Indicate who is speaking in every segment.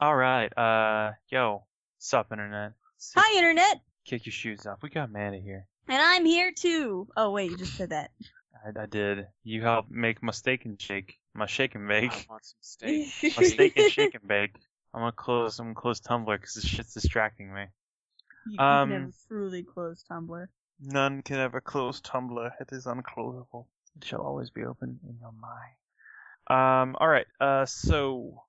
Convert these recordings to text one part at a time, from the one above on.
Speaker 1: All right. Uh, yo, sup, internet? Sit-
Speaker 2: Hi, Internet!
Speaker 1: Kick your shoes off. We got Manny here.
Speaker 2: And I'm here too! Oh, wait, you just said that.
Speaker 1: I, I did. You helped make my steak and shake. My shake and bake.
Speaker 3: I want some steak.
Speaker 1: My steak and shake and bake. I'm gonna close. I'm gonna close Tumblr because this shit's distracting me.
Speaker 2: You,
Speaker 1: Um,
Speaker 2: you can never truly close Tumblr.
Speaker 1: None can ever close Tumblr. It is unclosable. It shall always be open in your mind. Um. All right. Uh. So,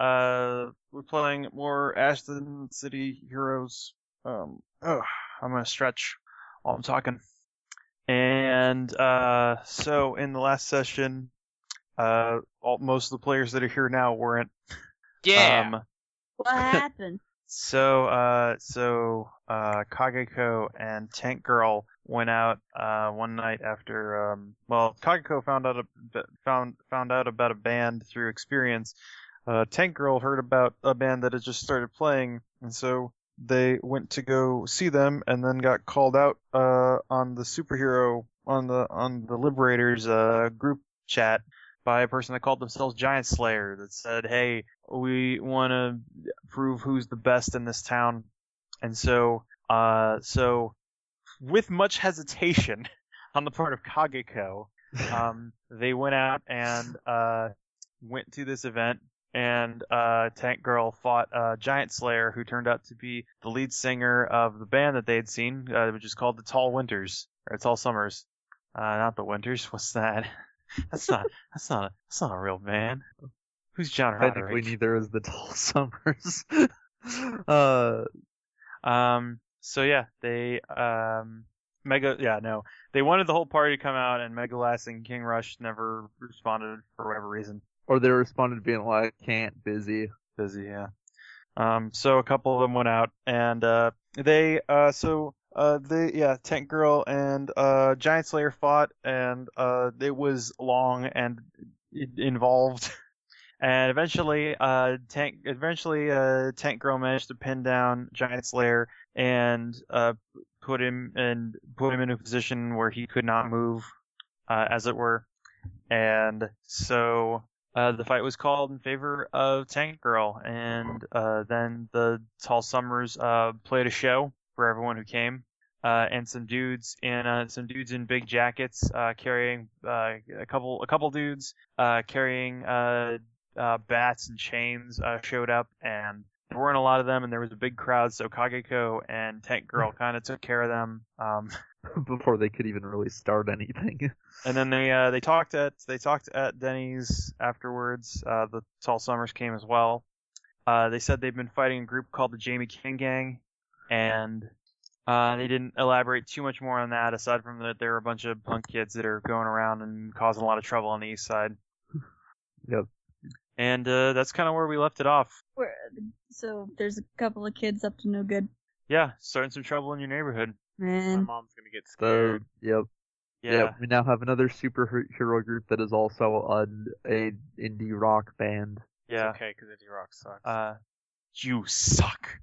Speaker 1: uh, we're playing more Ashton City Heroes. Um. Oh, I'm gonna stretch while I'm talking. And uh, so in the last session, uh, all, most of the players that are here now weren't.
Speaker 3: Yeah.
Speaker 1: Um,
Speaker 2: What happened?
Speaker 1: so, uh, so, uh, Kageko and Tank Girl went out, uh, one night after, um, well, Kageko found out, a, found, found out about a band through experience. Uh, Tank Girl heard about a band that had just started playing, and so they went to go see them and then got called out, uh, on the superhero, on the, on the Liberators, uh, group chat by a person that called themselves Giant Slayer that said, hey, we want to prove who's the best in this town. And so, uh, so with much hesitation on the part of Kageko, um, they went out and uh, went to this event. And uh, Tank Girl fought uh, Giant Slayer, who turned out to be the lead singer of the band that they had seen, uh, which is called the Tall Winters or Tall Summers. Uh, not the Winters. What's that? That's not. That's not. A, that's not a real man. Who's John
Speaker 4: Technically,
Speaker 1: Roderick?
Speaker 4: neither is the Tall Summers. uh,
Speaker 1: Um. So yeah, they um. Mega, yeah, no. They wanted the whole party to come out, and Mega Last and King Rush never responded for whatever reason.
Speaker 4: or they responded being like, "Can't, busy."
Speaker 1: Busy, yeah. Um, so a couple of them went out, and uh, they, uh, so uh, they, yeah, Tank Girl and uh, Giant Slayer fought, and uh, it was long and i- involved. And eventually, uh, Tank, eventually, uh, Tank Girl managed to pin down Giant Slayer and uh, put him and put him in a position where he could not move, uh, as it were. And so, uh, the fight was called in favor of Tank Girl, and uh, then the Tall Summers uh, played a show for everyone who came, uh, and some dudes in uh, some dudes in big jackets uh, carrying uh, a couple a couple dudes uh, carrying uh, uh, bats and chains uh, showed up, and there weren't a lot of them, and there was a big crowd, so Kageko and Tank Girl kind of took care of them. Um,
Speaker 4: Before they could even really start anything.
Speaker 1: and then they uh, they talked at they talked at Denny's afterwards. Uh, the Tall Summers came as well. Uh, they said they've been fighting a group called the Jamie King Gang, and uh, they didn't elaborate too much more on that aside from that there are a bunch of punk kids that are going around and causing a lot of trouble on the east side.
Speaker 4: Yep.
Speaker 1: And uh, that's kind of where we left it off.
Speaker 2: Where, so there's a couple of kids up to no good.
Speaker 1: Yeah, starting some trouble in your neighborhood.
Speaker 3: My
Speaker 2: Man.
Speaker 3: mom's gonna get
Speaker 4: So,
Speaker 3: scared.
Speaker 4: yep,
Speaker 1: Yeah.
Speaker 4: yep. We now have another superhero group that is also an a indie rock band.
Speaker 1: Yeah.
Speaker 3: It's okay, because indie rock sucks.
Speaker 1: Uh, you suck.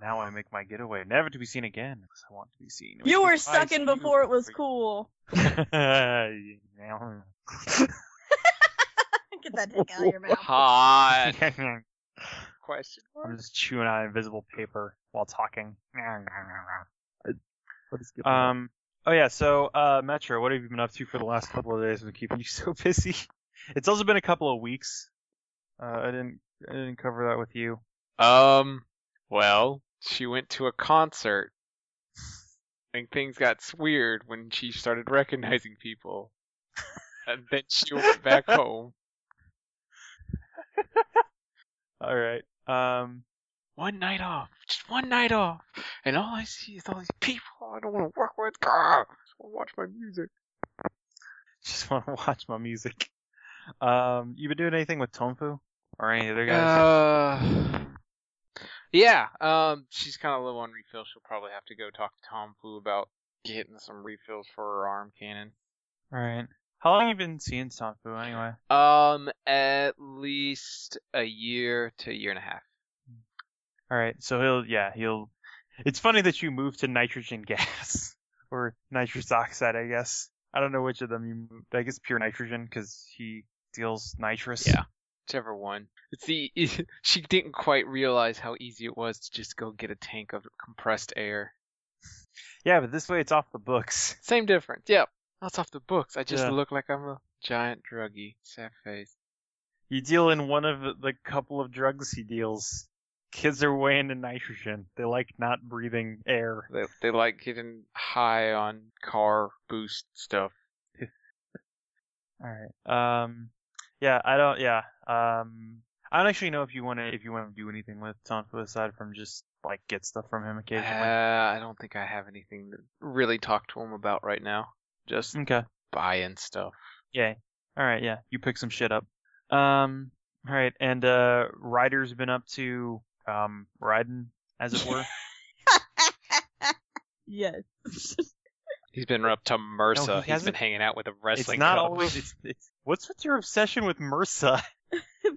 Speaker 1: Now I make my getaway, never to be seen again, because I want to be seen.
Speaker 2: You were
Speaker 1: Twice,
Speaker 2: sucking
Speaker 1: you
Speaker 2: before it was
Speaker 1: freak.
Speaker 2: cool. Get that dick out of your mouth.
Speaker 3: Hot
Speaker 1: I'm
Speaker 3: question.
Speaker 1: just chewing on invisible paper while talking.
Speaker 4: What is going on?
Speaker 1: Um. Oh yeah. So, uh, Metro, what have you been up to for the last couple of days? Been keeping you so busy. It's also been a couple of weeks. Uh, I didn't. I didn't cover that with you.
Speaker 3: Um, well, she went to a concert, and things got s- weird when she started recognizing people, and then she went back home.
Speaker 1: All right. Um.
Speaker 3: One night off, just one night off, and all I see is all these people I don't want to work with. Grr, just want to watch my music.
Speaker 1: Just want to watch my music. Um. You been doing anything with Tonfu or any other guys?
Speaker 3: Uh, yeah. Um, she's kind of low on refills. She'll probably have to go talk to Tom Fu about getting some refills for her arm cannon.
Speaker 1: All right. How long have you been seeing Tonfu anyway?
Speaker 3: Um, at least a year to a year and a half.
Speaker 1: All right. So he'll yeah he'll. It's funny that you moved to nitrogen gas or nitrous oxide. I guess I don't know which of them you moved. I guess pure nitrogen because he deals nitrous.
Speaker 3: Yeah. whichever one. It's the she didn't quite realize how easy it was to just go get a tank of compressed air.
Speaker 1: Yeah, but this way it's off the books.
Speaker 3: Same difference. Yep. That's off the books. I just
Speaker 1: Yeah.
Speaker 3: look like I'm a giant druggie. Sad face.
Speaker 1: You deal in one of the couple of drugs he deals. Kids are way into nitrogen. They like not breathing air.
Speaker 3: They they like getting high on car boost stuff.
Speaker 1: All right. Um, yeah, I don't. Yeah. Um, I don't actually know if you want to if you want to do anything with Tonfu aside from just like get stuff from him
Speaker 3: Uh,
Speaker 1: occasionally.
Speaker 3: I don't think I have anything to really talk to him about right now. Just
Speaker 1: okay.
Speaker 3: buying stuff.
Speaker 1: All right, yeah, you pick some shit up. Um, all right, and uh, Ryder's been up to um riding, as it were.
Speaker 2: yes.
Speaker 3: He's been up to MRSA.
Speaker 1: No, he
Speaker 3: He's been
Speaker 1: hasn't-
Speaker 3: hanging out with a
Speaker 1: it's
Speaker 3: wrestling
Speaker 1: not
Speaker 3: club.
Speaker 1: always. It's, it's what's with your obsession with MRSA?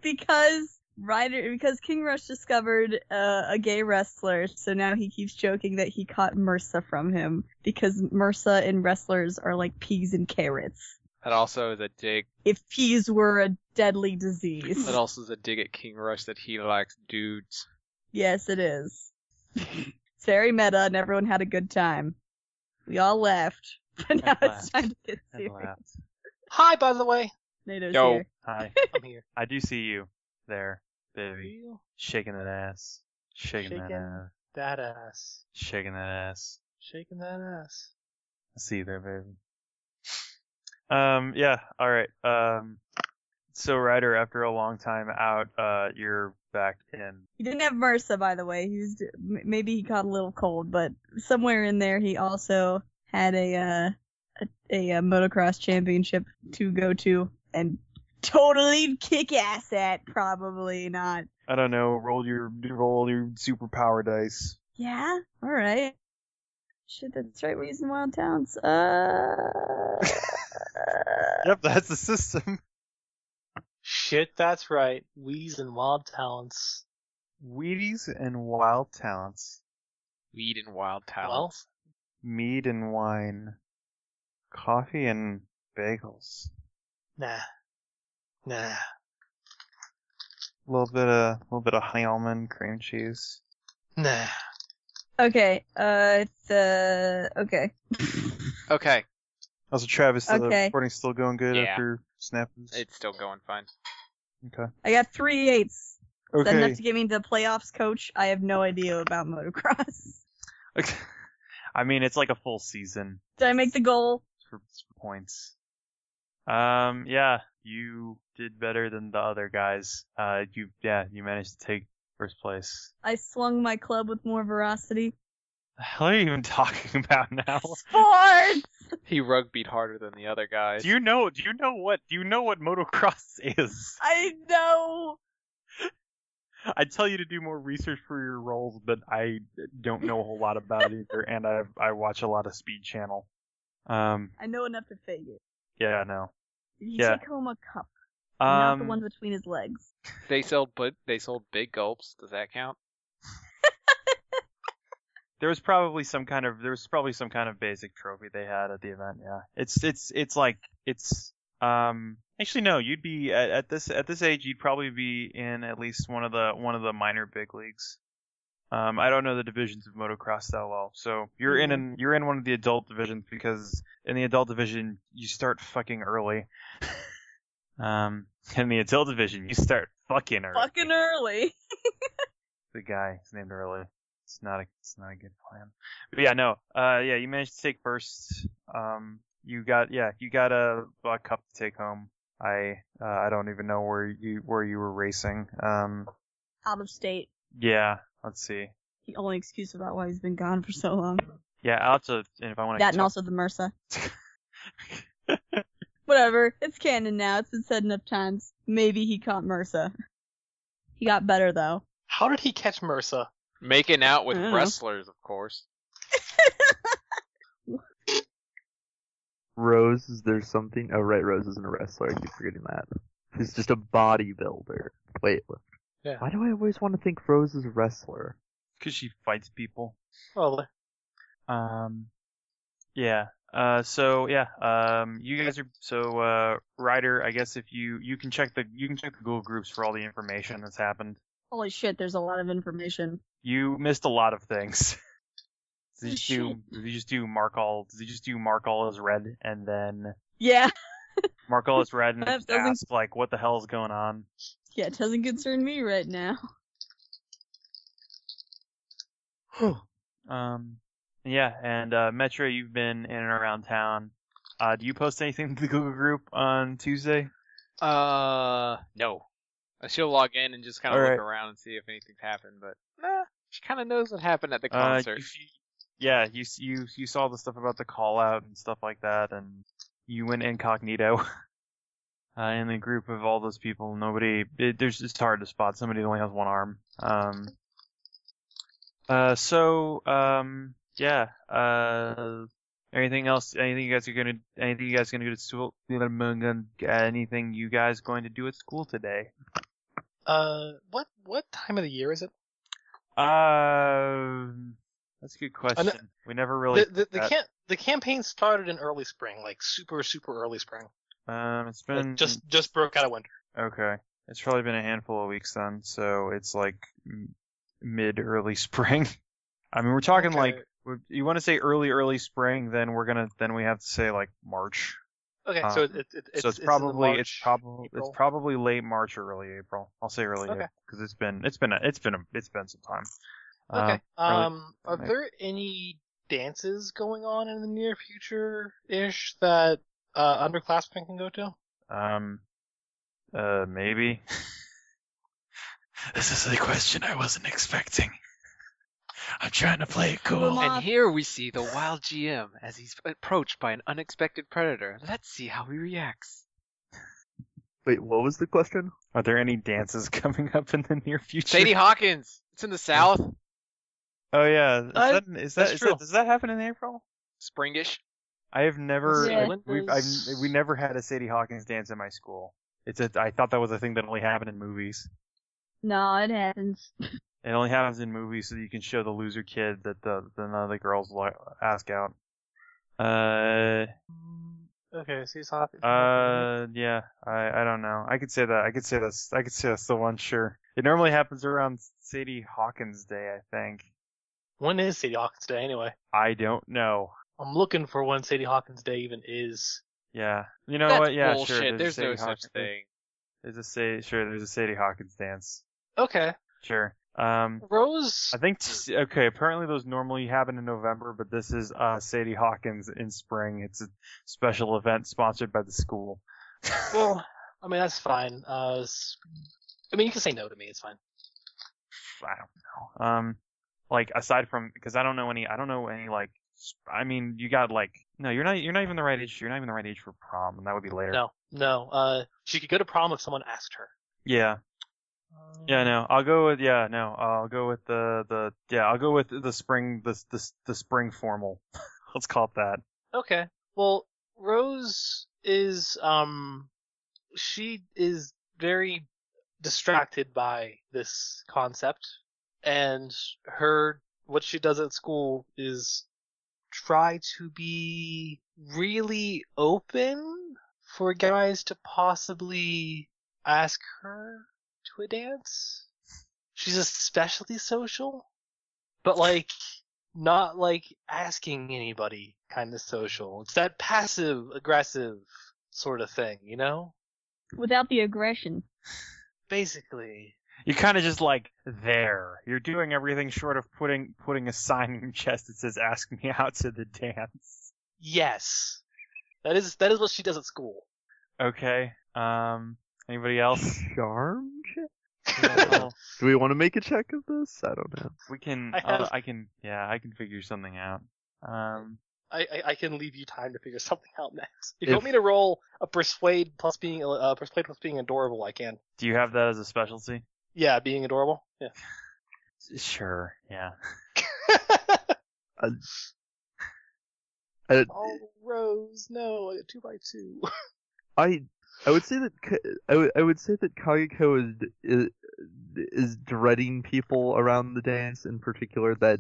Speaker 2: because Ryder, because King Rush discovered uh, a gay wrestler, so now he keeps joking that he caught MRSA from him because MRSA and wrestlers are like peas and carrots.
Speaker 3: That also is a dig.
Speaker 2: If peas were a deadly disease,
Speaker 3: That also is a dig at King Rush that he likes dudes.
Speaker 2: yes, it is. it's very meta, and everyone had a good time. We all laughed, but now it's
Speaker 1: laughed.
Speaker 2: time to get
Speaker 1: I
Speaker 2: serious.
Speaker 1: laughed.
Speaker 3: Hi, by the way.
Speaker 2: NATO's
Speaker 3: Yo.
Speaker 2: here.
Speaker 1: Hi,
Speaker 3: I'm here.
Speaker 1: I do see you there, baby, shaking that ass, shaking, that
Speaker 5: Shaking.
Speaker 1: ass,
Speaker 5: That ass.
Speaker 1: shaking that ass.
Speaker 5: Shaking that ass.
Speaker 1: I see you there, baby. Um, yeah, all right. Um, so Ryder, after a long time out, uh, you're back in
Speaker 2: He didn't have MRSA, by the way. He was m- maybe he caught a little cold, but somewhere in there he also had a uh, a, a, uh motocross championship to go to and totally kick ass at. Probably not.
Speaker 1: I don't know. Roll your roll your superpower dice.
Speaker 2: Yeah. All right. Shit, that's right. We're using wild towns. Uh.
Speaker 1: Yep, that's the system.
Speaker 5: Shit, that's right. Wheeze and Wild Talents.
Speaker 1: Wheaties and wild talents,
Speaker 3: Weed and wild
Speaker 5: Well,
Speaker 3: talents.
Speaker 1: mead and wine, coffee and bagels.
Speaker 5: nah. Nah.
Speaker 1: A little bit of little bit of honey almond cream cheese.
Speaker 5: Nah.
Speaker 2: Okay. Uh. The. Okay.
Speaker 3: Okay,
Speaker 1: Also, Travis, the
Speaker 2: Okay.
Speaker 1: recording's still going good
Speaker 3: Yeah.
Speaker 1: after snappers.
Speaker 3: it's still going fine.
Speaker 1: okay.
Speaker 2: I got three eights. Is that
Speaker 1: Okay.
Speaker 2: enough to get me into the playoffs, coach? I have no idea about motocross.
Speaker 1: I mean, it's like a full season
Speaker 2: Did I make the goal?
Speaker 1: for, for points. Um, yeah, you did better than the other guys. Uh, you yeah, you managed to take first place.
Speaker 2: I swung my club with more veracity.
Speaker 1: the hell are you even talking about now?
Speaker 2: Sports!
Speaker 3: He rugbyed harder than the other guys.
Speaker 1: Do you know? Do you know what? Do you know what motocross is?
Speaker 2: I know!
Speaker 1: I tell you to do more research for your roles, but I don't know a whole lot about it either, and I I watch a lot of Speed Channel. Um,
Speaker 2: I know enough to fake it.
Speaker 1: yeah, no.
Speaker 2: He
Speaker 1: Yeah.
Speaker 2: took home a cup, not the one
Speaker 1: Um,
Speaker 2: between his legs.
Speaker 3: They sold, but they sold big gulps. Does that count?
Speaker 1: there was probably some kind of there was probably some kind of basic trophy they had at the event. Yeah, it's it's it's like it's um actually no, you'd be at, at this at this age you'd probably be in at least one of the one of the minor big leagues. Um, I don't know the divisions of motocross that well, so you're in an you're in one of the adult divisions because in the adult division you start fucking early. um, in the adult division you start fucking early.
Speaker 2: Fucking early!
Speaker 1: the guy is named early. It's not a it's not a good plan. But yeah, no. Uh yeah, you managed to take first. Um you got yeah, you got a, a cup to take home. I uh, I don't even know where you where you were racing. Um
Speaker 2: Out of state.
Speaker 1: yeah, let's see.
Speaker 2: The only excuse about why he's been gone for so long.
Speaker 1: Yeah, I'll have to and if I want to
Speaker 2: That and also the MRSA. Whatever, it's canon now. It's been said enough times. Maybe he caught MRSA. He got better, though.
Speaker 5: How did he catch MRSA?
Speaker 3: Making out with
Speaker 2: I don't know.
Speaker 3: wrestlers, of course.
Speaker 4: Rose, is there something? Oh, right, Rose isn't a wrestler. I keep forgetting that. She's just a bodybuilder. Wait, wh-
Speaker 5: Yeah.
Speaker 4: why do I always want to think Rose is a wrestler?
Speaker 1: cuz she fights people.
Speaker 5: Well,
Speaker 1: Um yeah, Uh, so yeah, um, you guys are so uh, Ryder. I guess if you you can check the you can check the Google groups for all the information that's happened.
Speaker 2: Holy shit, there's a lot of information.
Speaker 1: You missed a lot of things. did you just
Speaker 2: Shit.
Speaker 1: do did you just do mark all did you just do mark all as red and then
Speaker 2: Yeah,
Speaker 1: mark all as red and
Speaker 2: That
Speaker 1: just
Speaker 2: doesn't-
Speaker 1: ask like what the hell's going on?
Speaker 2: yeah, it doesn't concern me right now.
Speaker 1: um, yeah, and uh, Metro, you've been in and around town. Uh, do you post anything to the Google group on Tuesday?
Speaker 3: Uh, no. Uh, She'll log in and just kind of
Speaker 1: All
Speaker 3: look
Speaker 1: right.
Speaker 3: around and see if anything's happened, but nah, she kind of knows what happened at the
Speaker 1: Uh,
Speaker 3: concert.
Speaker 1: you see- yeah, you s- you you saw the stuff about the call out and stuff like that, and you went incognito. Uh, in the group of all those people, nobody. It, there's it's hard to spot somebody that only has one arm. Um. Uh. So. Um. Yeah. Uh. Anything else? Anything you guys are gonna? Anything you guys gonna do at school? Anything you guys going to do at school today?
Speaker 5: Uh, what what time of the year is it?
Speaker 1: Um. That's a good question. we never really.
Speaker 5: The the, the,
Speaker 1: that.
Speaker 5: cam- the campaign started in early spring, like super super early spring.
Speaker 1: Um, it's
Speaker 5: Like,
Speaker 1: been
Speaker 5: uh, just just broke out of winter.
Speaker 1: okay. It's probably been a handful of weeks then, so it's like m- mid early spring. I mean, we're talking like
Speaker 5: Okay.
Speaker 1: we're- you want to say early early spring, then we're gonna then we have to say like March.
Speaker 5: Okay,
Speaker 1: uh,
Speaker 5: so it, it, it, it's,
Speaker 1: so it's
Speaker 5: in the
Speaker 1: probably
Speaker 5: March,
Speaker 1: it's probably
Speaker 5: April.
Speaker 1: it's probably late March or early April. I'll say early
Speaker 5: Okay.
Speaker 1: because it's been it's been a, it's been a, it's been some time. Uh,
Speaker 5: Okay.
Speaker 1: early-
Speaker 5: um, are
Speaker 1: May.
Speaker 5: there any dances going on in the near future ish that uh, underclassmen can go to?
Speaker 1: Um, uh, maybe. this is a question I wasn't expecting. I'm trying to play it cool.
Speaker 3: And here we see the wild GM as he's approached by an unexpected predator. Let's see how he reacts.
Speaker 4: Wait, what was the question?
Speaker 1: Are there any dances coming up in the near future?
Speaker 3: Sadie Hawkins! It's in the south.
Speaker 1: Oh yeah, is
Speaker 5: Uh,
Speaker 1: that, is that,
Speaker 5: that's
Speaker 1: is
Speaker 5: true.
Speaker 1: that does that happen in April?
Speaker 3: Springish.
Speaker 1: I have never
Speaker 2: Yeah.
Speaker 1: like, we've, I've, we never had a Sadie Hawkins dance in my school. It's a, I thought that was a thing that only happened in movies.
Speaker 2: No, it happens.
Speaker 1: It only happens in movies so that you can show the loser kid that the that none of the girls li- ask out. Uh,
Speaker 5: Okay, so he's hot.
Speaker 1: Uh, yeah, I I don't know. I could say that. I could say that's. I could say that's the one. Sure. It normally happens around Sadie Hawkins Day, I think.
Speaker 5: when is Sadie Hawkins Day anyway?
Speaker 1: I don't know.
Speaker 5: I'm looking for when Sadie Hawkins Day even is.
Speaker 1: Yeah, you know
Speaker 3: That's
Speaker 1: what? Yeah,
Speaker 3: bullshit.
Speaker 1: sure.
Speaker 3: There's,
Speaker 1: a
Speaker 3: no
Speaker 1: Sadie
Speaker 3: such
Speaker 1: Hawkins-
Speaker 3: thing.
Speaker 1: There's a Sadie. Sure, there's a Sadie Hawkins dance.
Speaker 5: Okay,
Speaker 1: Sure. Um,
Speaker 5: Rose.
Speaker 1: I think. t- okay, apparently those normally happen in November, but this is uh Sadie Hawkins in spring. It's a special event sponsored by the school.
Speaker 5: Well, I mean that's fine. Uh, s- I mean you can say no to me. It's fine.
Speaker 1: I don't know. Um, like aside from because I don't know any. I don't know any like. sp- I mean, you got like no. You're not. You're not even the right age. You're not even the right age for prom, and that would be later.
Speaker 5: No, no. Uh, she could go to prom if someone asked her.
Speaker 1: Yeah. Yeah. No. I'll go with yeah. No. I'll go with the the yeah. I'll go with the spring the the the spring formal. Let's call it that.
Speaker 5: Okay. Well, Rose is um she is very distracted by this concept and her what she does at school is try to be really open for guys to possibly ask her to a dance. She's especially social, but like not like asking anybody kind of social. It's that passive aggressive sort of thing, you know?
Speaker 2: Without the aggression.
Speaker 5: Basically.
Speaker 1: You're kind of just like there. You're doing everything short of putting putting a sign in your chest that says "Ask me out to the dance."
Speaker 5: Yes. That is that is what she does at school.
Speaker 1: Okay. Um. Anybody else?
Speaker 4: Charm check?
Speaker 1: Well,
Speaker 4: Do we want to make a check of this? I don't know.
Speaker 1: We can.
Speaker 5: I
Speaker 1: I,
Speaker 5: have-
Speaker 1: I can. Yeah, I can figure something out. Um.
Speaker 5: I, I, I can leave you time to figure something out next. If you want me
Speaker 4: If-
Speaker 5: to roll a persuade plus being uh, persuade plus being adorable, I can.
Speaker 1: Do you have that as a specialty?
Speaker 5: Yeah, being adorable. Yeah.
Speaker 1: Sure. Yeah.
Speaker 4: I,
Speaker 5: oh, Rose, no, I got two by two.
Speaker 4: I, I would say that Ka- I would, I would say that Kageko is, is is dreading people around the dance in particular. That,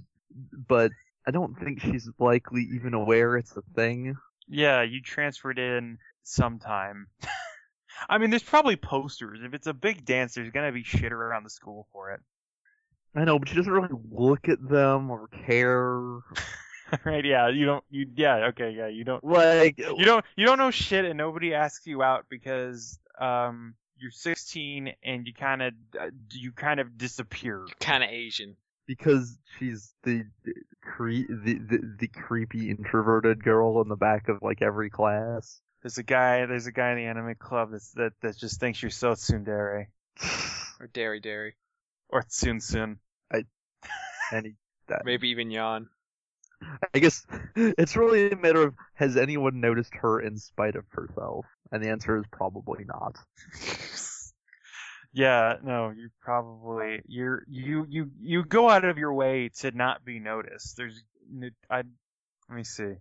Speaker 4: but I don't think she's likely even aware it's a thing.
Speaker 1: Yeah, you transferred in sometime. I mean, there's probably posters. If it's a big dance, there's gonna be shit around the school for it.
Speaker 4: I know, but she doesn't really look at them or care.
Speaker 1: right? Yeah, you don't. You yeah. Okay. Yeah, you don't.
Speaker 4: Like,
Speaker 1: You don't. You don't know shit, and nobody asks you out because um you're 16 and you kind of you kind of disappear.
Speaker 3: Kind of Asian.
Speaker 4: because she's the cre- the, the the creepy introverted girl in the back of like every class.
Speaker 1: There's a guy. There's a guy in the anime club that's that that just thinks you're so tsundere
Speaker 3: Or dairy dairy.
Speaker 1: or tsunsun.
Speaker 4: And he,
Speaker 3: Maybe even yawn.
Speaker 4: I guess it's really a matter of has anyone noticed her in spite of herself? And the answer is probably not.
Speaker 1: Yeah, no, you probably you're you you you go out of your way to not be noticed. There's n- I let me see.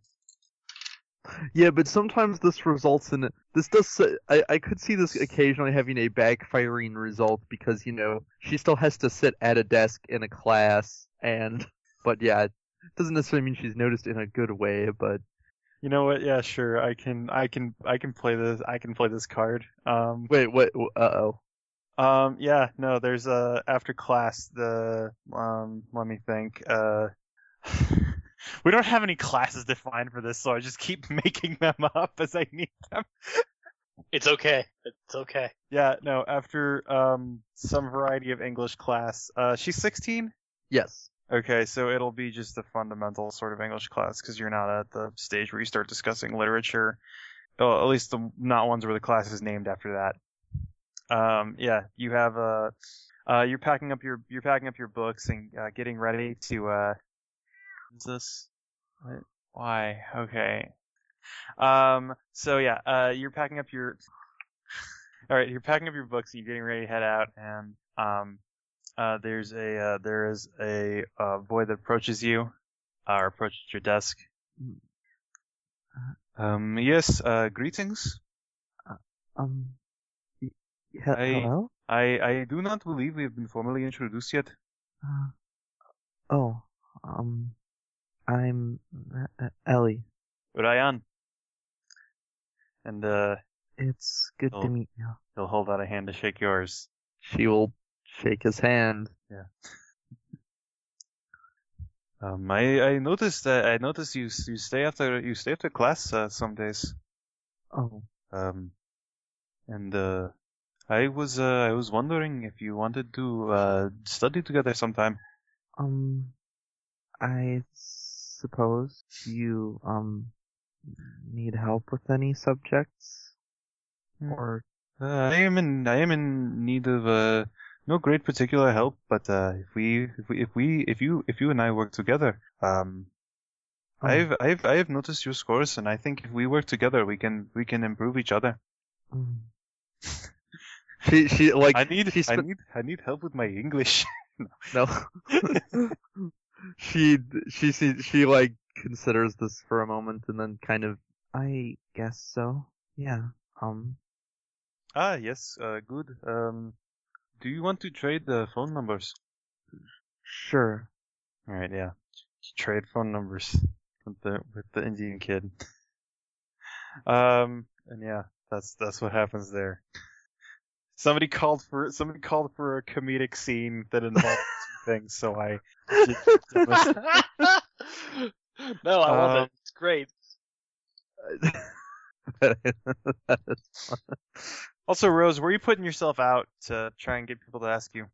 Speaker 4: Yeah, but sometimes this results in this does. s- I I could see this occasionally having a backfiring result because you know she still has to sit at a desk in a class and but yeah, it doesn't necessarily mean she's noticed in a good way, but
Speaker 1: You know what? Yeah, sure. I can I can I can play this I can play this card. Um
Speaker 4: Wait, what? Uh oh.
Speaker 1: um yeah, no, there's uh after class the um let me think. Uh We don't have any classes defined for this, so I just keep making them up as I need them.
Speaker 5: It's okay. It's okay.
Speaker 1: Yeah, no, after um some variety of English class. Uh she's 16.
Speaker 4: Yes.
Speaker 1: Okay, so it'll be just the fundamental sort of English class because you're not at the stage where you start discussing literature. Well, at least the not ones where the class is named after that. Um, yeah, you have uh, uh, you're packing up your you're packing up your books and uh, getting ready to. Uh, is this? What? Why? Okay. Um. So yeah, uh, you're packing up your. All right, you're packing up your books and you're getting ready to head out, and um, uh, there's a uh, there is a uh, boy that approaches you, uh, or approaches your desk. Um, yes, uh, greetings.
Speaker 4: Um. y- he-
Speaker 1: I-
Speaker 4: Uh, Hello.
Speaker 1: I I do not believe we have been formally introduced yet.
Speaker 4: Uh, oh. Um. I'm uh, uh, Ellie.
Speaker 1: Ryan. And uh,
Speaker 4: It's good
Speaker 1: Oh.
Speaker 4: to meet you.
Speaker 1: he'll hold out a hand to shake yours.
Speaker 4: She will shake his hand.
Speaker 1: Um, I I noticed that I noticed you you stay after you stay after class uh, some days.
Speaker 4: Oh.
Speaker 1: Um, and uh, I was uh, I was wondering if you wanted to uh, study together sometime.
Speaker 4: Um. I suppose you um need help with any subjects,
Speaker 1: Hmm.
Speaker 4: or
Speaker 1: Uh, I am in I am in need of uh, no great particular help, but uh, if we if we if we if you if you and I work together, um,
Speaker 4: um,
Speaker 1: I've I've I have noticed your scores, and I think if we work together, we can we can improve each other.
Speaker 4: mm. she she like
Speaker 1: I need
Speaker 4: she's
Speaker 1: I
Speaker 4: been-
Speaker 1: need I need help with my English.
Speaker 4: No. she she she she like considers this for a moment and then kind of I guess so. Yeah. Um
Speaker 1: ah yes, uh, good. Um, do you want to trade the phone numbers?
Speaker 4: sure.
Speaker 1: All right, yeah. Trade phone numbers with the with the Indian kid. Um, and yeah, that's that's what happens there. Somebody called for somebody called for a comedic scene that involved two things, so I
Speaker 5: no, I love
Speaker 1: Um,
Speaker 5: it. It's great.
Speaker 1: also Rose, where are you putting yourself out to try and get people to ask you?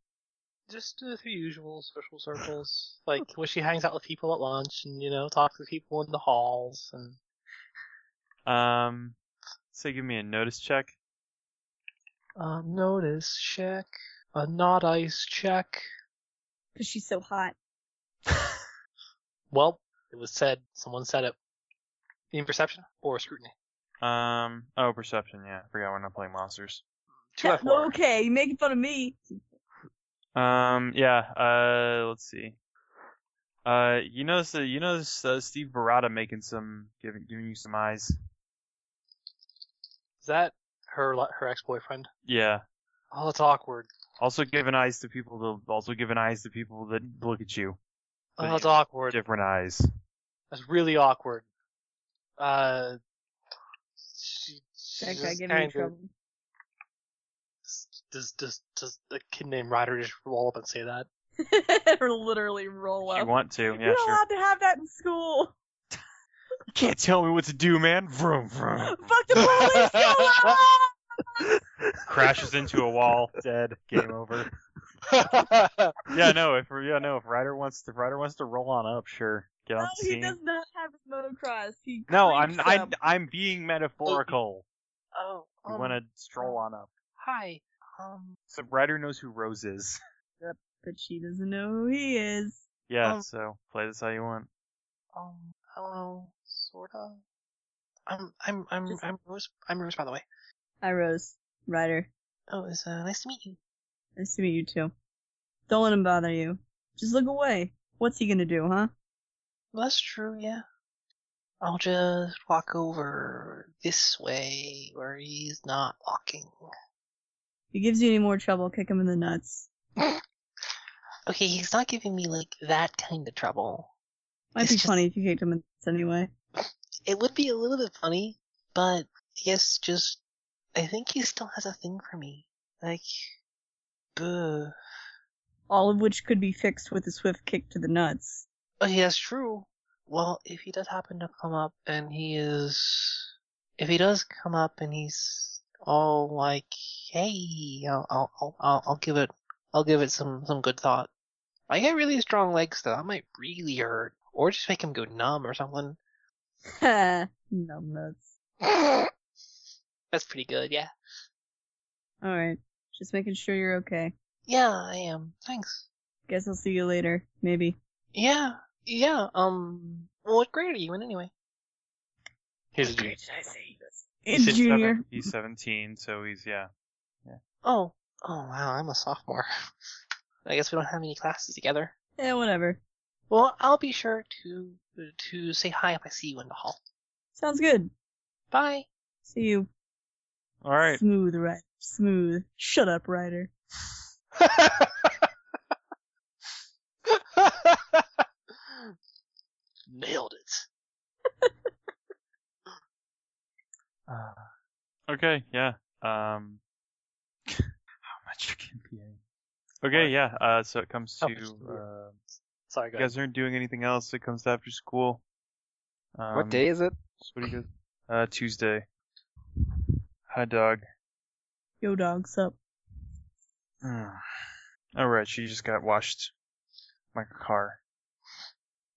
Speaker 5: Just uh, the usual social circles, like when she hangs out with people at lunch and you know talks to people in the halls and
Speaker 1: Um, so give me a notice check.
Speaker 5: uh, notice check, a not ice check.
Speaker 2: Cause she's so hot.
Speaker 5: Well, it was said. Someone said it. In perception or scrutiny.
Speaker 1: Um, oh perception, yeah, I forgot we're not playing monsters.
Speaker 5: Two out of four.
Speaker 2: okay, you making fun of me.
Speaker 1: Um, yeah, uh, let's see. Uh, you notice that, you notice, uh, Steve Barada making some, giving, giving you some eyes.
Speaker 5: Is that her her ex boyfriend?
Speaker 1: Yeah.
Speaker 5: Oh, that's awkward.
Speaker 1: Also giving eyes to people that, also giving eyes to people that look at you.
Speaker 5: Oh,
Speaker 1: But
Speaker 5: that's
Speaker 1: you-
Speaker 5: awkward.
Speaker 1: Different eyes.
Speaker 6: That's really awkward. Uh, she, she
Speaker 2: That guy
Speaker 6: just
Speaker 2: getting in
Speaker 6: kinda-
Speaker 2: trouble.
Speaker 6: Does does does a kid named Ryder just roll up and say that?
Speaker 2: or literally roll
Speaker 1: If you
Speaker 2: up.
Speaker 1: want to, yeah,
Speaker 2: You're
Speaker 1: sure.
Speaker 2: allowed to have that in school.
Speaker 1: You can't tell me what to do, man. Vroom, vroom.
Speaker 2: Fuck the police! Go away!
Speaker 1: Crashes into a wall, dead. Game over. Yeah, no. If yeah, no. If Ryder wants to, Ryder wants to roll on up. Sure, get on
Speaker 2: No,
Speaker 1: the
Speaker 2: he
Speaker 1: scene.
Speaker 2: does not have his motocross. He
Speaker 1: No, I'm
Speaker 2: creeps
Speaker 1: I,
Speaker 2: up.
Speaker 1: I'm being metaphorical.
Speaker 6: oh,
Speaker 1: You
Speaker 6: um,
Speaker 1: want to stroll on up.
Speaker 6: hi. Um,
Speaker 1: So Ryder knows who Rose is.
Speaker 2: But she doesn't know who he is.
Speaker 1: Yeah.
Speaker 6: Um,
Speaker 1: so play this how you want.
Speaker 6: um, I don't know, sorta. I'm Um, I'm I'm
Speaker 2: Just-
Speaker 6: I'm Rose. I'm Rose, by the way.
Speaker 2: Hi, Rose. Ryder.
Speaker 6: Oh, it's uh, nice to meet you.
Speaker 2: Nice to meet you too. Don't let him bother you. Just look away. What's he gonna do, huh?
Speaker 6: Well, that's true, yeah. I'll just walk over this way where he's not walking.
Speaker 2: If he gives you any more trouble, kick him in the nuts.
Speaker 6: Okay, he's not giving me like that kind of trouble.
Speaker 2: Might
Speaker 6: It's
Speaker 2: be
Speaker 6: just-
Speaker 2: funny if you kicked him in the nuts anyway.
Speaker 6: It would be a little bit funny, but I guess just I think he still has a thing for me. Like, buh.
Speaker 2: All of which could be fixed with a swift kick to the nuts.
Speaker 6: Oh, yeah, that's true. Well, if he does happen to come up and he is, if he does come up and he's all like, "Hey, I'll, I'll, I'll- I'll, I'll give it, I'll give it some, some good thought." I get really strong legs though. That might really hurt, or just make him go numb or something.
Speaker 2: no nuts.
Speaker 6: that's pretty good, yeah.
Speaker 2: Alright. Just making sure you're okay.
Speaker 6: Yeah, I am. Thanks.
Speaker 2: Guess I'll see you later. Maybe.
Speaker 6: Yeah, yeah. Um, what grade are you in anyway?
Speaker 3: His
Speaker 2: In
Speaker 1: He's
Speaker 2: junior.
Speaker 1: seven- he's 17, E so he's yeah.
Speaker 6: Oh, oh wow, I'm a sophomore. I guess we don't have any classes together.
Speaker 2: Yeah, whatever.
Speaker 6: Well, I'll be sure to to say hi if I see you in the hall.
Speaker 2: Sounds good.
Speaker 6: Bye.
Speaker 2: See you.
Speaker 1: All right.
Speaker 2: Smooth, right? Smooth. Shut up, Ryder.
Speaker 6: Nailed it. uh,
Speaker 1: Okay. Yeah. Um. how much can be? Okay. Yeah. Uh. So it comes
Speaker 6: How
Speaker 1: to.
Speaker 6: much can be?
Speaker 1: Uh,
Speaker 6: sorry,
Speaker 1: you
Speaker 6: guys.
Speaker 1: guys aren't doing anything else. It comes to after school. Um,
Speaker 3: what day is it?
Speaker 1: What do you guys? Uh. Tuesday. Hi, dog.
Speaker 2: Yo, dog, sup?
Speaker 1: All right. She just got washed. Like a car.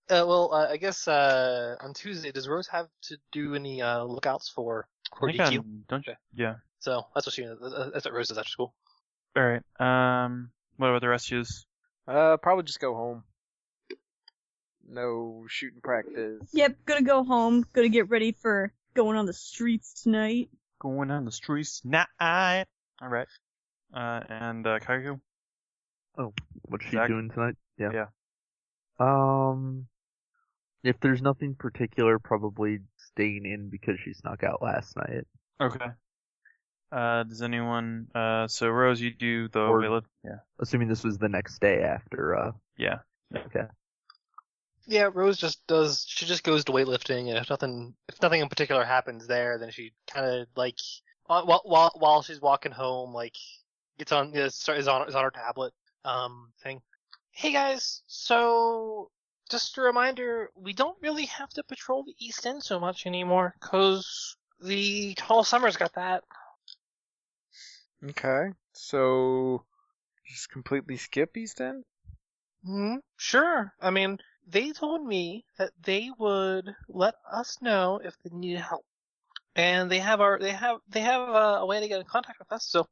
Speaker 6: Uh, well, uh, I guess uh, on Tuesday, does Rose have to do any uh, lookouts for
Speaker 1: I
Speaker 6: core
Speaker 1: think um,
Speaker 6: DQ?
Speaker 1: I'm- Don't you?
Speaker 6: Okay.
Speaker 1: Yeah.
Speaker 6: So that's what she. uh, That's what Rose does after school.
Speaker 1: All right. Um. What about the rest of yous?
Speaker 3: Uh, probably just go home. No shooting practice.
Speaker 2: Yep, gonna go home. Gonna get ready for going on the streets tonight.
Speaker 1: Going on the streets night. All right. Uh. And uh, Kaiku.
Speaker 4: What's she
Speaker 1: Zach?
Speaker 4: doing tonight? Yeah.
Speaker 1: Yeah.
Speaker 4: Um, if there's nothing particular, probably staying in because she snuck out last night.
Speaker 1: Okay. Uh, does anyone? Uh, so Rose, you do the
Speaker 4: Or-
Speaker 1: wheel of- Yeah.
Speaker 4: Assuming this was the next day after. Uh,
Speaker 1: Yeah.
Speaker 4: okay.
Speaker 6: Yeah, Rose just does. She just goes to weightlifting, and if nothing, if nothing in particular happens there, then she kind of like uh, while while while she's walking home, like gets on is is on is on her tablet um thing. Hey guys, so just a reminder, we don't really have to patrol the East End so much anymore, cause the Tall Summer's got that.
Speaker 3: Okay. So, just completely skip East End?
Speaker 6: Hmm. Sure. I mean, they told me that they would let us know if they needed help, and they have our they have they have uh, a way to get in contact with us. So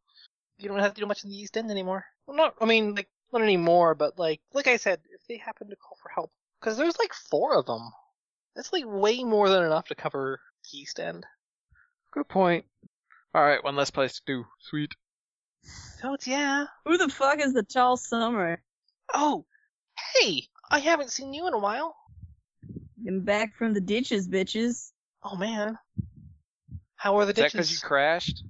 Speaker 6: you don't have to do much in the East End anymore. Well, not. I mean, like not anymore. But like like I said, if they happen to call for help, because there's like four of them, that's like way more than enough to cover the East End.
Speaker 3: Good point. Alright, one less place to do. Sweet.
Speaker 6: So it's yeah.
Speaker 2: Who the fuck is the tall summer?
Speaker 6: Oh, hey, I haven't seen you in a while.
Speaker 2: I'm back from the ditches, bitches.
Speaker 6: Oh man, how are the
Speaker 3: Is that
Speaker 6: ditches?
Speaker 3: because you crashed?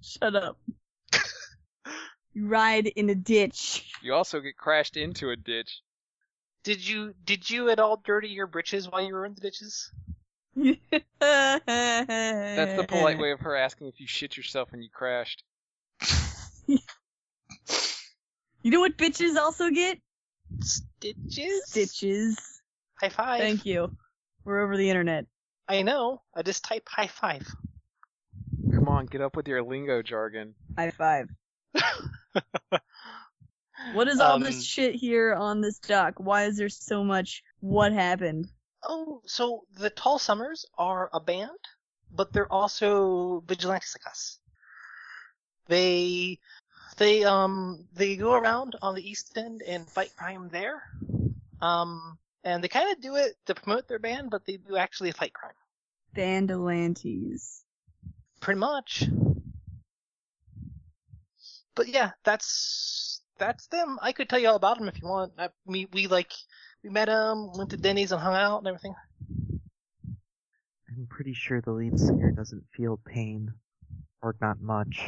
Speaker 2: Shut up. you ride in a ditch.
Speaker 3: You also get crashed into a ditch.
Speaker 6: Did you did you at all dirty your britches while you were in the ditches?
Speaker 3: That's
Speaker 2: That's
Speaker 3: the polite way of her asking if you shit yourself and you crashed.
Speaker 2: You know what bitches also get?
Speaker 6: Stitches.
Speaker 2: Stitches.
Speaker 6: High five.
Speaker 2: Thank you. We're over the internet.
Speaker 6: I know. I just type high five.
Speaker 3: Come on, get up with your lingo jargon.
Speaker 2: High five. What is all this
Speaker 6: Um,
Speaker 2: shit here on this dock? Why is there so much what happened?
Speaker 6: Oh, so the Tall Summers are a band, but they're also vigilantes like us. They, they um, they go around on the East End and fight crime there. Um, and they kind of do it to promote their band, but they do actually fight crime.
Speaker 2: Bandolantes.
Speaker 6: Pretty much. But yeah, that's that's them. I could tell you all about them if you want. I, we we like we met them, went to Denny's and hung out and everything.
Speaker 4: I'm pretty sure the lead singer doesn't feel pain, or not much.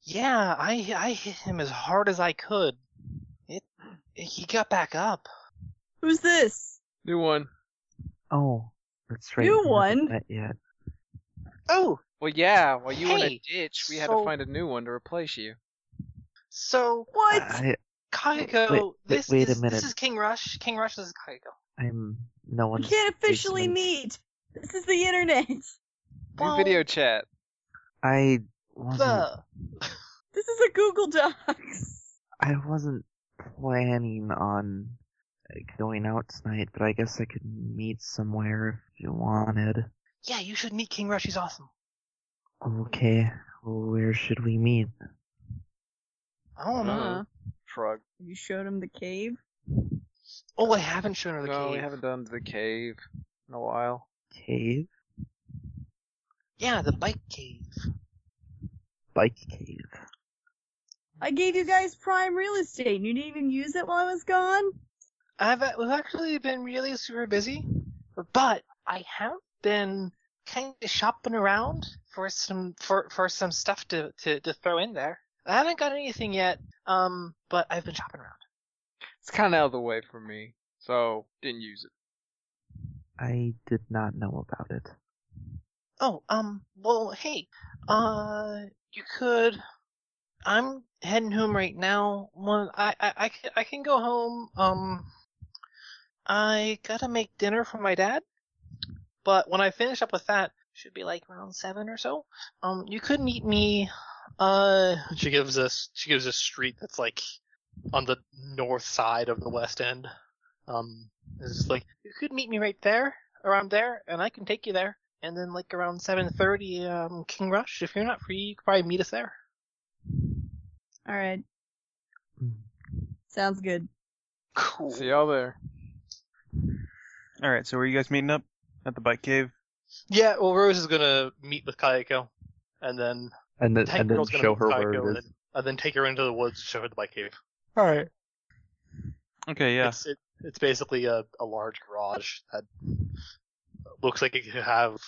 Speaker 6: Yeah, I I hit him as hard as I could. It he got back up.
Speaker 2: Who's this?
Speaker 3: New one.
Speaker 4: Oh, that's right.
Speaker 2: You
Speaker 4: we haven't
Speaker 2: won.
Speaker 4: met yet.
Speaker 6: Oh,
Speaker 3: Well, yeah. While you were in a
Speaker 6: Hey,
Speaker 3: ditch, we had
Speaker 6: so-
Speaker 3: to find a new one to replace you.
Speaker 6: so
Speaker 2: What?
Speaker 4: I,
Speaker 6: Kageko,
Speaker 4: Wait, wait,
Speaker 6: this
Speaker 4: wait a
Speaker 6: is
Speaker 4: minute.
Speaker 6: this is King Rush. King Rush this is Kageko.
Speaker 4: I'm no
Speaker 2: We
Speaker 4: one's
Speaker 2: can't officially
Speaker 4: basement.
Speaker 2: meet. This is the internet.
Speaker 6: Well,
Speaker 3: new video chat.
Speaker 4: I wasn't.
Speaker 6: The
Speaker 2: This is a Google Docs.
Speaker 4: I wasn't planning on uh, going out tonight, but I guess I could meet somewhere if you wanted.
Speaker 6: yeah, you should meet King Rush. He's awesome.
Speaker 4: Okay, where should we meet?
Speaker 6: I don't know.
Speaker 4: Ah.
Speaker 3: Uh-huh. Frog.
Speaker 2: You showed him the cave?
Speaker 6: Oh, I haven't shown her the
Speaker 3: No,
Speaker 6: cave.
Speaker 3: we haven't done the cave in a while.
Speaker 4: Cave?
Speaker 6: Yeah, the bike cave.
Speaker 4: Bike cave.
Speaker 2: I gave you guys prime real estate and you didn't even use it while I was gone?
Speaker 6: I've we've actually been really super busy, but I have been kind of shopping around for some for for some stuff to to to throw in there. I haven't got anything yet, um, but I've been shopping around.
Speaker 3: It's kind of out of the way for me, so didn't use it.
Speaker 4: I did not know about it.
Speaker 6: Oh, um, well, hey, uh, you could. I'm heading home right now. One, I, I, I, ca- I can go home. Um, I gotta make dinner for my dad. But when I finish up with that, should be like around seven or so. Um, you could meet me. Uh, she gives us she gives a street that's like on the north side of the West End. Um, it's just like you could meet me right there, around there, and I can take you there. And then like around seven thirty, um, King Rush. If you're not free, you could probably meet us there.
Speaker 2: Alright,
Speaker 4: Mm.
Speaker 2: sounds good.
Speaker 6: Cool.
Speaker 3: See y'all there.
Speaker 1: All right. So where you guys meeting up? At the bike cave.
Speaker 6: Yeah. Well, Rose is gonna meet with Kayako, and then
Speaker 4: And then,
Speaker 6: Tank
Speaker 4: and then
Speaker 6: Girl's gonna
Speaker 4: show
Speaker 6: meet
Speaker 4: her
Speaker 6: with
Speaker 4: where
Speaker 6: Kayako,
Speaker 4: it
Speaker 6: and
Speaker 4: is.
Speaker 6: then, and then take her into the woods and show her the bike cave. All right.
Speaker 1: Okay. Yeah.
Speaker 6: It's, it, it's basically a, a large garage that looks like it could have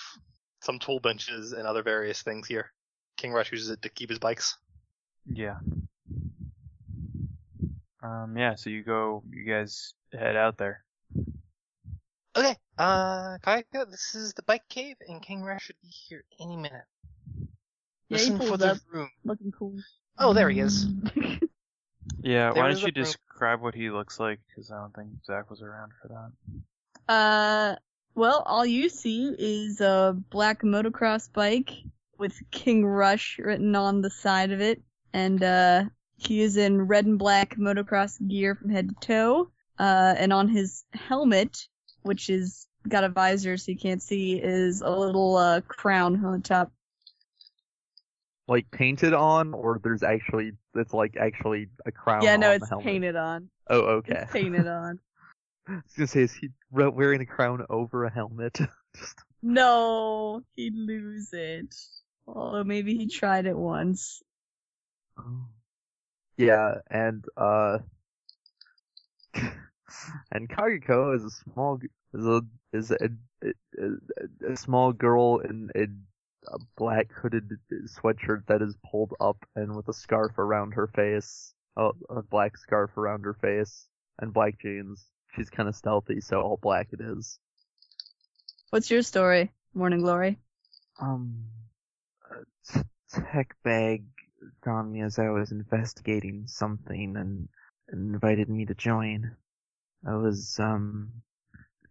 Speaker 6: some tool benches and other various things here. King Rush uses it to keep his bikes.
Speaker 1: Yeah. Um. Yeah. So you go. You guys head out there.
Speaker 6: Okay. Uh, Kayako, this is the bike cave, and King Rush should be here any minute.
Speaker 2: Yeah, he
Speaker 6: Listen for
Speaker 2: pulls
Speaker 6: the
Speaker 2: up
Speaker 6: room.
Speaker 2: looking cool.
Speaker 6: Oh, there he is.
Speaker 1: Yeah.
Speaker 6: There
Speaker 1: why
Speaker 6: is
Speaker 1: don't
Speaker 6: a
Speaker 1: you
Speaker 6: room.
Speaker 1: describe what he looks like? Because I don't think Zach was around for that.
Speaker 2: Uh, well, all you see is a black motocross bike with King Rush written on the side of it, and uh, he is in red and black motocross gear from head to toe. Uh, and on his helmet, which is got a visor so you can't see, is a little uh crown on the top.
Speaker 4: Like painted on, or there's actually it's like actually a crown.
Speaker 2: yeah, no,
Speaker 4: on
Speaker 2: it's
Speaker 4: the helmet?
Speaker 2: painted on.
Speaker 4: Oh, okay.
Speaker 2: It's painted on.
Speaker 4: I was gonna say, is he re- wearing a crown over a helmet?
Speaker 2: No, he'd lose it. Although maybe he tried it once.
Speaker 4: Oh. Yeah, and uh, and Kagiko is a small g- is a is a, a, a, a small girl in in a black hooded sweatshirt that is pulled up and with a scarf around her face, a, a black scarf around her face, and black jeans. she's kind of stealthy, so all black it is.
Speaker 2: What's your story, Morning Glory?
Speaker 7: Um, a t- tech bag found me as I was investigating something and invited me to join. I was, um,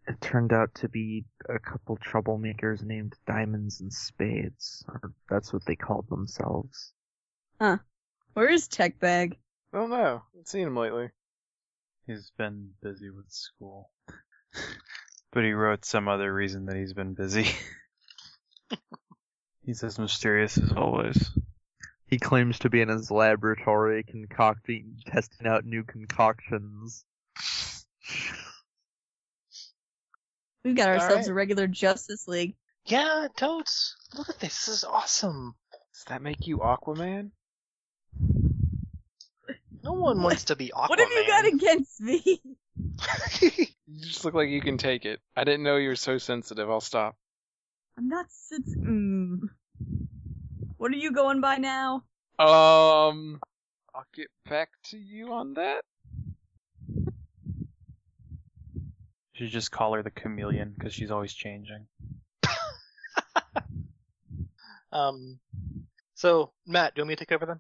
Speaker 7: it turned out to be a couple troublemakers named Diamonds and Spades, or that's what they called themselves.
Speaker 2: Where is Tech Bag?
Speaker 3: I don't know. I've seen him lately.
Speaker 1: He's been busy with school. but he wrote some other reason that he's been busy. he's as mysterious as always.
Speaker 4: He claims to be in his laboratory concocting, testing out new concoctions.
Speaker 2: We've got ourselves
Speaker 5: Alright.
Speaker 2: a regular Justice League.
Speaker 5: Yeah, totes. Look at this. This is awesome.
Speaker 3: Does that make you Aquaman?
Speaker 5: No one wants to be Aquaman.
Speaker 2: What have you got against me?
Speaker 3: You just look like you can take it. I didn't know you were so sensitive. I'll stop.
Speaker 2: I'm not sens- mm. What are you going by now?
Speaker 3: Um, I'll get back to you on that.
Speaker 1: You should just call her the chameleon because she's always changing.
Speaker 5: um, so Matt, do you want me to take over then?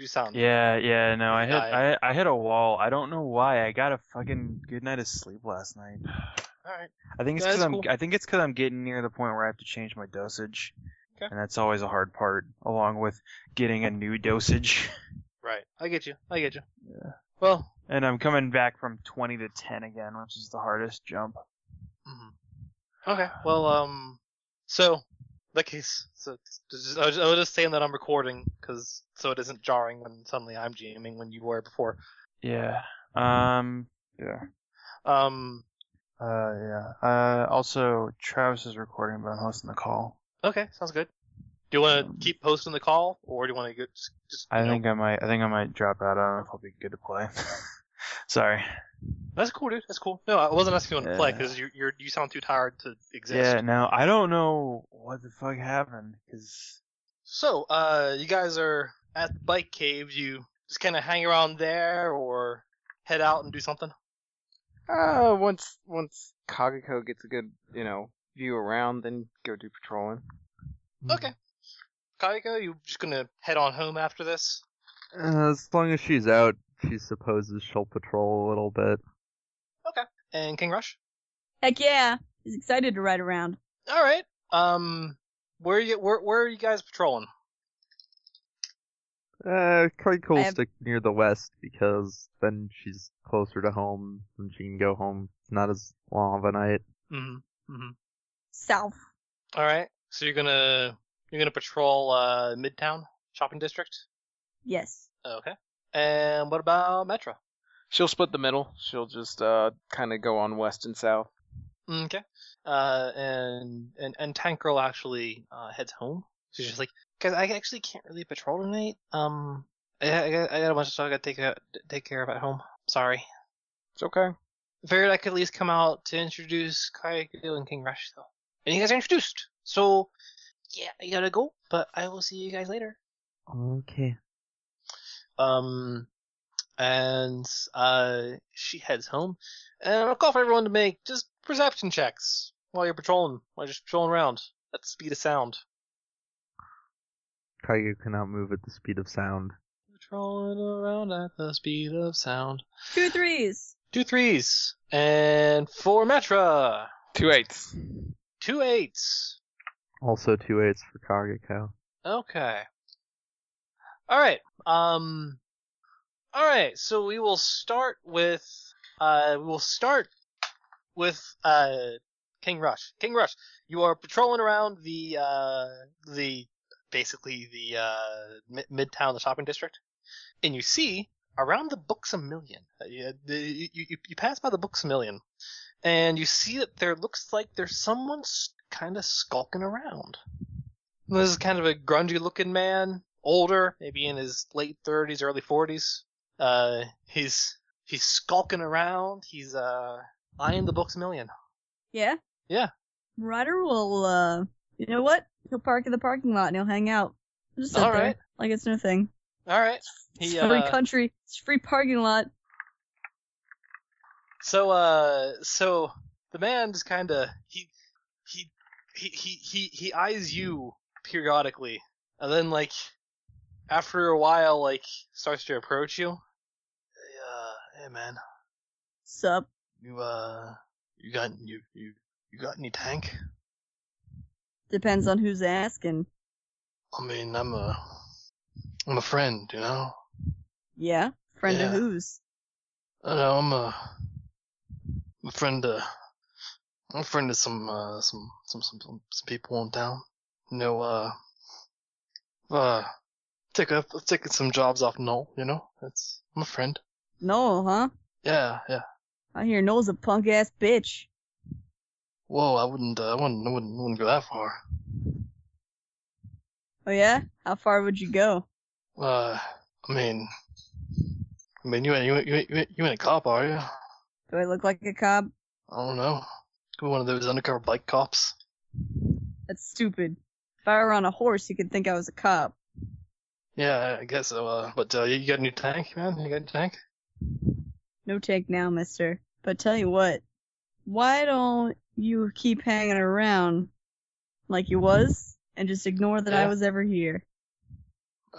Speaker 5: You sound.
Speaker 1: Yeah, yeah, no, I hit
Speaker 5: Guy.
Speaker 1: I, I hit a wall. I don't know why. I got a fucking good night of sleep last night.
Speaker 5: All right.
Speaker 1: I think it's
Speaker 5: That's
Speaker 1: because I'm
Speaker 5: cool.
Speaker 1: I think it's 'cause I'm getting near the point where I have to change my dosage,
Speaker 5: Okay.
Speaker 1: and that's always a hard part, along with getting a new dosage.
Speaker 5: Right. I get you. I get you. Well,
Speaker 1: And I'm coming back from 20 to 10 again, which is the hardest jump.
Speaker 5: mhm. okay. Well, um, so in that case, so just, I, was, I was just saying that I'm recording because so it isn't jarring when suddenly I'm GMing when you were before.
Speaker 1: Yeah. Um. Yeah.
Speaker 5: Um,
Speaker 1: Uh. Yeah. Uh. Also, Travis is recording, but I'm hosting the call.
Speaker 5: okay, sounds good. Do you want to keep posting the call, or do you want to just, just
Speaker 1: Um, I
Speaker 5: you know,
Speaker 1: think I might. I think I might drop out. I don't know if I'll be good to play. Sorry.
Speaker 5: That's cool, dude. That's cool. No, I wasn't asking you to play
Speaker 1: Yeah.
Speaker 5: because you you're, you sound too tired to exist.
Speaker 1: Yeah. No, I don't know what the fuck happened because
Speaker 5: So, uh, you guys are at the bike cave. You just kind of hang around there, or head out and do something.
Speaker 3: Uh, once once Kagako gets a good you know view around, then go do patrolling.
Speaker 5: Okay. Kaiko, you just gonna head on home after this?
Speaker 4: Uh, as long as she's out, she supposes she'll patrol a little bit.
Speaker 5: And King Rush.
Speaker 2: Heck yeah. He's excited to ride around.
Speaker 5: All right. Um, where are you where where are you guys patrolling?
Speaker 4: Uh, Craig
Speaker 2: I
Speaker 4: will
Speaker 2: have-
Speaker 4: stick near the west because then she's closer to home and she can go home. It's not as long of a night.
Speaker 5: Mm-hmm. Mm-hmm.
Speaker 2: South.
Speaker 5: All right. So you're gonna you're gonna patrol uh Midtown Shopping District.
Speaker 2: Yes.
Speaker 5: Okay. And what about Metro?
Speaker 3: She'll split the middle. She'll just uh kind of go on west and south.
Speaker 5: Mm, Okay. Uh, and and and Tank Girl actually uh, heads home. She's just like, guys, I actually can't really patrol tonight. Um, I, I, got- I got a bunch of stuff I got to take out, take care of at home. Sorry.
Speaker 3: It's okay.
Speaker 5: Figured I could at least come out to introduce Kaiko and King Rush though. And you guys are introduced. So yeah, I gotta go, but I will see you guys later.
Speaker 7: Okay.
Speaker 5: Um, and uh, she heads home. And I'll call for everyone to make just perception checks while you're patrolling, while you're just patrolling around at the speed of sound.
Speaker 4: Kaigu cannot move at the speed of sound.
Speaker 5: Patrolling around at the speed of sound.
Speaker 2: Two threes.
Speaker 5: Two threes and four Metra.
Speaker 3: Two eights.
Speaker 5: Two eights.
Speaker 4: Also two eights for Kageko.
Speaker 5: Okay. All right. Um. All right. So we will start with. Uh, we will start with uh King Rush. King Rush, you are patrolling around the uh the basically the uh mid- midtown, the shopping district, and you see around the Books a Million. Uh, you, the- you, you you pass by the Books a Million, and you see that there looks like there's someone kind of skulking around. This is kind of a grungy looking man, older, maybe in his late thirties, early forties. Uh, he's he's skulking around. He's uh eyeing the books a million.
Speaker 2: Yeah?
Speaker 5: Yeah.
Speaker 2: Ryder will, uh, you know what? He'll park in the parking lot and he'll hang out. Just sit
Speaker 5: All
Speaker 2: there.
Speaker 5: right.
Speaker 2: Like it's no thing.
Speaker 5: All right.
Speaker 2: It's
Speaker 5: He
Speaker 2: free
Speaker 5: uh,
Speaker 2: country. It's free parking lot.
Speaker 5: So uh so the man just kind of he he he he he he eyes you periodically and then like after a while like starts to approach you. Hey, uh hey man,
Speaker 2: Sup?
Speaker 5: you uh you got you you you got any tank?
Speaker 2: Depends on who's asking.
Speaker 5: I mean, I'm a I'm a friend, you know.
Speaker 2: Yeah. Friend
Speaker 5: Yeah.
Speaker 2: of whose?
Speaker 5: I know Uh, I'm a, I'm a friend uh I'm a friend of some uh some some some some, some people in town. You know, uh uh take a, I've taken some jobs off Null, you know? That's I'm a friend.
Speaker 2: Noel, huh?
Speaker 5: Yeah, yeah.
Speaker 2: I hear Noel's a punk ass bitch.
Speaker 5: Whoa, I wouldn't uh, I wouldn't I wouldn't wouldn't go that far.
Speaker 2: Oh yeah? How far would you go?
Speaker 5: Uh I mean I mean you ain't you ain't, you ain't, you ain't, you ain't a cop, are you? I
Speaker 2: Do I look like a cop?
Speaker 5: don't know. Could be one of those undercover bike cops.
Speaker 2: That's stupid. If I were on a horse, you could think I was a cop.
Speaker 5: Yeah, I guess so. Uh, but uh, you got a new tank, man? You got a new tank?
Speaker 2: No take now, mister. But tell you what, why don't you keep hanging around like you was and just ignore that I
Speaker 5: Yeah.
Speaker 2: was ever here?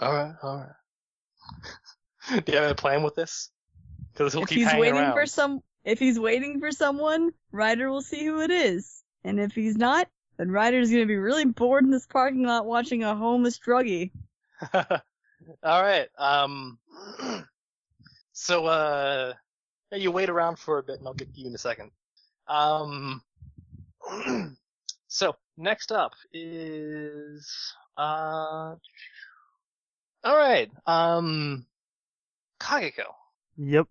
Speaker 5: All right, all right. Do you have any plan with this? Because he'll
Speaker 2: if
Speaker 5: keep
Speaker 2: he's
Speaker 5: hanging
Speaker 2: waiting
Speaker 5: around.
Speaker 2: for some if he's waiting for someone, Ryder will see who it is. And if he's not, then Ryder's gonna be really bored in this parking lot watching a homeless druggie.
Speaker 5: all right. Um. So, uh, yeah, you wait around for a bit, and I'll get to you in a second. Um. so next up is uh. All right. Um. Kageko.
Speaker 4: Yep.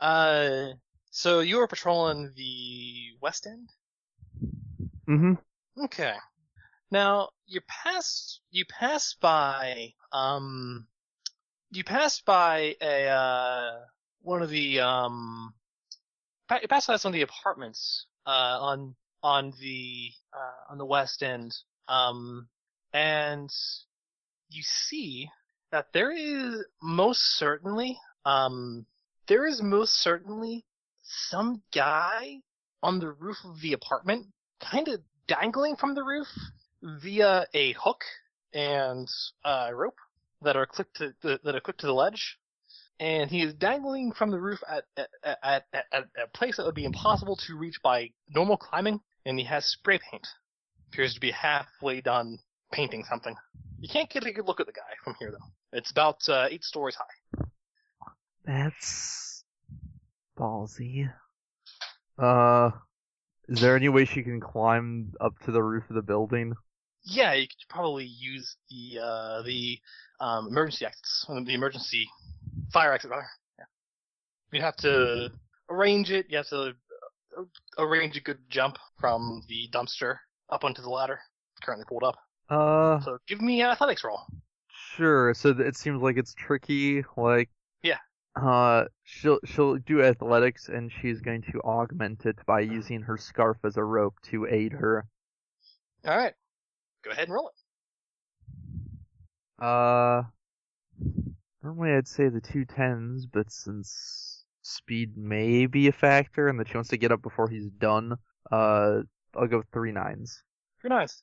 Speaker 5: Uh. So you were patrolling the west end.
Speaker 4: Mm-hmm.
Speaker 5: Okay. Now you passed you passed by um you passed by a uh one of the um pa- you passed by some of the apartments uh on on the uh on the west end um and you see that there is most certainly um there is most certainly some guy on the roof of the apartment kind of dangling from the roof via a hook and uh, rope that are clipped to the, that are clipped to the ledge, and he is dangling from the roof at at, at, at at a place that would be impossible to reach by normal climbing, and he has spray paint. Appears to be halfway done painting something. You can't get a good look at the guy from here though. It's about uh, eight stories high.
Speaker 7: That's ballsy.
Speaker 4: Uh, is there any way she can climb up to the roof of the building?
Speaker 5: Yeah, you could probably use the uh, the um, emergency exits, uh, the emergency fire exit rather. Yeah. You have to arrange it. You have to uh, arrange a good jump from the dumpster up onto the ladder, currently pulled up.
Speaker 4: Uh,
Speaker 5: So give me an athletics roll.
Speaker 4: sure. So th- it seems like it's tricky. Like,
Speaker 5: Yeah.
Speaker 4: Uh, she'll she'll do athletics, and she's going to augment it by using her scarf as a rope to aid her.
Speaker 5: All right, go ahead and roll it.
Speaker 4: Uh, normally I'd say the two tens, but since speed may be a factor and that she wants to get up before he's done, uh, I'll go with three nines.
Speaker 5: You're nice.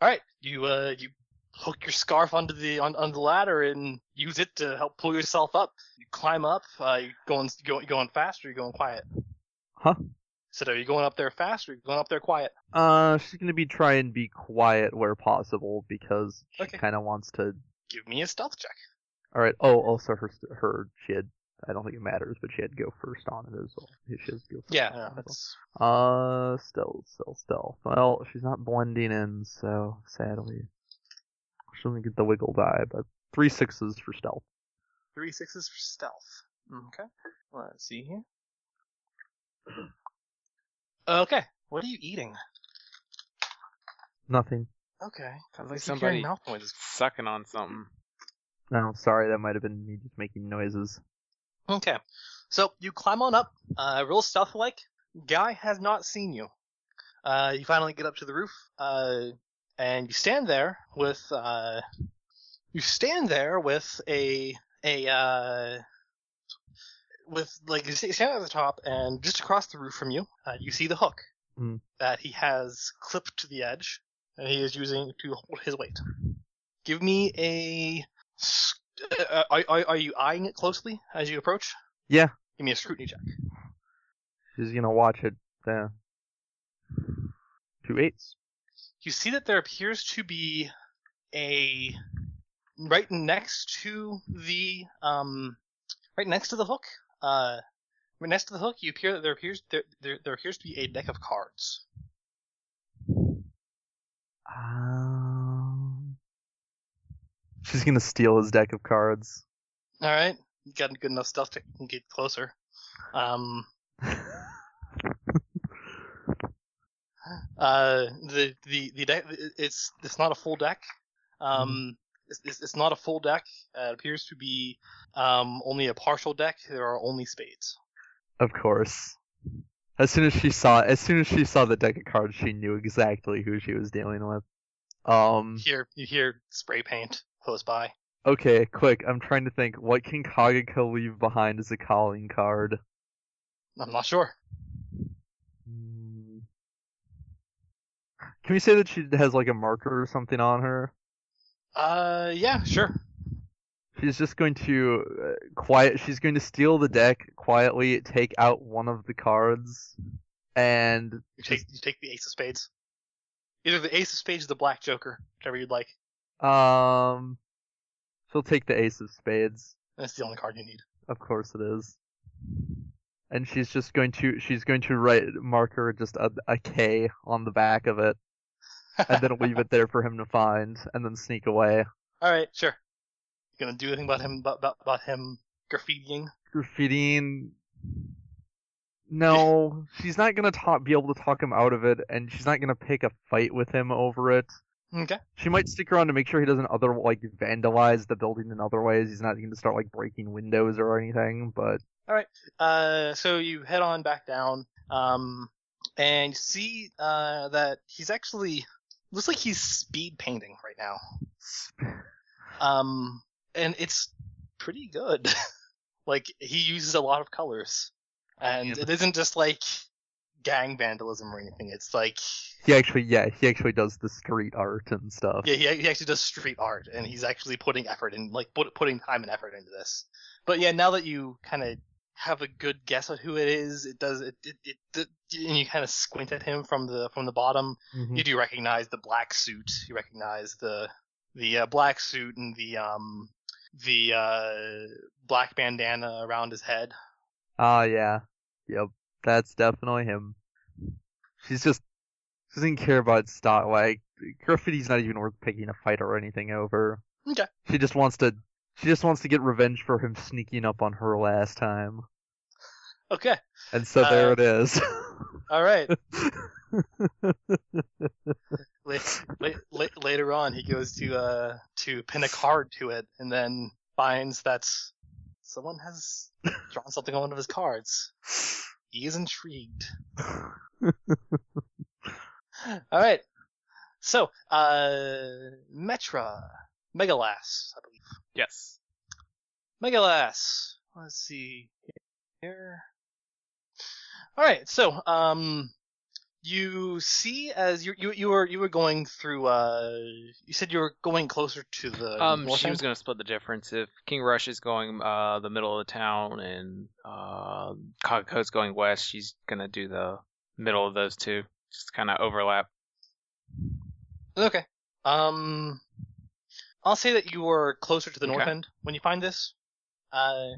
Speaker 5: All right, you uh, you hook your scarf onto the on, on the ladder and use it to help pull yourself up. You climb up. Uh, you going going going fast or you going quiet?
Speaker 4: Huh?
Speaker 5: So are you going up there fast or you going up there quiet?
Speaker 4: Uh, she's gonna be try and be quiet where possible because she
Speaker 5: Okay.
Speaker 4: kind of wants to.
Speaker 5: Give me a stealth check.
Speaker 4: All right. Oh, also her her she had. I don't think it matters, but she had to go first on it as well. She has to go first on it as well.
Speaker 5: that's
Speaker 4: Uh, stealth, stealth, stealth. Well, she's not blending in, so sadly, she'll only get the wiggle die. But three sixes for stealth.
Speaker 5: three sixes for stealth. Okay. Let's see here. Okay. What are you eating?
Speaker 4: Nothing.
Speaker 5: Okay.
Speaker 3: Sounds
Speaker 5: I
Speaker 3: like
Speaker 5: keep
Speaker 3: somebody
Speaker 5: hearing mouth noises.
Speaker 3: sucking on something.
Speaker 4: No, sorry, that might have been me just making noises.
Speaker 5: Okay. So you climb on up, uh, real stealth like. Guy has not seen you. Uh, you finally get up to the roof, uh, and you stand there with uh, you stand there with a a uh, with like you see- stand at the top and just across the roof from you, uh, you see the hook
Speaker 4: Mm.
Speaker 5: that he has clipped to the edge, and he is using to hold his weight. Give me a. s- Uh, are, are, are you eyeing it closely as you approach?
Speaker 4: Yeah.
Speaker 5: Give me a scrutiny check.
Speaker 4: She's gonna watch it. Yeah. Two eights.
Speaker 5: You see that there appears to be a right next to the um right next to the hook. Uh, right next to the hook, you appear that there appears there there, there appears to be a deck of cards.
Speaker 4: Um. She's gonna steal his deck of cards.
Speaker 5: All right, you got good enough stuff to get closer. Um, uh, the the the deck it's it's not a full deck. Um, it's- it's, it's not a full deck. Uh, it appears to be um only a partial deck. There are only spades.
Speaker 4: Of course. As soon as she saw, as soon as she saw the deck of cards, she knew exactly who she was dealing with. Um.
Speaker 5: Here you hear spray paint close by.
Speaker 4: Okay, quick. I'm trying to think. What can Kageka leave behind as a calling card?
Speaker 5: I'm not sure.
Speaker 4: Hmm. Can we say that she has like a marker or something on her?
Speaker 5: Uh, yeah, sure.
Speaker 4: She's just going to uh, quiet. She's going to steal the deck quietly, take out one of the cards, and
Speaker 5: You take you take the ace of spades. Either the ace of spades or the black joker, whichever you'd like.
Speaker 4: um, she'll take the ace of spades.
Speaker 5: That's the only card you need.
Speaker 4: Of course it is. And she's just going to she's going to write marker just a, a K on the back of it, and then leave it there for him to find, and then sneak away.
Speaker 5: All right, sure. You gonna do anything about him about about, about him graffitiing?
Speaker 4: Graffitiing. No, she's not gonna talk, be able to talk him out of it, and she's not gonna pick a fight with him over it.
Speaker 5: Okay.
Speaker 4: She might stick around to make sure he doesn't other like vandalize the building in other ways. He's not going to start like breaking windows or anything. But
Speaker 5: Uh, so you head on back down, um, and you see uh that he's actually looks like he's speed painting right now. Um, and it's pretty good. like he uses a lot of colors, and
Speaker 4: Yeah,
Speaker 5: it isn't just like gang vandalism or anything. It's like
Speaker 4: he actually, yeah, he actually does the street art and stuff.
Speaker 5: Yeah, he, he actually does street art, and he's actually putting effort in, like put, putting time and effort into this. But yeah, now that you kind of have a good guess at who it is, it does it it, it, it- and you kind of squint at him from the from the bottom.
Speaker 4: Mhm.
Speaker 5: You do recognize the black suit. You recognize the the uh, black suit and the um the uh black bandana around his head.
Speaker 4: Ah, yeah, yep, that's definitely him. She's just she doesn't care about stock. Like graffiti's not even worth picking a fight or anything over.
Speaker 5: Okay.
Speaker 4: She just wants to. She just wants to get revenge for him sneaking up on her last time.
Speaker 5: Okay,
Speaker 4: And so
Speaker 5: Uh,
Speaker 4: there it is.
Speaker 5: all right. la- la- la- later on, he goes to uh to pin a card to it, and then finds that someone has drawn something on one of his cards. He is intrigued. All right. So, uh, Metra, Megalass, I believe.
Speaker 3: Yes.
Speaker 5: Megalass. Let's see here. All right, so um, you see as you you you were you were going through. Uh, you said you were going closer to the.
Speaker 3: Um,
Speaker 5: north
Speaker 3: she
Speaker 5: end?
Speaker 3: was gonna split the difference if King Rush is going uh the middle of the town and uh Kageko's going west. She's gonna do the middle of those two, just kind of overlap.
Speaker 5: Okay. Um, I'll say that you were closer to the north
Speaker 3: Okay.
Speaker 5: end when you find this. Uh,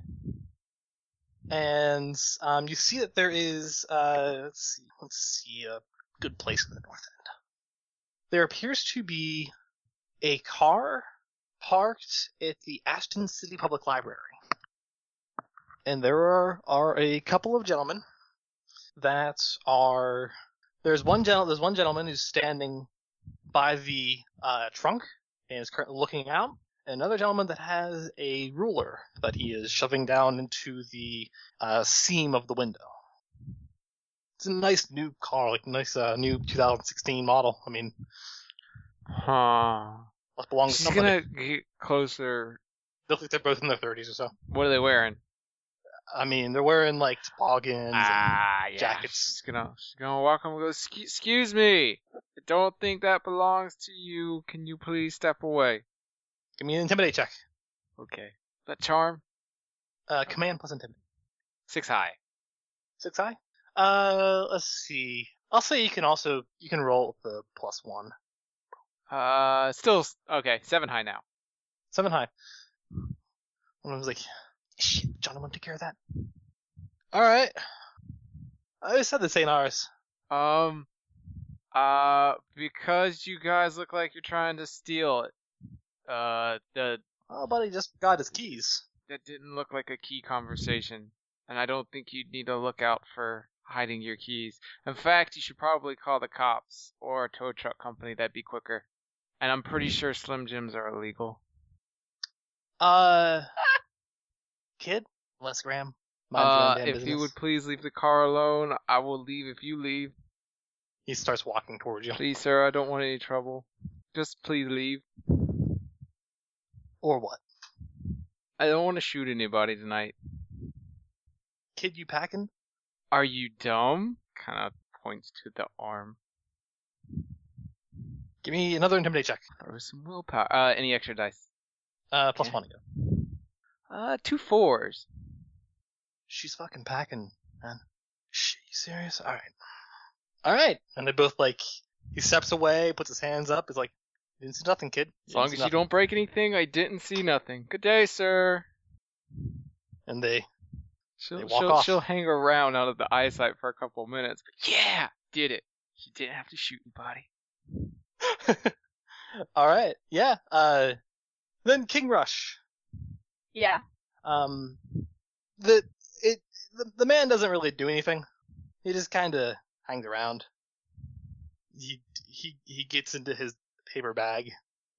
Speaker 5: and um, you see that there is uh, let's see, let's see a good place in the north end. There appears to be a car parked at the Ashton City Public Library, and there are are a couple of gentlemen that are. There's one gen- There's one gentleman who's standing by the uh, trunk and is currently looking out. And another gentleman that has a ruler that he is shoving down into the uh, seam of the window. It's a nice new car, like nice uh, new 2016 model. I mean,
Speaker 3: Huh.
Speaker 5: what belongs to
Speaker 3: She's
Speaker 5: somebody.
Speaker 3: gonna get closer.
Speaker 5: They look like they're both in their 30s or so.
Speaker 3: What are they wearing?
Speaker 5: I mean, they're wearing like toboggans. and-
Speaker 3: Ah, yeah.
Speaker 5: jackets.
Speaker 3: She's gonna, she's gonna walk him and go, "Scu- excuse me, I don't think that belongs to you. Can you please step away?
Speaker 5: Give me an intimidate check.
Speaker 3: Okay. That charm?
Speaker 5: Uh, command plus intimidate.
Speaker 3: Six high.
Speaker 5: Six high. Uh, let's see. I'll say you can also you can roll with the plus one.
Speaker 3: Uh, still, s- okay, seven high now.
Speaker 5: Seven high. One of them's like, shit, John, I want to take care of that. All right. I just said this ain't ours.
Speaker 3: Um, uh, because you guys look like you're trying to steal it. Uh, the,
Speaker 5: Oh, buddy just got his keys.
Speaker 3: that didn't look like a key conversation. And I don't think you'd need to look out for hiding your keys. In fact, you should probably call the cops or a tow truck company. That'd be quicker. And I'm pretty sure Slim Jims are illegal.
Speaker 5: Uh, kid, Les Graham, mind
Speaker 3: Uh,
Speaker 5: your own damn
Speaker 3: if
Speaker 5: business.
Speaker 3: you would please leave the car alone, I will leave if you leave.
Speaker 5: He starts walking towards you,
Speaker 3: Please, sir, I don't want any trouble. Just please leave.
Speaker 5: or what?
Speaker 3: I don't want to shoot anybody tonight.
Speaker 5: Kid, you packing?
Speaker 3: Are you dumb? Kind of points to the arm.
Speaker 5: Give me another intimidate check.
Speaker 3: Throw some willpower. Uh, any extra dice?
Speaker 5: Uh, plus
Speaker 3: Okay.
Speaker 5: one again.
Speaker 3: Uh, two fours.
Speaker 5: She's fucking packing, man. Shh, you serious? All right, all right. And they both like. He steps away, puts his hands up. Is like, didn't see nothing, kid.
Speaker 3: As long as you don't break anything, I didn't see nothing. Good day, sir.
Speaker 5: And they They
Speaker 3: She'll
Speaker 5: walk
Speaker 3: she'll,
Speaker 5: off.
Speaker 3: she'll hang around out of the eyesight for a couple of minutes. But yeah, did it. She didn't have to shoot anybody.
Speaker 5: All right. Yeah. Uh, then King Rush.
Speaker 2: Yeah.
Speaker 5: Um, the it the, the man doesn't really do anything. He just kind of hangs around. He he he gets into his paper bag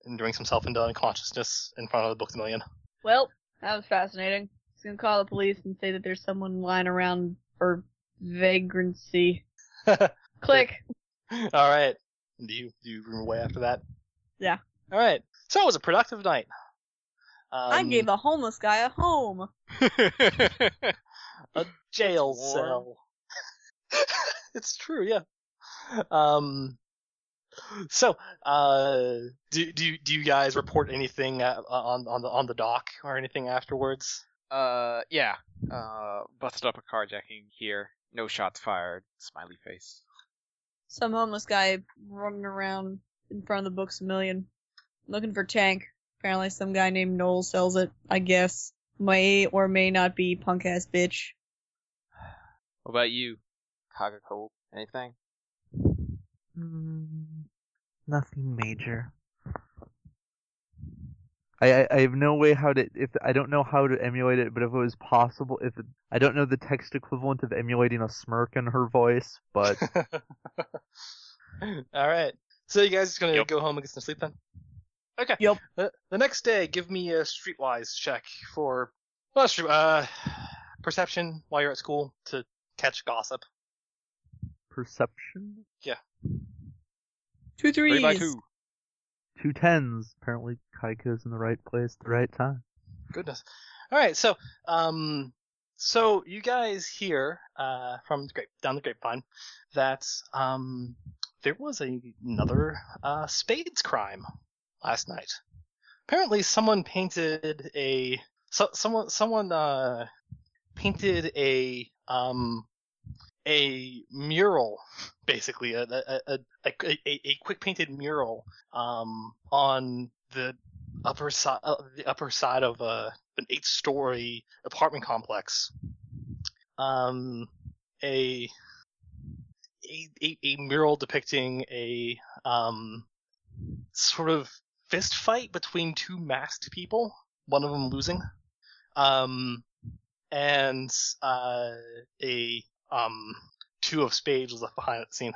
Speaker 5: and drinks himself into unconsciousness in front of the Books a Million.
Speaker 2: Well, that was fascinating. He's gonna call the police and say that there's someone lying around for vagrancy. Click.
Speaker 5: All right. Do you do you room away after that?
Speaker 2: Yeah.
Speaker 5: All right. So it was a productive night. Um,
Speaker 2: I gave a homeless guy a home.
Speaker 5: a jail
Speaker 3: It's warm.
Speaker 5: cell. it's true, yeah. Um. So, uh, do do you- do you guys report anything uh, on on the on the dock or anything afterwards?
Speaker 3: Uh, yeah. Uh, busted up a carjacking here. No shots fired. Smiley face.
Speaker 2: Some homeless guy running around in front of the books a million, looking for Tank. Apparently, some guy named Noel sells it. I guess may or may not be punk ass bitch.
Speaker 3: What about you, Kagako? Anything?
Speaker 7: Mm, nothing major.
Speaker 4: I, I I have no way how to if I don't know how to emulate it, but if it was possible, if it, I don't know the text equivalent of emulating a smirk in her voice, but
Speaker 5: All right. So you guys just gonna
Speaker 1: Yep.
Speaker 5: go home and get some sleep then? Okay.
Speaker 2: Yep.
Speaker 5: The, the next day, give me a streetwise check for well, street, uh, perception while you're at school to catch gossip.
Speaker 4: perception
Speaker 2: Two threes.
Speaker 3: Three by two.
Speaker 4: two tens. Apparently, Kaiko's in the right place at the right time.
Speaker 5: goodness. All right, so um, so you guys hear uh from the grape down the grapevine that um there was a, another uh spades crime last night. Apparently, someone painted a so, someone someone uh painted a um a mural basically a a a, a, a, a quick painted mural um on the upper side, uh, the upper side of uh, an eight-story apartment complex. Um, a a, a, a mural depicting a um, sort of fist fight between two masked people, one of them losing, um, and uh, a um, two of spades was left behind at the scene.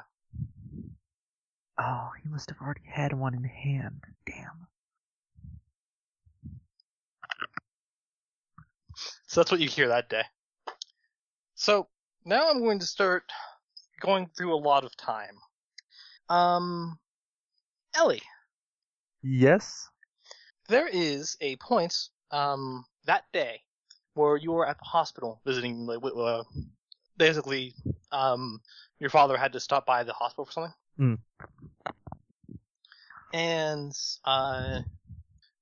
Speaker 7: Oh, he must have already had one in hand. Damn.
Speaker 5: So that's what you hear that day. So now I'm going to start going through a lot of time. Um, Ellie,
Speaker 4: Yes,
Speaker 5: there is a point um that day where you were at the hospital visiting, like, wi- uh, basically, um, your father had to stop by the hospital for something.
Speaker 4: Hmm.
Speaker 5: And uh,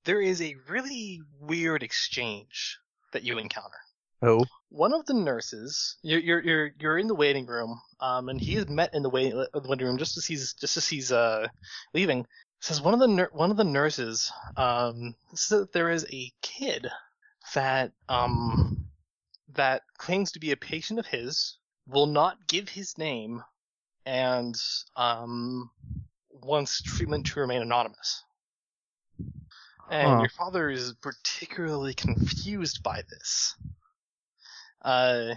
Speaker 5: there is a really weird exchange that you encounter
Speaker 4: Oh,
Speaker 5: one of the nurses you're you're you're, you're in the waiting room um and he is met in the waiting uh, the waiting room just as he's just as he's uh leaving says one of the nur- one of the nurses um says that there is a kid that um that claims to be a patient of his will not give his name and um wants treatment to remain anonymous and
Speaker 4: Huh.
Speaker 5: your father is particularly confused by this uh,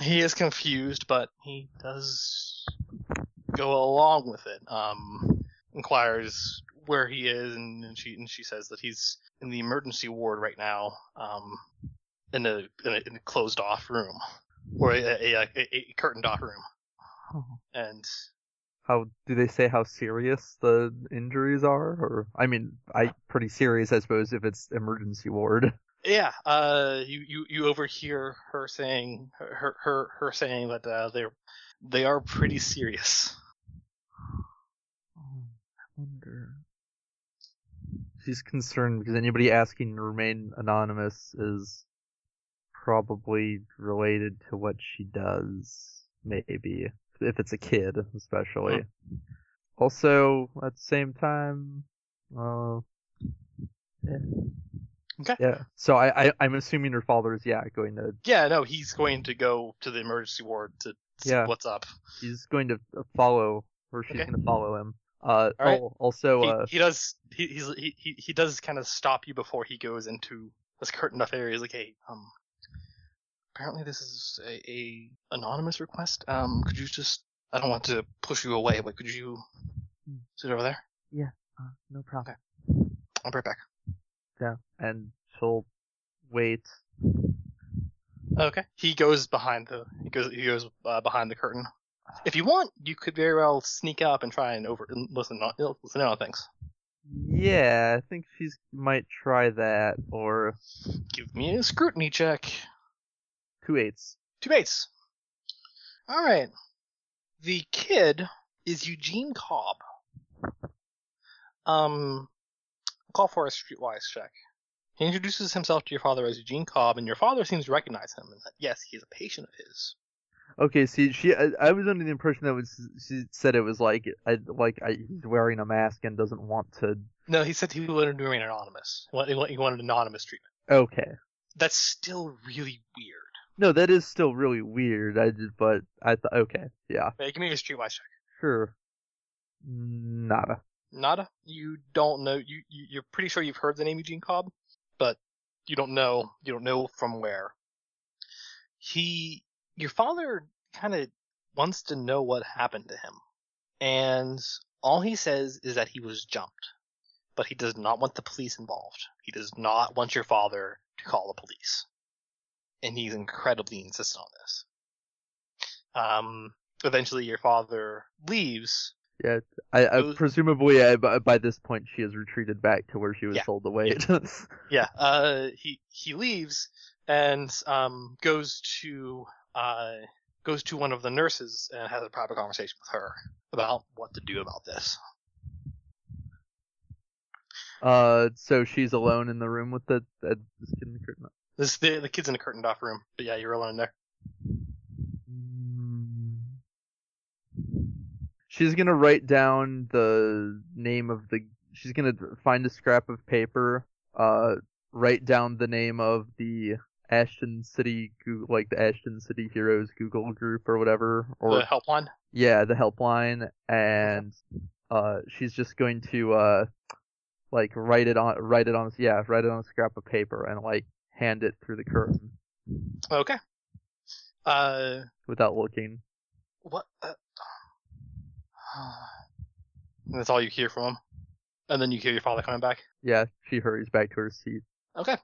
Speaker 5: he is confused, but he does go along with it. Um, inquires where he is, and, and she and she says that he's in the emergency ward right now, um, in a in a, in a closed off room or a, a, a, a curtained off room,
Speaker 4: Oh.
Speaker 5: and
Speaker 4: how do they say how serious the injuries are? Or I mean, I pretty serious, I suppose, if it's emergency ward.
Speaker 5: Yeah, uh, you, you, you overhear her saying her her her saying that uh, they're they are pretty serious.
Speaker 4: Oh, wonder. She's concerned because anybody asking to remain anonymous is probably related to what she does, maybe. If it's a kid, especially. Also, at the same time, uh, yeah.
Speaker 5: Okay.
Speaker 4: Yeah. So I, I, I'm assuming her father is, yeah, going to,
Speaker 5: Yeah, no, he's going to go to the emergency ward to see
Speaker 4: Yeah.
Speaker 5: what's up.
Speaker 4: he's going to follow, or she's
Speaker 5: Okay.
Speaker 4: going to follow him. Uh,
Speaker 5: All right.
Speaker 4: al- also,
Speaker 5: he,
Speaker 4: uh,
Speaker 5: he does he he's, he he he does kind of stop you before he goes into this curtain enough area. He's like, hey, um, apparently this is a, a anonymous request. Um, could you just I don't want to push you away, but could you sit over there?
Speaker 7: Uh, no problem.
Speaker 5: I'll be right back.
Speaker 4: and she'll wait
Speaker 5: Okay. He goes behind the he goes he goes uh, behind the curtain. If you want, you could very well sneak up and try and over and listen on listen in on things.
Speaker 4: Yeah, I think she's might try that or
Speaker 5: Give me a scrutiny check.
Speaker 4: two eights.
Speaker 5: Two mates. All right. The kid is Eugene Cobb. Um, call for a streetwise check. He introduces himself to your father as Eugene Cobb, and your father seems to recognize him. And that, yes, he is a patient of his.
Speaker 4: Okay, see, she I, I was under the impression that was she said it was like I, like I, he's wearing a mask and doesn't want to.
Speaker 5: No, he said he wanted to remain anonymous. He wa- He wa- he wanted anonymous treatment.
Speaker 4: Okay,
Speaker 5: That's still really weird.
Speaker 4: no, that is still really weird. I did, but I thought okay, yeah,
Speaker 5: Hey, give me a streetwise check.
Speaker 4: sure, nada.
Speaker 5: Nada, you don't know. You, you you're pretty sure you've heard the name Eugene Cobb, but you don't know. You don't know from where. He, your father, kind of wants to know what happened to him, and all he says is that he was jumped, but he does not want the police involved. He does not want your father to call the police, and he's incredibly insistent on this. Um, eventually, your father leaves
Speaker 4: I, I
Speaker 5: Those-
Speaker 4: presumably I, by by this point she has retreated back to where she was
Speaker 5: Yeah.
Speaker 4: told to wait.
Speaker 5: yeah uh he he leaves and um goes to uh goes to one of the nurses and has a private conversation with her about what to do about this
Speaker 4: uh, so she's alone in the room with the. Uh, this kid in the curtain.
Speaker 5: this the, the kid's in a curtained off room but yeah you're alone in there
Speaker 4: She's gonna write down the name of the. She's gonna find a scrap of paper. Uh, write down the name of the Ashton City, Goo- like the Ashton City Heroes Google group or whatever, or
Speaker 5: the helpline
Speaker 4: yeah, the helpline, and uh, she's just going to uh, like write it on, write it on, yeah, write it on a scrap of paper and like hand it through the curtain
Speaker 5: okay uh
Speaker 4: without looking.
Speaker 5: what uh, and that's all you hear from him and then you hear your father coming back
Speaker 4: Yeah, she hurries back to her seat.
Speaker 5: okay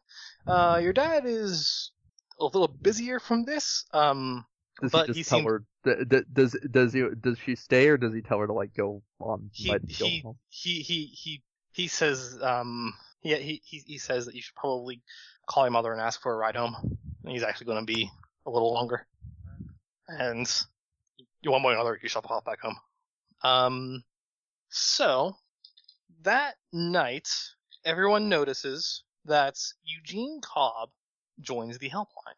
Speaker 5: uh your dad is a little busier from this um
Speaker 4: Does
Speaker 5: But
Speaker 4: he just
Speaker 5: he
Speaker 4: tell
Speaker 5: seemed-
Speaker 4: her? d- d- Does does he does she stay or um, does he tell her to like go on?
Speaker 5: he
Speaker 4: like, go
Speaker 5: he
Speaker 4: home?
Speaker 5: he he he he says um Yeah, he, he he says that you should probably call your mother and ask for a ride home. And he's actually going to be a little longer. And one way or another, you shall pop back home. Um, so that night, everyone notices that Eugene Cobb joins the helpline.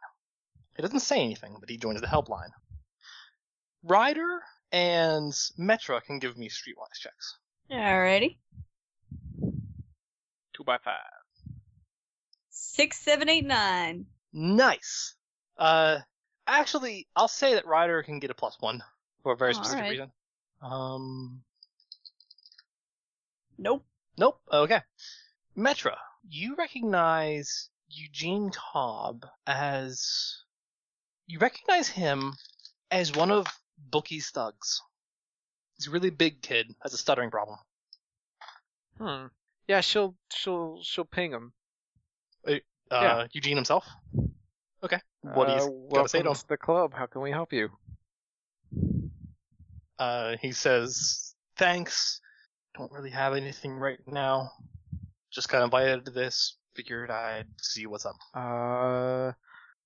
Speaker 5: He doesn't say anything, but he joins the helpline. Ryder and Metra can give me streetwise checks.
Speaker 2: Alrighty.
Speaker 3: Two by five.
Speaker 2: Six, seven, eight, nine.
Speaker 5: Nice. Uh, actually, I'll say that Ryder can get a plus one for a very
Speaker 2: All
Speaker 5: specific
Speaker 2: right.
Speaker 5: reason. Um,
Speaker 2: Nope.
Speaker 5: nope. Okay. Metra, you recognize Eugene Cobb as you recognize him as one of Bookie's thugs. He's a really big kid. Has a stuttering problem.
Speaker 3: Hmm. Yeah, she'll she'll she'll ping him.
Speaker 5: Uh,
Speaker 3: Yeah.
Speaker 5: Eugene himself. Okay. What do
Speaker 3: uh,
Speaker 5: you gotta say to him?
Speaker 3: welcome to the club. How can we help you?
Speaker 5: Uh, he says, "Thanks. Don't really have anything right now. Just got invited to this. Figured I'd see what's up."
Speaker 3: Uh,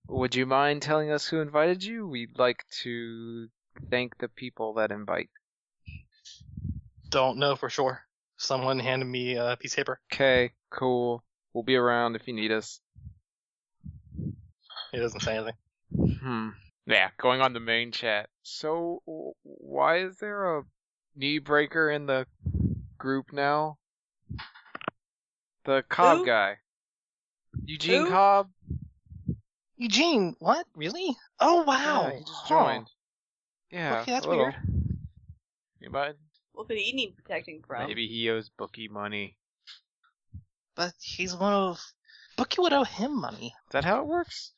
Speaker 3: would you mind telling us who invited you? We'd like to thank the people that invite.
Speaker 5: Don't know for sure. Someone handed me a piece of paper.
Speaker 3: Okay, cool. We'll be around if you need us.
Speaker 5: He doesn't say anything.
Speaker 3: Hmm. Yeah, going on the main chat. So, w- why is there a knee breaker in the group now? The Cobb
Speaker 2: Who?
Speaker 3: guy. Eugene
Speaker 2: Who?
Speaker 3: Cobb?
Speaker 5: Eugene, what? Really? Oh wow!
Speaker 3: Yeah, he just
Speaker 5: Huh.
Speaker 3: joined. Yeah.
Speaker 5: Okay, that's
Speaker 3: hello.
Speaker 5: weird.
Speaker 3: Anybody?
Speaker 2: What could he need protecting from?
Speaker 3: Maybe he owes Bookie money.
Speaker 5: But he's one of Bookie would owe him money.
Speaker 3: Is that how it works?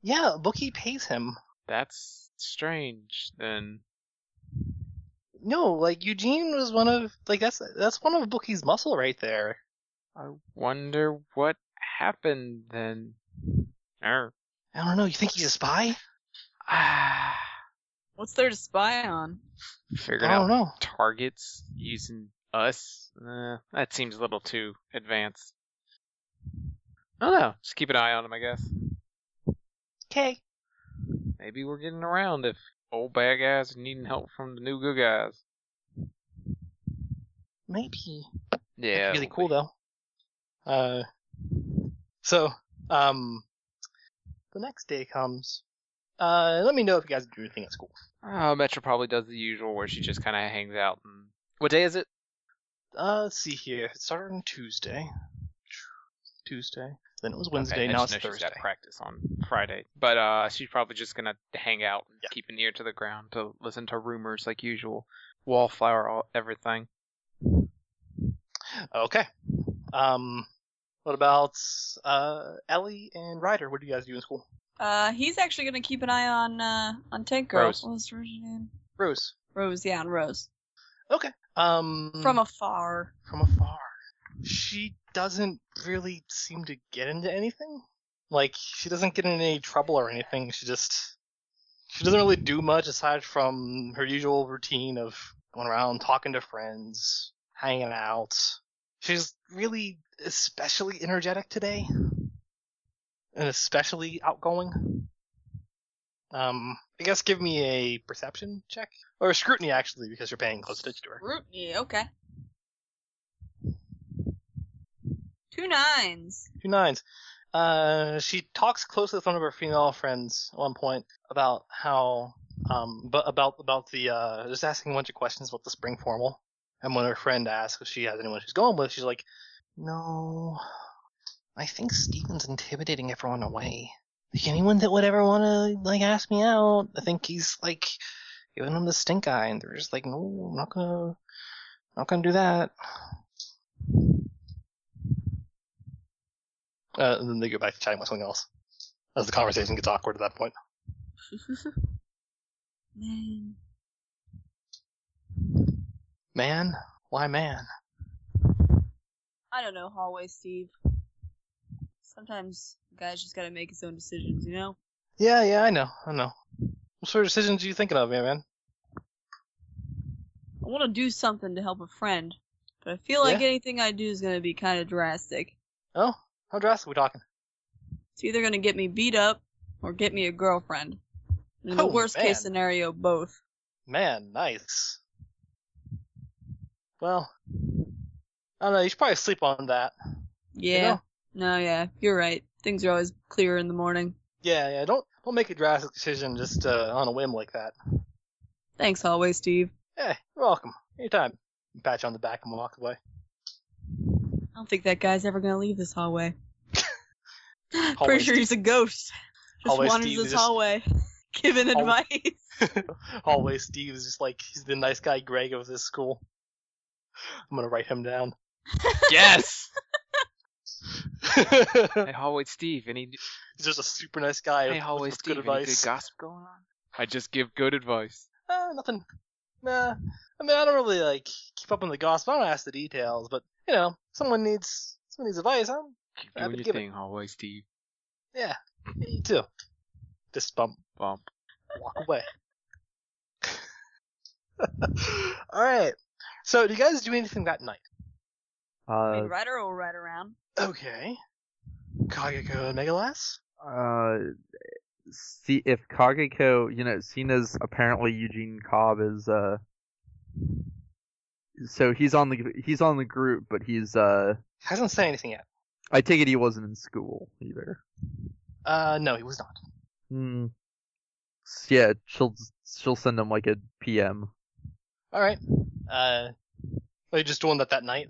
Speaker 5: Yeah, Bookie pays him.
Speaker 3: That's strange. Then
Speaker 5: No, like Eugene was one of like that's that's one of Bookie's muscle right there.
Speaker 3: I wonder what happened then. Er.
Speaker 5: I don't know. You think he's a spy?
Speaker 3: Ah,
Speaker 2: What's there to spy on?
Speaker 3: figuring
Speaker 5: I
Speaker 3: out
Speaker 5: don't know.
Speaker 3: targets using us. Uh, that seems a little too advanced. I don't know. Just keep an eye on him, I guess.
Speaker 5: Okay.
Speaker 3: Maybe we're getting around if old bad guys are needing help from the new good guys.
Speaker 5: Maybe.
Speaker 3: Yeah.
Speaker 5: really cool though. Uh, so um, the next day comes. Uh, let me know if you guys do anything at school.
Speaker 3: Uh, Metro probably does the usual where she just kind of hangs out. And... What day is it?
Speaker 5: Uh, let's see here. It started on Tuesday. Tuesday. Then it was Wednesday.
Speaker 3: Okay, I
Speaker 5: now
Speaker 3: just
Speaker 5: it's
Speaker 3: know she's
Speaker 5: Thursday.
Speaker 3: got practice on Friday, but uh, she's probably just gonna hang out and
Speaker 5: Yeah.
Speaker 3: keep an ear to the ground to listen to rumors like usual, wallflower, all, everything.
Speaker 5: Okay. Um, what about uh Ellie and Ryder? What do you guys do in school?
Speaker 2: Uh, he's actually gonna keep an eye on uh on Tank Girl.
Speaker 3: Rose.
Speaker 2: What was her name?
Speaker 5: Rose.
Speaker 2: Rose, yeah, on Rose.
Speaker 5: Um,
Speaker 3: Mm.
Speaker 2: From afar.
Speaker 5: from afar. She doesn't really seem to get into anything. Like she doesn't get in any trouble or anything. She just she doesn't really do much aside from her usual routine of going around talking to friends, hanging out. She's really especially energetic today and especially outgoing. Um, I guess give me a perception check or scrutiny actually because you're paying close attention to her.
Speaker 2: Rootney, okay. Two nines.
Speaker 5: Two nines. Uh, she talks closely with one of her female friends at one point about how, um, but about about the uh, just asking a bunch of questions about the spring formal. And when her friend asks if she has anyone she's going with, she's like, "No, I think Steven's intimidating everyone away. Like anyone that would ever want to like ask me out, I think he's like giving them the stink eye, and they're just like, no, I'm not gonna, not gonna do that." Uh, and then they go back to chatting about something else. As the conversation gets awkward at that point.
Speaker 2: Man.
Speaker 5: Man? Why man?
Speaker 2: I don't know, hallway Steve. Sometimes a guys just gotta make his own decisions, you know?
Speaker 5: Yeah, yeah, I know, I know. What sort of decisions are you thinking of, yeah, man?
Speaker 2: I wanna do something to help a friend, but But I feel like
Speaker 5: Yeah.
Speaker 2: anything I do is gonna be kind of drastic.
Speaker 5: Oh, how drastic are we talking?
Speaker 2: It's either gonna get me beat up or get me a girlfriend. And in the
Speaker 5: Oh,
Speaker 2: worst
Speaker 5: man.
Speaker 2: case scenario, both.
Speaker 5: Man, nice. Well, I don't know. You should probably sleep on that. you
Speaker 2: Yeah.
Speaker 5: know?
Speaker 2: No, yeah, you're right. Things are always clearer in the morning.
Speaker 5: Yeah, yeah. Don't don't make a drastic decision just uh, on a whim like that.
Speaker 2: Thanks always, Steve.
Speaker 5: Hey, you're welcome. Anytime. Pat you on the back and walk away.
Speaker 2: I don't think that guy's ever gonna leave this hallway.
Speaker 5: Hallway
Speaker 2: Pretty sure he's a ghost. Just
Speaker 5: Hallway
Speaker 2: wanders
Speaker 5: Steve
Speaker 2: this
Speaker 5: is just-
Speaker 2: hallway, giving
Speaker 5: Hallway-
Speaker 2: advice.
Speaker 5: Hallway Steve is just like he's the nice guy Greg of this school. I'm gonna write him down.
Speaker 3: Yes.
Speaker 5: he's
Speaker 3: hey, hallway Steve. Any
Speaker 5: just a super nice guy.
Speaker 3: hey,
Speaker 5: with-
Speaker 3: hallway
Speaker 5: with
Speaker 3: Steve.
Speaker 5: good
Speaker 3: any
Speaker 5: advice.
Speaker 3: good gossip going on? I just give good advice.
Speaker 5: Uh, nothing. Nah. I mean, I don't really like keep up on the gossip. I don't ask the details, but you know, someone needs someone needs advice. I'm
Speaker 3: Keep
Speaker 5: I would
Speaker 3: doing your
Speaker 5: give it-
Speaker 3: thing, hallway Steve.
Speaker 5: yeah, me too. Fist bump,
Speaker 3: Bump.
Speaker 5: walk away. All right. So, do you guys do anything that night?
Speaker 4: Uh,
Speaker 2: Ryder will ride around.
Speaker 5: Okay. Kageko and Megalas.
Speaker 4: uh, see if Kageko, you know, seen as apparently Eugene Cobb is uh, so he's on the he's on the group, but he's uh,
Speaker 5: hasn't said anything yet.
Speaker 4: I take it he wasn't in school either.
Speaker 5: Uh, no, he was not.
Speaker 4: Hmm. S- Yeah, she'll she'll send him like a PM.
Speaker 5: All right. Uh, are you just doing that that night?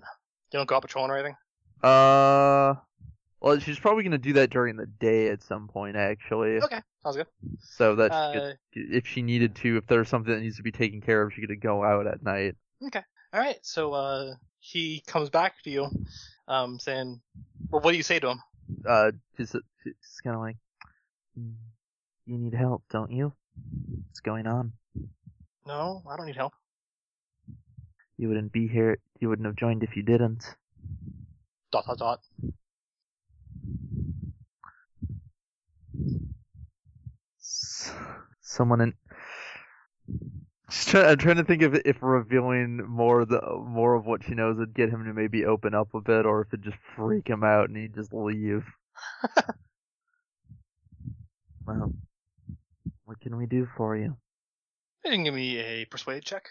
Speaker 5: You don't go out patrolling or anything?
Speaker 4: Uh, well, she's probably gonna do that during the day at some point, actually.
Speaker 5: Okay, sounds good.
Speaker 4: So that's good.
Speaker 5: Uh,
Speaker 4: if she needed to, if there's something that needs to be taken care of, she could go out at night.
Speaker 5: All right, so uh, he comes back to you, um, saying, "Well, what do you say to him?"
Speaker 4: Uh, just
Speaker 7: It's kind of like,
Speaker 4: "Hmm,
Speaker 7: "Mm, you need help, don't you? What's going on?
Speaker 5: No, I don't need help.
Speaker 7: You wouldn't be here. You wouldn't have joined if you didn't.
Speaker 5: Dot dot dot.
Speaker 7: S- Someone in.
Speaker 4: Just try, I'm trying to think of if revealing more of the more of what she knows would get him to maybe open up a bit, or if it just freak him out and he'd just leave.
Speaker 7: Well, what can we do for you?
Speaker 5: You can give me a persuade check.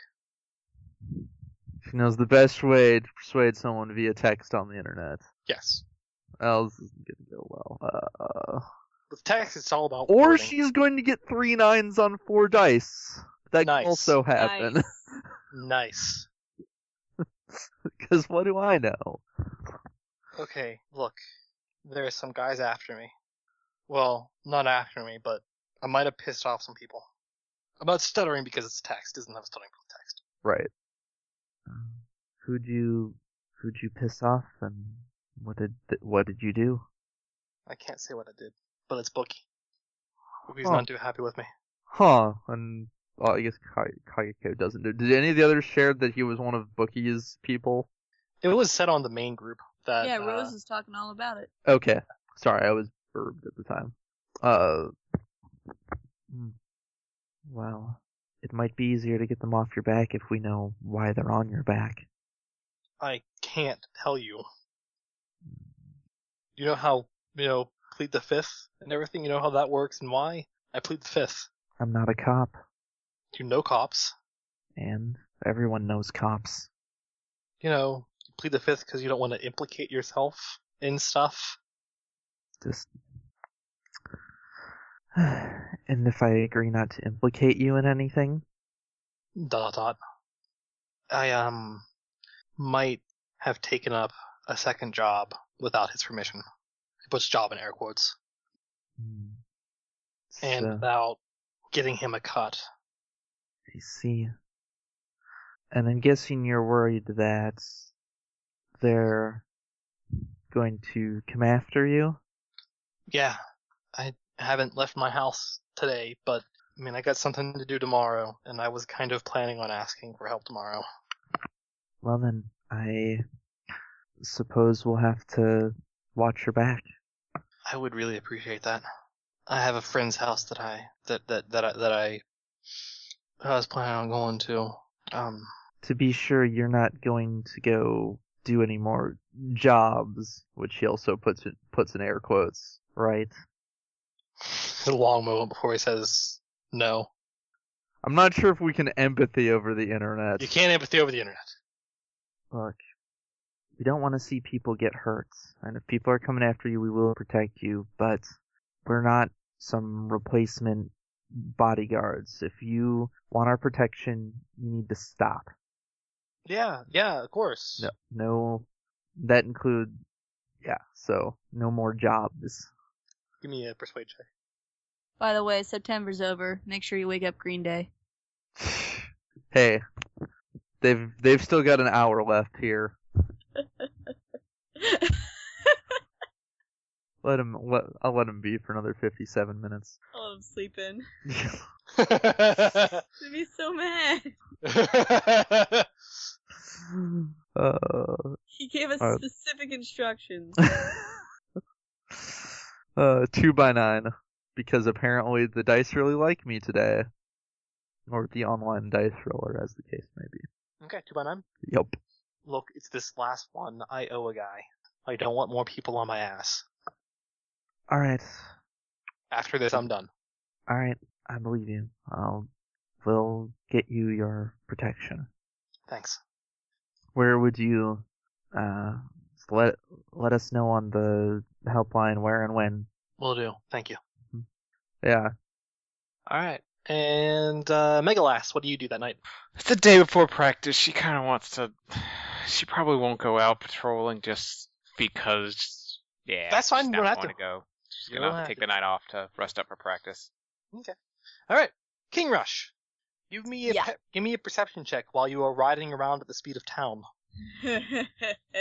Speaker 4: She knows the best way to persuade someone via text on the internet.
Speaker 5: Yes,
Speaker 4: Oh, this isn't gonna go well. Uh,
Speaker 5: with text, it's all about.
Speaker 4: or
Speaker 5: wording.
Speaker 4: she's going to get three nines on four dice. That
Speaker 5: Nice.
Speaker 4: can also happen.
Speaker 2: Nice.
Speaker 5: nice.
Speaker 4: Because what do I know?
Speaker 5: Okay, look, there are some guys after me. Well, not after me, but I might have pissed off some people. I'm not stuttering because it's text. It doesn't have a stuttering text.
Speaker 4: Right.
Speaker 7: Um, Who'd you who'd you piss off, and what did th- what did you do?
Speaker 5: I can't say what I did, but it's Bookie. Bookie's
Speaker 4: Huh.
Speaker 5: not too happy with me.
Speaker 4: Huh. And well, I guess Ka- Kageko doesn't. do- Did any of the others share that he was one of Bookie's people?
Speaker 5: It was said on the main group that
Speaker 2: yeah,
Speaker 5: uh,
Speaker 2: Rose is talking all about it.
Speaker 4: Okay. Sorry, I was burbed at the time. Uh,
Speaker 7: hmm. Well, it might be easier to get them off your back if we know why they're on your back.
Speaker 5: I can't tell you. You know how you know plead the fifth and everything. You know how that works and why I plead the fifth.
Speaker 7: I'm not a cop,
Speaker 5: You know cops.
Speaker 7: and everyone knows cops.
Speaker 5: You know you plead the fifth because you don't want to implicate yourself in stuff.
Speaker 7: Just. And if I agree not to implicate you in anything,
Speaker 5: Dot dot dot. I um might have taken up a second job without his permission. He puts job in air quotes.
Speaker 7: hmm,
Speaker 5: And
Speaker 7: so-
Speaker 5: without getting him a cut.
Speaker 7: I see. And I'm guessing you're worried that they're going to come after you?
Speaker 5: Yeah, I haven't left my house today, but I mean, I got something to do tomorrow, and I was kind of planning on asking for help tomorrow.
Speaker 7: Well, then, I suppose we'll have to watch your back.
Speaker 5: I would really appreciate that. I have a friend's house that I that that that I, that I I was planning on going to. Um,
Speaker 7: to be sure you're not going to go do any more jobs, which he also puts in, puts in air quotes, right?
Speaker 5: A long moment before he says no.
Speaker 4: I'm not sure if we can empathy over the internet.
Speaker 5: You can't empathy over the internet.
Speaker 7: Look, we don't want to see people get hurt, and if people are coming after you, we will protect you, but we're not some replacement bodyguards. If you want our protection, you need to stop.
Speaker 5: Yeah, yeah, of course.
Speaker 7: No, no, that include, yeah. So no more jobs.
Speaker 5: Give me a persuade check.
Speaker 2: By the way, September's over. Make sure you wake up Green Day.
Speaker 4: Hey, they've they've still got an hour left here. Let him. Let, I'll let him be for another fifty-seven minutes.
Speaker 2: I'll let him sleep in.
Speaker 5: uh,
Speaker 2: I'd be so mad.
Speaker 7: Uh,
Speaker 2: He gave us
Speaker 4: Uh,
Speaker 2: specific instructions.
Speaker 4: uh, two by nine, because apparently the dice really like me today, or the online dice roller, as the case may be.
Speaker 5: okay, two by nine.
Speaker 4: Yup.
Speaker 5: Look, it's this last one I owe a guy. I don't want more people on my ass.
Speaker 7: all right,
Speaker 5: After this, I'm done.
Speaker 7: all right. I believe you. I'll. We'll get you your protection.
Speaker 5: Thanks.
Speaker 7: Where would you? Uh, let let us know on the helpline where and when.
Speaker 5: Will do. Thank you.
Speaker 4: Yeah.
Speaker 5: All right. And uh, Megalas, what do you do that night?
Speaker 3: It's the day before practice. She kind of wants to. She probably won't go out patrolling just because. Yeah,
Speaker 5: That's fine,
Speaker 3: she's
Speaker 5: you
Speaker 3: not
Speaker 5: don't have
Speaker 3: going
Speaker 5: to.
Speaker 3: go. She's
Speaker 5: You don't
Speaker 3: gonna
Speaker 5: have
Speaker 3: take
Speaker 5: to.
Speaker 3: the night off to rest up for practice.
Speaker 5: All right, King Rush. Give me a
Speaker 2: Yeah.
Speaker 5: pe- give me a perception check while you are riding around at the speed of town.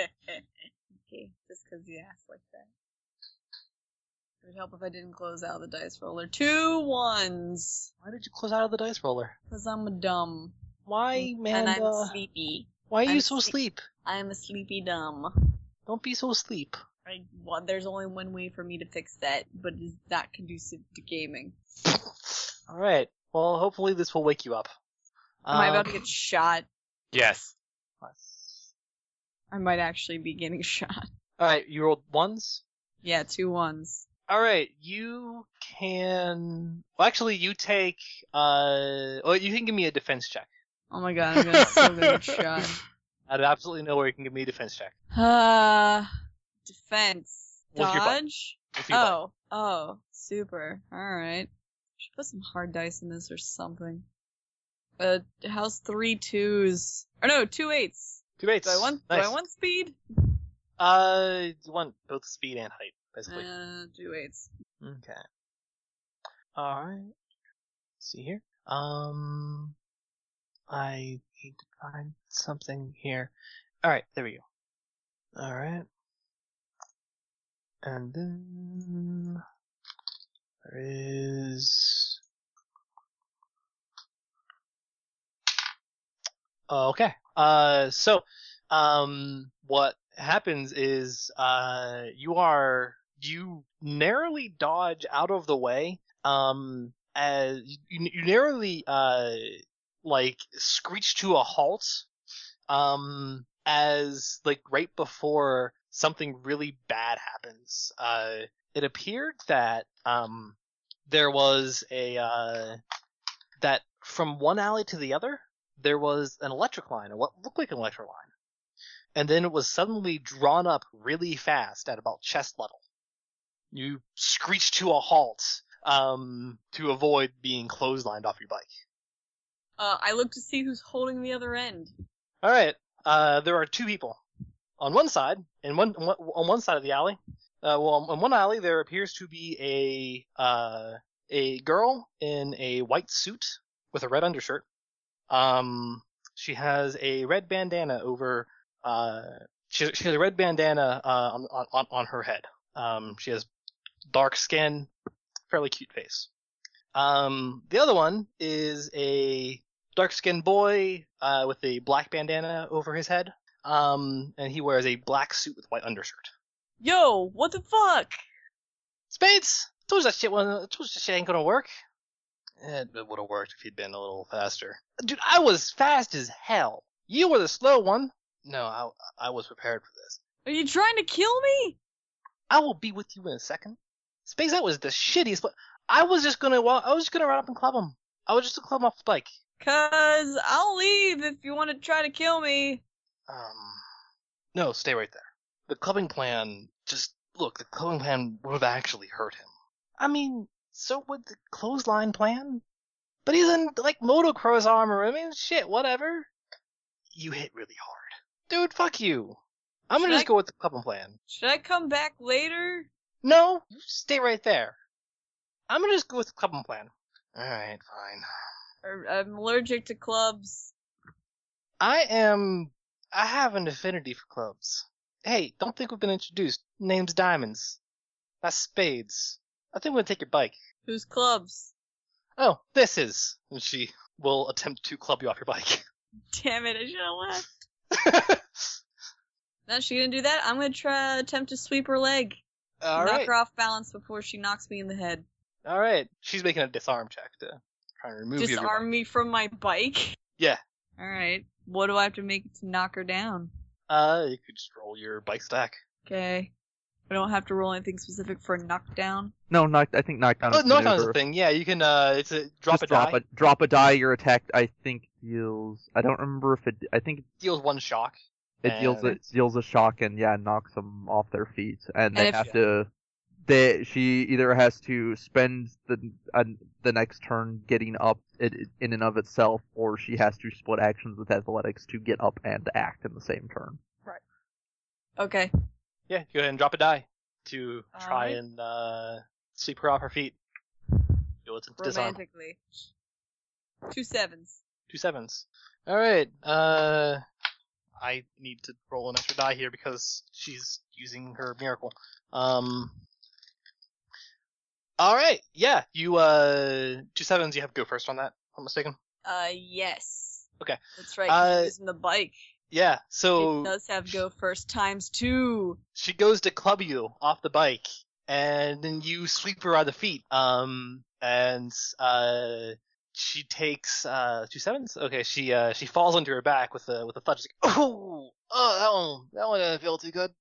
Speaker 2: okay, just because you asked like that. It would help if I didn't close out the dice roller. Two ones.
Speaker 5: Why did you close out of the dice roller?
Speaker 2: Because I'm dumb.
Speaker 5: Why, man?
Speaker 2: and I'm
Speaker 5: uh,
Speaker 2: sleepy.
Speaker 5: why are you
Speaker 2: I'm
Speaker 5: so
Speaker 2: sleep-
Speaker 5: sleep?
Speaker 2: I am a sleepy dumb.
Speaker 5: Don't be so sleep.
Speaker 2: I, well, there's only one way for me to fix that, but it's not conducive to gaming.
Speaker 5: All right. Well, hopefully this will wake you up. Uh,
Speaker 2: Am I about to get shot?
Speaker 3: Yes.
Speaker 2: I might actually be getting shot.
Speaker 5: All right, you rolled ones.
Speaker 2: Yeah, two ones.
Speaker 5: All right, you can. Well, actually, you take. Uh, well, you can give me a defense check.
Speaker 2: Oh my god, I'm gonna still gonna get shot.
Speaker 5: Out of absolutely nowhere, you can give me a defense check.
Speaker 2: Uh, defense.
Speaker 5: With your butt.
Speaker 2: Dodge?
Speaker 5: If you like.
Speaker 2: Oh, oh, super. Alright. Should put some hard dice in this or something. Uh, how's three twos? Or no, two eights.
Speaker 5: Two eights.
Speaker 2: Do I want,
Speaker 5: Nice.
Speaker 2: do I want speed?
Speaker 5: Uh, you want both speed and height, basically.
Speaker 2: Uh, two eights.
Speaker 5: Okay. All right. see here. Um, I need to find something here. All right, there we go. All right. And then there is. Okay. Uh, so, um, what happens is, uh, you are you narrowly dodge out of the way. Um, as you, you narrowly uh like screech to a halt. Um, as like right before something really bad happens. Uh, it appeared that um there was a uh that from one alley to the other there was an electric line or what looked like an electric line and then it was suddenly drawn up really fast at about chest level you screech to a halt um to avoid being clotheslined off your bike
Speaker 2: Uh, I look to see who's holding the other end.
Speaker 5: all right uh there are two people on one side and one on one side of the alley uh well on one alley there appears to be a uh a girl in a white suit with a red undershirt um she has a red bandana over uh she, she has a red bandana uh on on- on on her head um she has dark skin fairly cute face um the other one is a dark skinned boy uh, with a black bandana over his head. Um, and he wears a black suit with white undershirt.
Speaker 2: Yo, what the fuck?
Speaker 5: Spades! Told you that shit, wasn't, told you that shit ain't gonna work. Eh, It would have worked if he'd been a little faster. Dude, I was fast as hell. You were the slow one. No, I I was prepared for this.
Speaker 2: Are you trying to kill me?
Speaker 5: I will be with you in a second. Space out was the shittiest. But I was just gonna walk. I was just gonna run up and club him. I was just to club him off the bike.
Speaker 2: Cause I'll leave if you want to try to kill me.
Speaker 5: Um, no, stay right there. The clubbing plan just look. The clubbing plan would have actually hurt him. I mean, so would the clothesline plan. But he's in like motocross armor. I mean, shit, whatever. You hit really hard, dude. Fuck you. I'm gonna
Speaker 2: Should
Speaker 5: just
Speaker 2: I-
Speaker 5: go with the clubbing plan.
Speaker 2: Should I come back later?
Speaker 5: No, you stay right there. I'm gonna just go with the clubbing plan. All right, fine.
Speaker 2: Or I'm allergic to clubs.
Speaker 5: I am. I have an affinity for clubs. Hey, don't think we've been introduced. Name's Diamonds. That's Spades. I think we're gonna take your bike.
Speaker 2: Who's clubs?
Speaker 5: Oh, this is. And she will attempt to club you off your bike.
Speaker 2: Damn it! I should have left. Now she gonna do that. I'm gonna try attempt to sweep her leg,
Speaker 5: All
Speaker 2: knock
Speaker 5: right.
Speaker 2: her off balance before she knocks me in the head.
Speaker 5: All right. She's making a disarm check to try and remove you. of your
Speaker 2: Disarm me from my bike.
Speaker 5: Yeah.
Speaker 2: All right. What do I have to make to knock her down?
Speaker 5: bike. Uh, you could just roll your bike stack.
Speaker 2: Okay. I don't have to roll anything specific for a knockdown.
Speaker 4: No, knock. I think knockdown.
Speaker 5: Oh,
Speaker 4: is
Speaker 5: knockdown is
Speaker 4: maneuver.
Speaker 5: a thing. Yeah, you can. Uh, it's a drop
Speaker 4: Just
Speaker 5: a
Speaker 4: drop
Speaker 5: die.
Speaker 4: a drop a die. Your attack, I think, deals. I don't remember if it. I think
Speaker 5: Deals one shock.
Speaker 4: it deals a,
Speaker 5: And-
Speaker 4: deals a shock and yeah, knocks them off their feet, and they
Speaker 2: And if-
Speaker 4: have to. They she either has to spend the uh, the next turn getting up it, in and of itself, or she has to split actions with athletics to get up and act in the same turn.
Speaker 2: Okay.
Speaker 5: Yeah, go ahead and drop a die to try
Speaker 2: Alright.
Speaker 5: and uh, sweep her off her feet. Yo, it's a disarm.
Speaker 2: Romantically. Two sevens.
Speaker 5: Two sevens. All right. Uh, I need to roll an extra die here because she's using her miracle. Um. All right. Yeah. You uh two sevens. You have to go first on that. If I'm mistaken.
Speaker 2: Uh, yes.
Speaker 5: Okay.
Speaker 2: That's right. 'cause
Speaker 5: Uh,
Speaker 2: she's using the bike.
Speaker 5: Yeah.
Speaker 2: it
Speaker 5: So
Speaker 2: does have go first times two.
Speaker 5: she goes to club you off the bike, and then you sweep her on the feet. Um, and uh, she takes uh two sevens. Okay, she uh she falls onto her back with a with a thud. She's like, oh, oh, that one, that one didn't feel too good.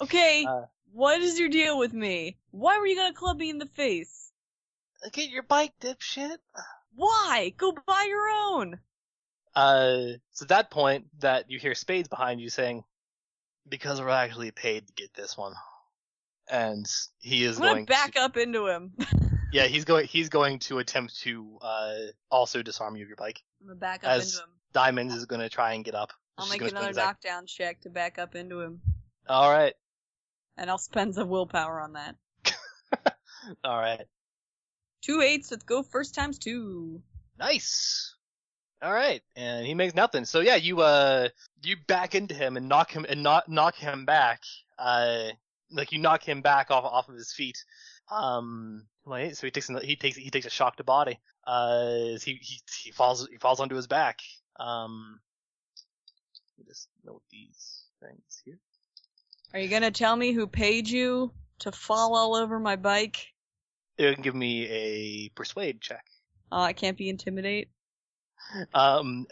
Speaker 2: Okay.
Speaker 5: Uh.
Speaker 2: what is your deal with me? Why were you gonna club me in the face?
Speaker 5: Get your bike, dipshit.
Speaker 2: Why? Go buy your own.
Speaker 5: Uh, it's at that point that you hear Spades behind you saying, "Because we're actually paid to get this one," and he is
Speaker 2: I'm gonna
Speaker 5: going.
Speaker 2: back up into him.
Speaker 5: To, yeah, he's going. He's going to attempt to uh also disarm you of your bike.
Speaker 2: I'm gonna back up
Speaker 5: As-
Speaker 2: into him.
Speaker 5: Diamonds is going to try and get up.
Speaker 2: I'll
Speaker 5: She's
Speaker 2: make
Speaker 5: gonna spend
Speaker 2: another
Speaker 5: his act-
Speaker 2: knockdown check to back up into him,
Speaker 5: All right,
Speaker 2: and I'll spend some willpower on that.
Speaker 5: all right,
Speaker 2: Two eights with go first times two.
Speaker 5: nice. All right, and he makes nothing. So yeah, you uh, you back into him and knock him and knock knock him back. Uh, like you knock him back off off of his feet. Um, wait, so he takes another, he takes he takes a shock to body. Uh, as he he he falls he falls onto his back. Um, let me just note these things here.
Speaker 2: Are you gonna tell me who paid you to fall all over my bike?
Speaker 5: It can give me a persuade check.
Speaker 2: Uh, I can't be intimidate.
Speaker 5: Um,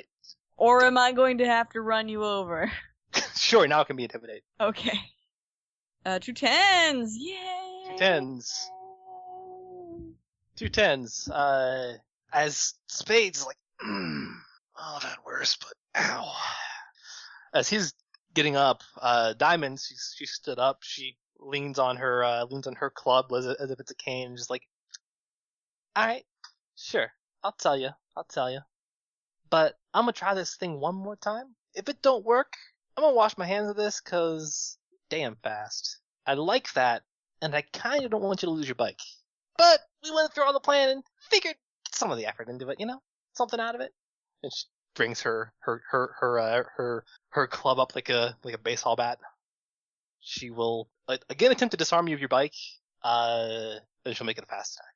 Speaker 2: Or am I going to have to run you over?
Speaker 5: sure, now it can be intimidate.
Speaker 2: Okay. Uh, two tens! Yay!
Speaker 5: Two tens. Two tens. Uh, as Spades is like, mm, oh, that worse, but ow. As he's getting up, uh, Diamond, she, she stood up. She leans on her, uh, leans on her club as, as if it's a cane, and just like, all right, sure, I'll tell you, I'll tell you, but I'm gonna try this thing one more time. If it don't work, I'm gonna wash my hands of this, cause damn fast. I like that, and I kind of don't want you to lose your bike. But we went through all the plan and figured some of the effort into it, you know, something out of it. And she brings her her her her uh, her her club up like a like a baseball bat. She will uh, again attempt to disarm you of your bike. Uh, and she'll make it a fast attack.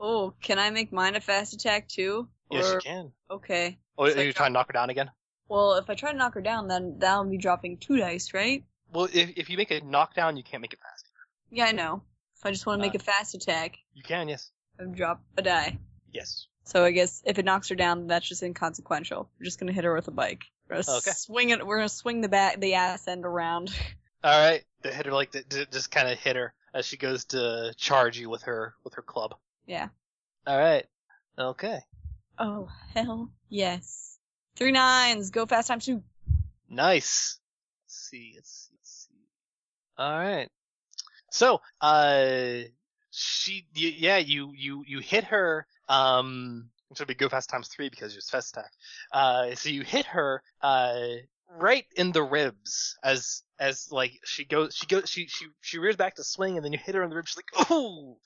Speaker 2: Oh, can I make mine a fast attack too?
Speaker 5: Yes,
Speaker 2: Or-
Speaker 5: you can.
Speaker 2: Okay.
Speaker 5: Oh,
Speaker 2: it's
Speaker 5: are you
Speaker 2: like-
Speaker 5: trying to knock her down again?
Speaker 2: Well, if I try to knock her down, then that'll be dropping two dice, right?
Speaker 5: Well, if if you make a knockdown, you can't make it fast.
Speaker 2: Yeah, I know. If I just want to make
Speaker 5: Uh.
Speaker 2: a fast attack,
Speaker 5: You can, yes,
Speaker 2: I've dropped a die.
Speaker 5: yes.
Speaker 2: So I guess if it knocks her down, that's just inconsequential. We're just gonna hit her with a bike. We're gonna
Speaker 5: Okay.
Speaker 2: swing it. We're gonna swing the back, the ass end around.
Speaker 5: All right, the hitter like th- th- just kind of hit her as she goes to charge you with her with her club.
Speaker 2: Yeah.
Speaker 5: All right. Okay.
Speaker 2: Oh hell yes! Three nines. Go fast time two.
Speaker 5: Nice. Let's see, let's see, let's see. All right. So, uh, she, y- yeah, you, you, you hit her. Um, which would be go fast times three because you're fast attack. Uh, so you hit her, uh, right in the ribs as, as like she goes, she goes, she, she, she rears back to swing and then you hit her in the ribs. She's like, oh,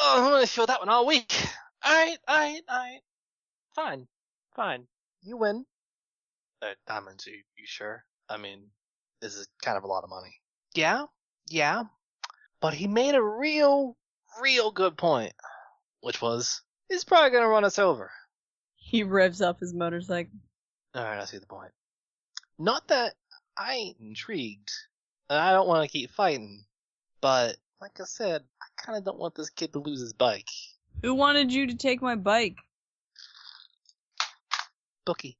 Speaker 5: oh, I'm gonna feel that one all week. All right, all right, all right. Fine, fine. You win. Uh, diamonds, are you, you sure? I mean, this is kind of a lot of money. Yeah, yeah. But he made a real, real good point, which was he's probably going to run us over.
Speaker 2: He revs up his motorcycle.
Speaker 5: All right, I see the point. Not that I ain't intrigued, and I don't want to keep fighting, but like I said, I kind of don't want this kid to lose his bike.
Speaker 2: Who wanted you to take my bike?
Speaker 5: Bookie,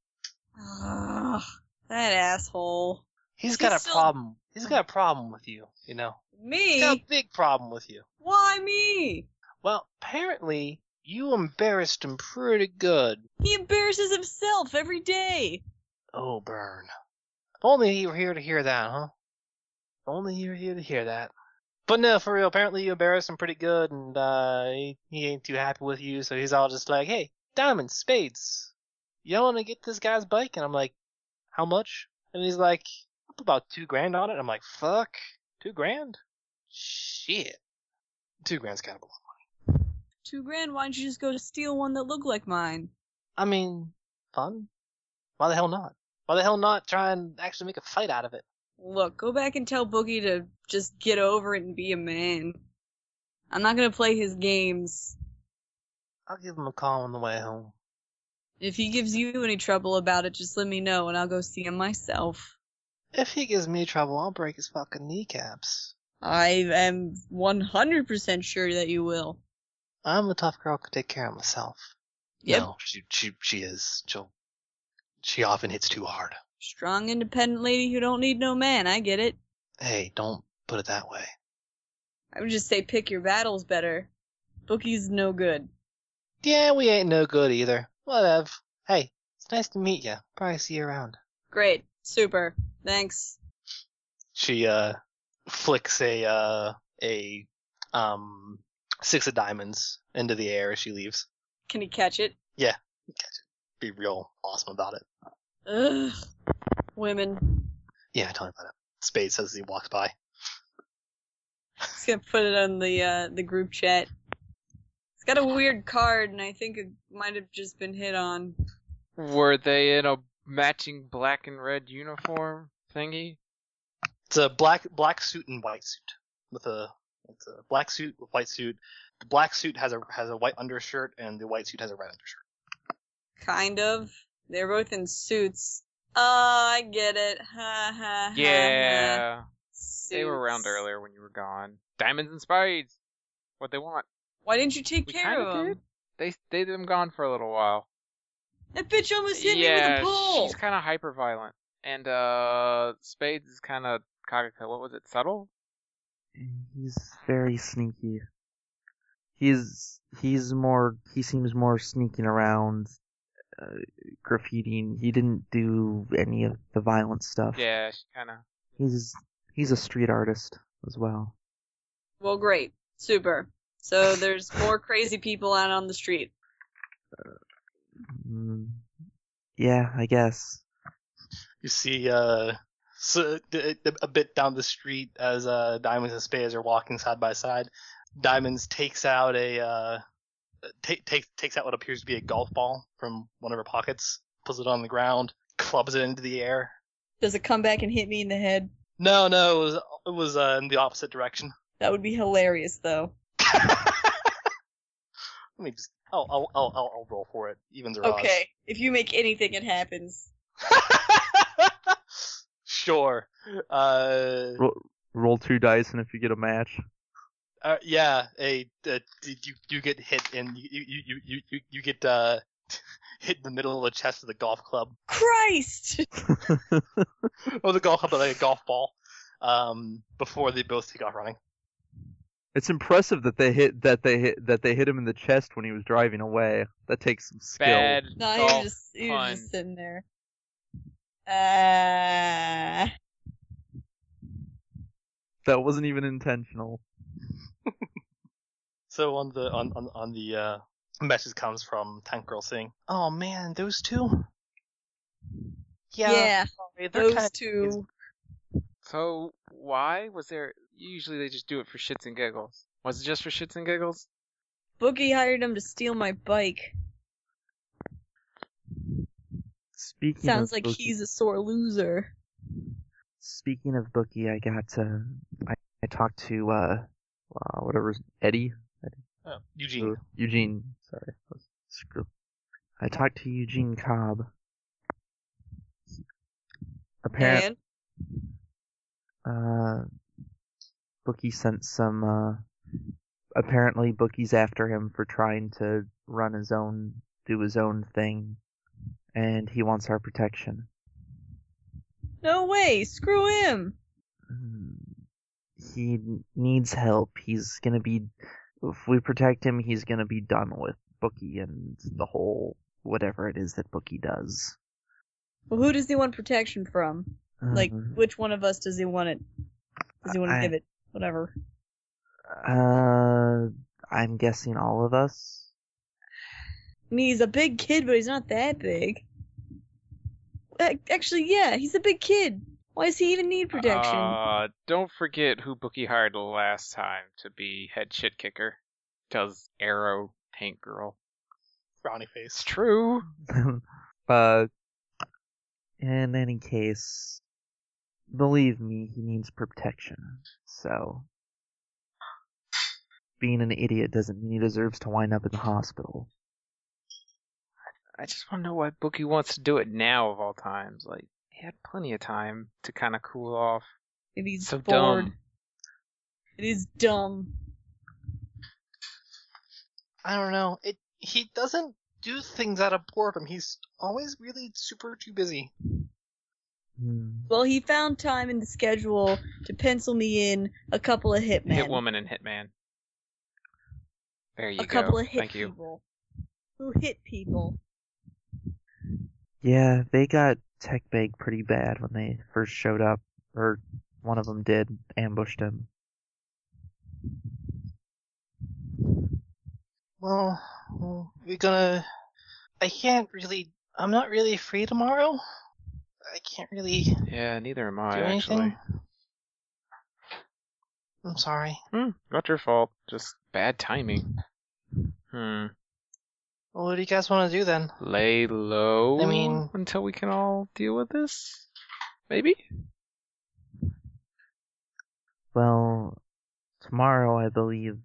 Speaker 2: Ugh, that asshole.
Speaker 5: he's got
Speaker 2: He's
Speaker 5: a
Speaker 2: still-
Speaker 5: problem. He's got a problem with you, you know. He's got a
Speaker 2: Me?
Speaker 5: big problem with you.
Speaker 2: Why me?
Speaker 5: Well, apparently you embarrassed him pretty good.
Speaker 2: He embarrasses himself every day.
Speaker 5: Oh, burn. If only you were here to hear that, huh? If only you were here to hear that. But no, for real, apparently you embarrassed him pretty good, and uh, he, he ain't too happy with you, so he's all just like, hey, diamonds, spades, you want to get this guy's bike? And I'm like, how much? And he's like, up about two grand on it. I'm like, fuck, two grand? Shit. Two grand's kind of a lot.
Speaker 2: Two grand. Why don't you just go to steal one that looked like mine?
Speaker 5: I mean, fun. Why the hell not? Why the hell not try and actually make a fight out of it?
Speaker 2: Look, go back and tell Boogie to just get over it and be a man. I'm not gonna play his games.
Speaker 5: I'll give him a call on the way home.
Speaker 2: If he gives you any trouble about it, just let me know and I'll go see him myself.
Speaker 5: If he gives me trouble, I'll break his fucking kneecaps.
Speaker 2: I am 100% sure that you will.
Speaker 5: I'm a tough girl. Could take care of myself.
Speaker 2: Yep.
Speaker 5: No, she she she is. She'll. She often hits too hard.
Speaker 2: Strong, independent lady who don't need no man. I get it.
Speaker 5: Hey, don't put it that way.
Speaker 2: I would just say pick your battles better. Boogie's no good.
Speaker 5: Yeah, we ain't no good either. Whatever. Hey, it's nice to meet you. Probably see you around.
Speaker 2: Great. Super. Thanks.
Speaker 5: She uh flicks a uh a um six of diamonds into the air as she leaves.
Speaker 2: Can he catch it?
Speaker 5: Be real awesome about it.
Speaker 2: Ugh. Women.
Speaker 5: Yeah, tell me about it. Spade says as he walks by.
Speaker 2: Just gonna put it on the uh, the group chat. It's got a weird card, and I think it might have just been hit on.
Speaker 3: Were they in a matching black and red uniform thingy?
Speaker 5: It's a black black suit and white suit with a it's a black suit with white suit. The black suit has a has a white undershirt and the white suit has a red undershirt.
Speaker 2: Kind of. They're both in suits. Oh, I get it. Ha ha,
Speaker 3: Uh-huh.
Speaker 2: ha. ha.
Speaker 3: Yeah. They were around
Speaker 2: Suits.
Speaker 3: earlier when you were gone. Diamonds and spades. What they want.
Speaker 2: Why didn't you take
Speaker 3: We
Speaker 2: care
Speaker 3: kinda
Speaker 2: of him?
Speaker 3: did. They stayed them gone for a little while.
Speaker 2: That bitch almost hit me with
Speaker 3: yeah,
Speaker 2: a pole.
Speaker 3: she's kind of hyper violent, and uh, Spades is kind of Kagako. What was it? Subtle?
Speaker 7: He's very sneaky. He's he's more he seems more sneaking around, uh, graffitiing. He didn't do any of the violent stuff.
Speaker 3: Yeah, she kind of.
Speaker 7: He's he's a street artist as well.
Speaker 2: Well, great. Super. So there's more crazy people out on the street.
Speaker 7: Mm, yeah, I guess.
Speaker 5: You see, uh, so, d- d- a bit down the street as uh Diamonds and Spades are walking side by side. Diamonds takes out a uh, take takes takes out what appears to be a golf ball from one of her pockets, puts it on the ground, clubs it into the air.
Speaker 2: Does it come back and hit me in the head?
Speaker 5: No, no, it was it was uh, in the opposite direction.
Speaker 2: That would be hilarious, though.
Speaker 5: Let me just. I'll, I'll, I'll, I'll I'll roll for it. Evens or odds.
Speaker 2: Okay. If you make anything, it happens.
Speaker 5: sure. Uh,
Speaker 4: Roll two dice, and if you get a match,
Speaker 5: uh, yeah. A, uh, you you get hit and you you you you you, you get uh, hit in the middle of the chest of the golf club.
Speaker 2: Christ!
Speaker 5: Oh, the golf club, but like a golf ball. Um, before they both take off running.
Speaker 4: It's impressive that they hit that they hit that they hit him in the chest when he was driving away. That takes some skill.
Speaker 3: Bad.
Speaker 2: No, he
Speaker 3: golf
Speaker 2: was just he was just
Speaker 3: pun.
Speaker 2: sitting there. Uh,
Speaker 4: That wasn't even intentional.
Speaker 5: So on the on on, on the uh, message comes from Tank Girl saying, "Oh man, those two.
Speaker 2: yeah,
Speaker 5: sorry, they're
Speaker 2: those
Speaker 5: kinda-
Speaker 2: two.
Speaker 3: So why was there? Usually they just do it for shits and giggles. Was it just for shits and giggles?
Speaker 2: Boogie hired him to steal my bike.
Speaker 7: Speaking
Speaker 2: Sounds
Speaker 7: of
Speaker 2: like
Speaker 7: Bookie,
Speaker 2: he's a sore loser.
Speaker 7: speaking of Bookie, I got uh, I, I talked to uh,
Speaker 4: Uh, whatever's Eddie
Speaker 5: uh, Eugene.
Speaker 4: Uh, Eugene. Sorry, I was screw.
Speaker 7: I talked to Eugene Cobb. Apparently,
Speaker 2: And
Speaker 7: uh, Bookie sent some. Uh, apparently, Bookie's after him for trying to run his own, do his own thing, and he wants our protection.
Speaker 2: no way, screw him.
Speaker 7: Mm. He n- needs help. He's gonna be. If we protect him, he's gonna be done with Bookie and the whole whatever it is that Bookie does.
Speaker 2: Well, who does he want protection from? Like,
Speaker 4: Uh-huh.
Speaker 7: Um,
Speaker 2: which one of us does he want it? Does he want to
Speaker 7: I-
Speaker 2: give it? Whatever.
Speaker 7: Uh, I'm guessing all of us.
Speaker 2: I mean, he's a big kid, but he's not that big. Ac- Actually, yeah, he's a big kid. Why does he even need protection?
Speaker 3: Uh, don't forget who Bookie hired last time to be head shit kicker. Tells Arrow Tank Girl.
Speaker 5: Brownie
Speaker 3: It's
Speaker 5: face.
Speaker 3: true.
Speaker 4: Uh,
Speaker 7: In any case, believe me, he needs protection. So, being an idiot doesn't mean he deserves to wind up in the hospital.
Speaker 3: I just want to know why Bookie wants to do it now of all times. Like he had plenty of time to kind of cool off.
Speaker 2: Maybe he's
Speaker 3: so
Speaker 2: bored.
Speaker 3: dumb.
Speaker 2: It is dumb.
Speaker 5: I don't know. It he doesn't do things out of boredom. He's always really super too busy.
Speaker 7: Hmm.
Speaker 2: Well, he found time in the schedule to pencil me in a couple of hitmen.
Speaker 3: Hitwoman and Hitman. There you
Speaker 2: a
Speaker 3: go.
Speaker 2: couple of hit
Speaker 3: Thank you.
Speaker 2: people. Who hit people?
Speaker 7: Yeah, they got tech bag pretty bad when they first showed up, or one of them did, ambushed him.
Speaker 5: Well, well, we're gonna. I can't really. I'm not really free tomorrow. I can't really do
Speaker 3: Yeah, neither am I
Speaker 5: anything.
Speaker 3: actually.
Speaker 5: I'm sorry.
Speaker 3: Hmm, not your fault. Just bad timing. Hmm.
Speaker 5: Well, what do you guys want to do then?
Speaker 3: Lay low.
Speaker 5: I mean-
Speaker 3: until we can all deal with this, maybe.
Speaker 7: Well, tomorrow I believe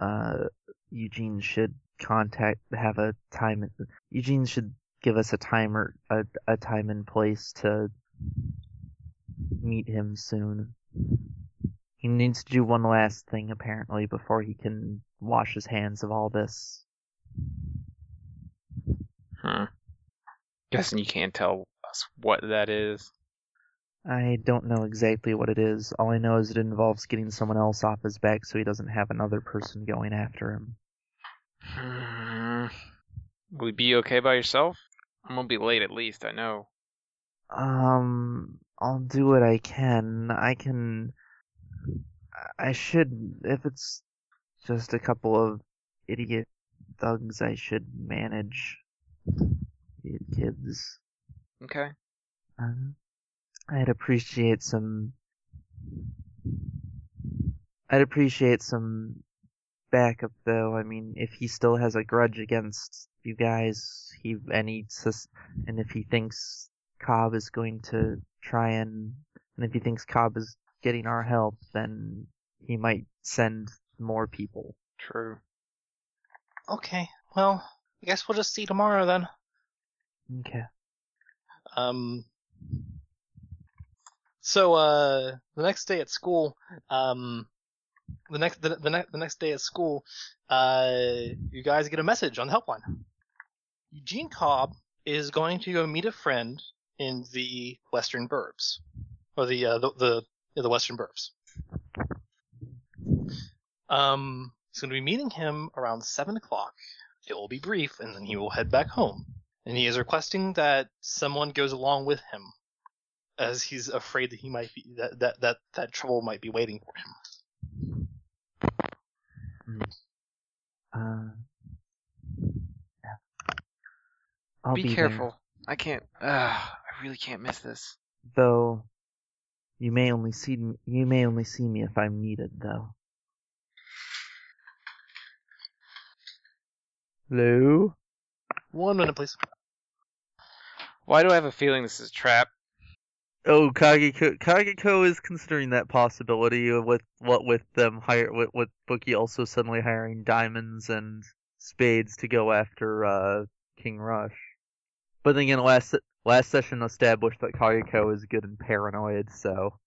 Speaker 7: uh, Eugene should contact, have a time. Eugene should give us a timer, a, a time and place to meet him soon. He needs to do one last thing apparently before he can wash his hands of all this.
Speaker 3: Hmm. Guessing you can't tell us what that is.
Speaker 7: I don't know exactly what it is. All I know is it involves getting someone else off his back so he doesn't have another person going after him.
Speaker 3: Hmm. Will you be okay by yourself? I'm gonna be late at least. I know.
Speaker 7: Um, I'll do what I can. I can. I should. If it's just a couple of idiot thugs, I should manage. Idiot kids.
Speaker 3: Okay.
Speaker 7: Um, I'd appreciate some. I'd appreciate some backup, though. I mean, if he still has a grudge against you guys, he and he sus- and if he thinks Cobb is going to try and and if he thinks Cobb is getting our help, then he might send more people.
Speaker 3: True.
Speaker 5: Okay. Well, I guess we'll just see tomorrow then.
Speaker 7: Okay.
Speaker 5: Um. So uh, the next day at school, um, the next the, the next the next day at school, uh, you guys get a message on the helpline. Eugene Cobb is going to go meet a friend in the Western Burbs, or the uh, the the, yeah, the Western Burbs. Um, he's going to be meeting him around seven o'clock. It will be brief, and then he will head back home. And he is requesting that someone goes along with him, as he's afraid that he might be that that that, that trouble might be waiting for him.
Speaker 7: Uh, yeah. I'll
Speaker 3: be,
Speaker 7: be, there,
Speaker 3: careful. I can't. Uh, I really can't miss this.
Speaker 7: though. You may only see me, you may only see me if I'm needed, though.
Speaker 4: Lou?
Speaker 5: One minute, please.
Speaker 3: Why do I have a feeling this is a trap?
Speaker 4: Oh, Kageko, Kageko is considering that possibility with what with them hire with, with Bookie also suddenly hiring diamonds and spades to go after uh, King Rush. But then again, last se- last session established that Kageko is good and paranoid, so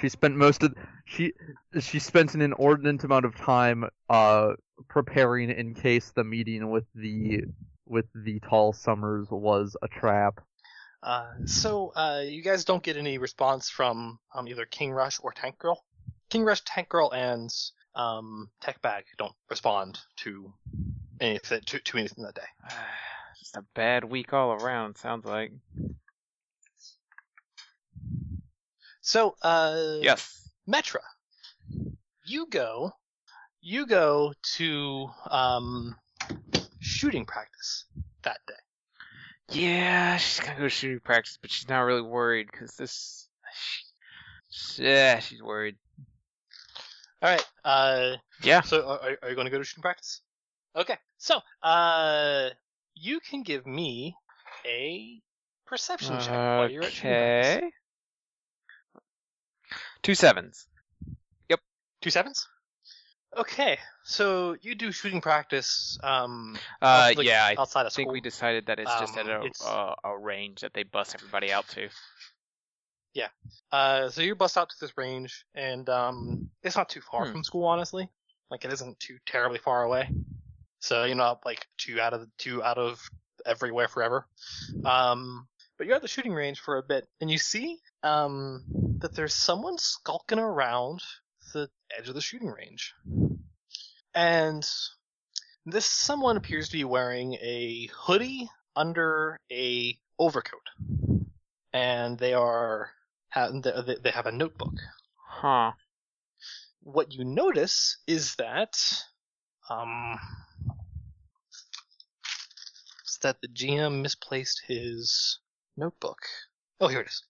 Speaker 4: she spent most of she she spent an inordinate amount of time uh preparing in case the meeting with the with the tall Summers was a trap.
Speaker 5: Uh, so uh, you guys don't get any response from um, either King Rush or Tank Girl. King Rush, Tank Girl, and um, Tech Bag don't respond to anything to, to anything that day.
Speaker 3: Just a bad week all around. Sounds like.
Speaker 5: So uh,
Speaker 3: Yes.
Speaker 5: Metra, you go, you go to um, shooting practice that day.
Speaker 3: Yeah, she's gonna go shooting practice, but she's not really worried because this. She, yeah, she's worried.
Speaker 5: All right. Uh,
Speaker 3: Yeah.
Speaker 5: So are, are- are you going to go to shooting practice? Okay. So uh, you can give me a perception check while you're at shooting practice.
Speaker 3: Okay. Two sevens.
Speaker 5: Two sevens. Okay, so you do shooting practice. Um,
Speaker 3: Uh,
Speaker 5: out- like,
Speaker 3: yeah, I
Speaker 5: outside of
Speaker 3: think
Speaker 5: school.
Speaker 3: we decided that it's just at
Speaker 5: Um,
Speaker 3: a,
Speaker 5: it's-
Speaker 3: a a range that they bust everybody out to.
Speaker 5: Uh, so you bust out to this range, and um, it's not too far
Speaker 3: Hmm.
Speaker 5: from school, honestly. Like it isn't too terribly far away. So you're not like two out of the two out of everywhere forever. Um, but you're at the shooting range for a bit, and you see um that there's someone skulking around the edge of the shooting range, and this someone appears to be wearing a hoodie under a overcoat, and they are ha- they they have a notebook.
Speaker 3: Huh.
Speaker 5: What you notice is that, um, is that the GM misplaced his notebook. Oh, here it is.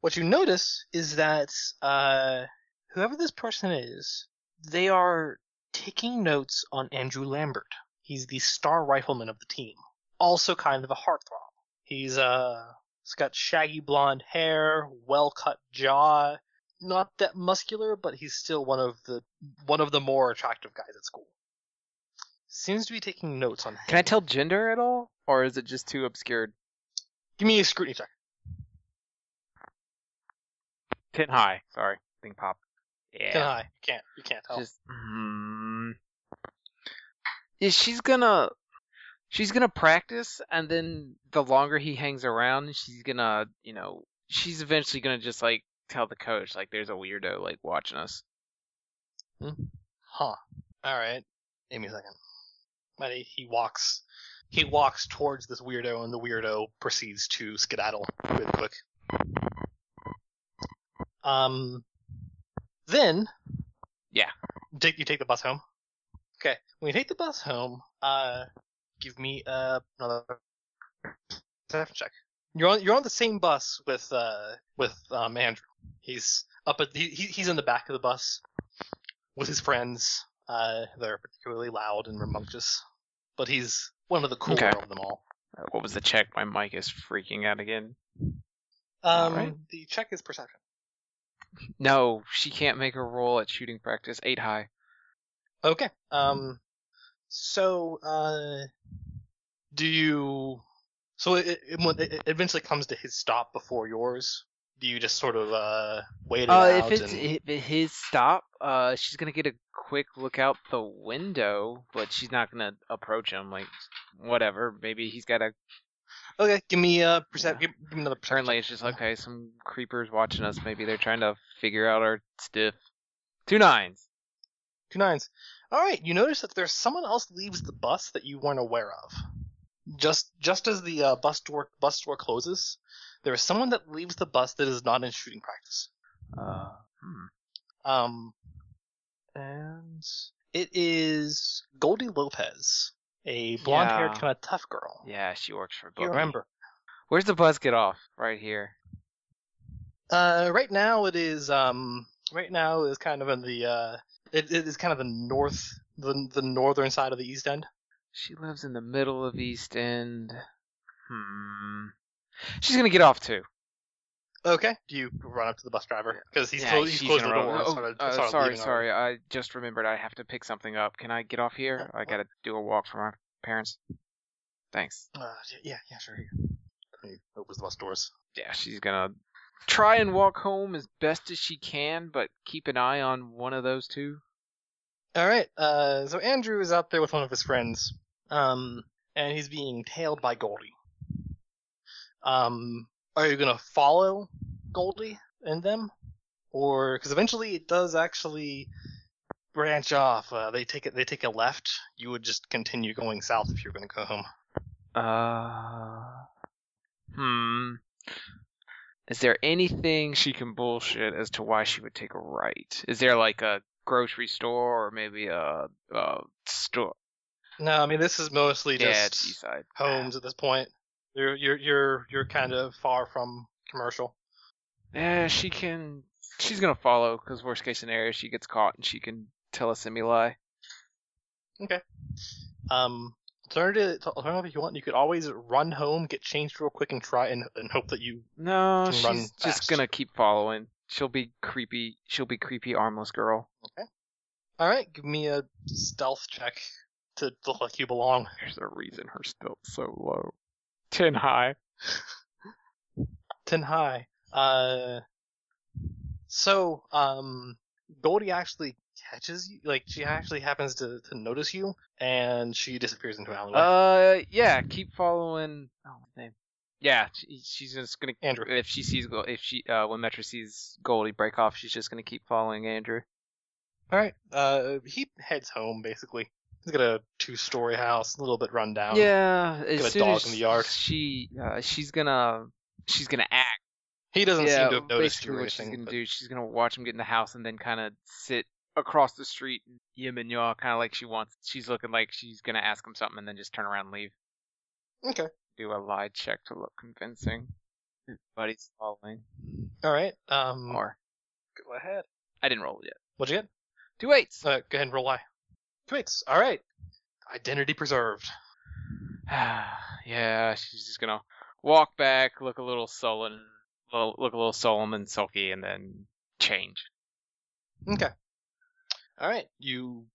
Speaker 5: What you notice is that uh, whoever this person is, they are taking notes on Andrew Lambert. He's the star rifleman of the team. Also, kind of a heartthrob. He's uh, he's got shaggy blonde hair, well-cut jaw, not that muscular, but he's still one of the one of the more attractive guys at school. Seems to be taking notes on him.
Speaker 3: Can I tell gender at all, or is it just too obscured?
Speaker 5: Give me a scrutiny check.
Speaker 3: Ten high. Sorry, thing pop. Yeah.
Speaker 5: Can I? You can't. You can't tell.
Speaker 3: Just. Hmm. Yeah, she's gonna. She's gonna practice, and then the longer he hangs around, she's gonna, you know, she's eventually gonna just like tell the coach, like, there's a weirdo like watching us.
Speaker 5: Huh. All right. Give me a second. But he, he walks. He walks towards this weirdo, and the weirdo proceeds to skedaddle really quick. Um. Then.
Speaker 3: Yeah.
Speaker 5: Take you take the bus home. Okay. When you take the bus home, uh, give me uh another perception check. You're on you're on the same bus with uh with um Andrew. He's up at he, he- he's in the back of the bus with his friends. Uh, they're particularly loud and rambunctious, but he's one of the cooler
Speaker 3: Okay.
Speaker 5: of them all.
Speaker 3: Uh, What was the check? My mic is freaking out again.
Speaker 5: Um,
Speaker 3: Alright.
Speaker 5: the check is perception.
Speaker 3: No, she can't make a roll at shooting practice. Eight high.
Speaker 5: Okay. Um, so uh, do you? So it, it, it- it eventually comes to his stop before yours, do you just sort of uh wait it
Speaker 3: Uh,
Speaker 5: out
Speaker 3: if it's
Speaker 5: and-
Speaker 3: hi- his stop, uh, she's gonna get a quick look out the window, but she's not gonna approach him. Like, whatever. Maybe he's got a
Speaker 5: okay give me uh percep- give, give me another
Speaker 3: turn
Speaker 5: perception
Speaker 3: lane. It's just okay. Some creepers watching us. Maybe they're trying to figure out our stiff. Two nines.
Speaker 5: Two nines. All right, you notice that there's someone else leaves the bus that you weren't aware of. Just just as the uh, bus door bus door closes, there is someone that leaves the bus that is not in shooting practice.
Speaker 3: Uh, hmm.
Speaker 5: Um, and it is Goldie Lopez, a blonde-haired
Speaker 3: Yeah.
Speaker 5: kind of tough girl.
Speaker 3: Yeah, she works for.
Speaker 5: You
Speaker 3: Boogie.
Speaker 5: remember?
Speaker 3: Where's the bus get off? Right here.
Speaker 5: Uh, right now it is um right now is kind of in the uh it, it is kind of the north the the northern side of the East End.
Speaker 3: She lives in the middle of East End. Hmm. She's gonna get off too.
Speaker 5: Okay. Do you run up to the bus driver because he's
Speaker 3: Yeah,
Speaker 5: closed, he's
Speaker 3: she's
Speaker 5: closed the
Speaker 3: gonna
Speaker 5: door?
Speaker 3: roll-
Speaker 5: and
Speaker 3: Oh,
Speaker 5: started-
Speaker 3: uh,
Speaker 5: started
Speaker 3: sorry,
Speaker 5: leaving already.
Speaker 3: sorry. I just remembered I have to pick something up. Can I get off here? I gotta do a walk for my parents. Thanks.
Speaker 5: Uh, y- yeah, yeah, sure. here. And He opens the bus doors.
Speaker 3: Yeah, she's gonna try and walk home as best as she can, but keep an eye on one of those two.
Speaker 5: All right. Uh, so Andrew is out there with one of his friends, um, and he's being tailed by Goldie. Um, are you gonna follow Goldie and them, or because eventually it does actually branch off? Uh, they take it. They take a left. You would just continue going south if you're gonna go home.
Speaker 3: Uh. Hmm. Is there anything she can bullshit as to why she would take a right? Is there like a grocery store or maybe a, a store?
Speaker 5: No, I mean this is mostly just
Speaker 3: yeah, it's east side.
Speaker 5: homes at this point. You're you're you're you're kind of far from commercial.
Speaker 3: Yeah, Eh, she can. She's gonna follow because worst case scenario, she gets caught and she can tell us Emmy lie.
Speaker 5: Um, alternative alternative if you want, you could always run home, get changed real quick, and try and, and hope that you.
Speaker 3: No,
Speaker 5: Can
Speaker 3: she's
Speaker 5: run
Speaker 3: just
Speaker 5: fast.
Speaker 3: gonna keep following. She'll be creepy. She'll be creepy, armless girl.
Speaker 5: All right, give me a stealth check to look like you belong.
Speaker 3: There's a reason her stilt's so low. Ten high.
Speaker 5: Ten high. Uh, so um, Goldie actually catches you. Like she actually happens to to notice you, and she disappears into an alleyway.
Speaker 3: Uh, yeah, keep following. Oh, what's his name. Yeah, she, she's just gonna.
Speaker 5: Andrew.
Speaker 3: If she sees, Go- if she, uh, when Metro sees Goldie break off, she's just gonna keep following Andrew.
Speaker 5: All right. Uh, he heads home basically. He's got a two-story house, a little bit run down.
Speaker 3: yeah, as
Speaker 5: a
Speaker 3: soon
Speaker 5: dog
Speaker 3: as
Speaker 5: in the yard.
Speaker 3: she, uh, she's gonna, she's gonna act.
Speaker 5: He doesn't
Speaker 3: yeah,
Speaker 5: seem to have noticed you
Speaker 3: basically
Speaker 5: or
Speaker 3: what she's
Speaker 5: anything.
Speaker 3: gonna
Speaker 5: but-
Speaker 3: do, she's gonna watch him get in the house and then kind of sit across the street, yim and yaw, kind of like she wants. She's looking like she's gonna ask him something and then just turn around and leave.
Speaker 5: Okay.
Speaker 3: Do a lie check to look convincing. But he's following.
Speaker 5: All right. Um,
Speaker 3: Or
Speaker 5: go ahead.
Speaker 3: I didn't roll it yet.
Speaker 5: What'd you get?
Speaker 3: Two eights.
Speaker 5: Uh, go ahead and roll Y. Two eights. All right. Identity preserved.
Speaker 3: yeah, she's just gonna walk back, look a little sullen, lo- look a little solemn and sulky, and then change.
Speaker 5: Okay. All right. You.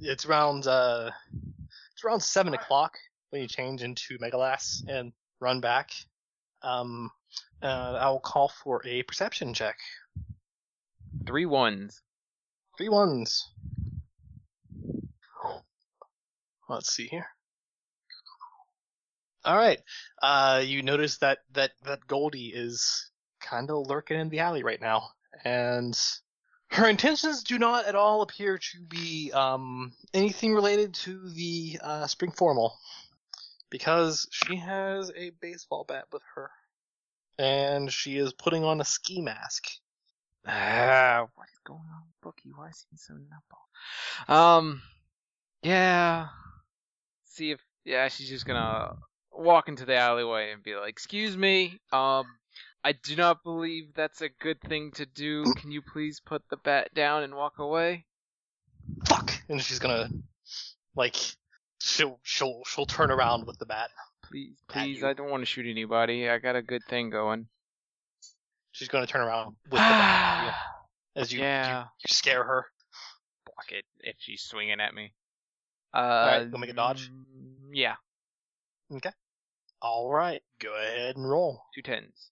Speaker 5: It's around. Uh, it's around seven o'clock when you change into Megalass and run back. Um, uh, I will call for a perception check.
Speaker 3: Three ones.
Speaker 5: Three ones. Let's see here. All right. Uh, you notice that that that Goldie is kind of lurking in the alley right now, and her intentions do not at all appear to be um anything related to the uh, spring formal, because she has a baseball bat with her, and she is putting on a ski mask.
Speaker 3: Ah, what is going on, with Bookie? Why is he so nutball? Um, yeah. See if yeah, she's just gonna walk into the alleyway and be like, "Excuse me, um, I do not believe that's a good thing to do. Can you please put the bat down and walk away?"
Speaker 5: fuck and she's gonna like she'll she'll she'll turn around with the bat
Speaker 3: Please,
Speaker 5: Pat
Speaker 3: please,
Speaker 5: you.
Speaker 3: I don't want to shoot anybody. I got a good thing going.
Speaker 5: she's gonna turn around with the bat
Speaker 3: yeah.
Speaker 5: yeah, as you, you you scare her
Speaker 3: block it if she's swinging at me. Uh, mm,
Speaker 5: Alright, go make a dodge.
Speaker 3: Yeah,
Speaker 5: all right go ahead and roll
Speaker 3: two tens.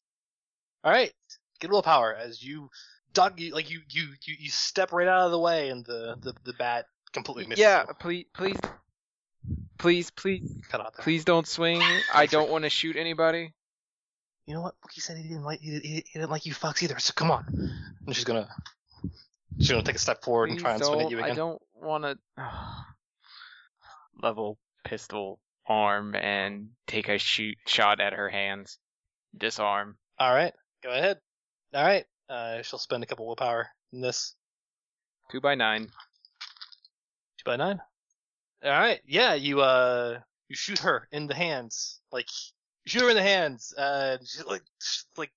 Speaker 5: all right Get willpower as you dug you, like you, you you you step right out of the way and the the, the bat completely misses.
Speaker 3: Yeah,
Speaker 5: you.
Speaker 3: please, please, please, please,
Speaker 5: cut out there.
Speaker 3: please don't swing. I don't want to shoot anybody.
Speaker 5: You know what? Look, he said he didn't like he, didn't- he didn't like you fucks either. So come on. And she's gonna she's gonna take a step forward and
Speaker 3: Please
Speaker 5: try and swing at
Speaker 3: don't.
Speaker 5: you
Speaker 3: I
Speaker 5: again.
Speaker 3: don't want to level pistol arm and take a shoot shot at her hands. Disarm.
Speaker 5: All right, go ahead. All right, uh, she'll spend a couple willpower in this.
Speaker 3: Two by nine.
Speaker 5: Two by nine. All right. Yeah, you uh, you shoot her in the hands. Like you shoot her in the hands. Uh, she like she, like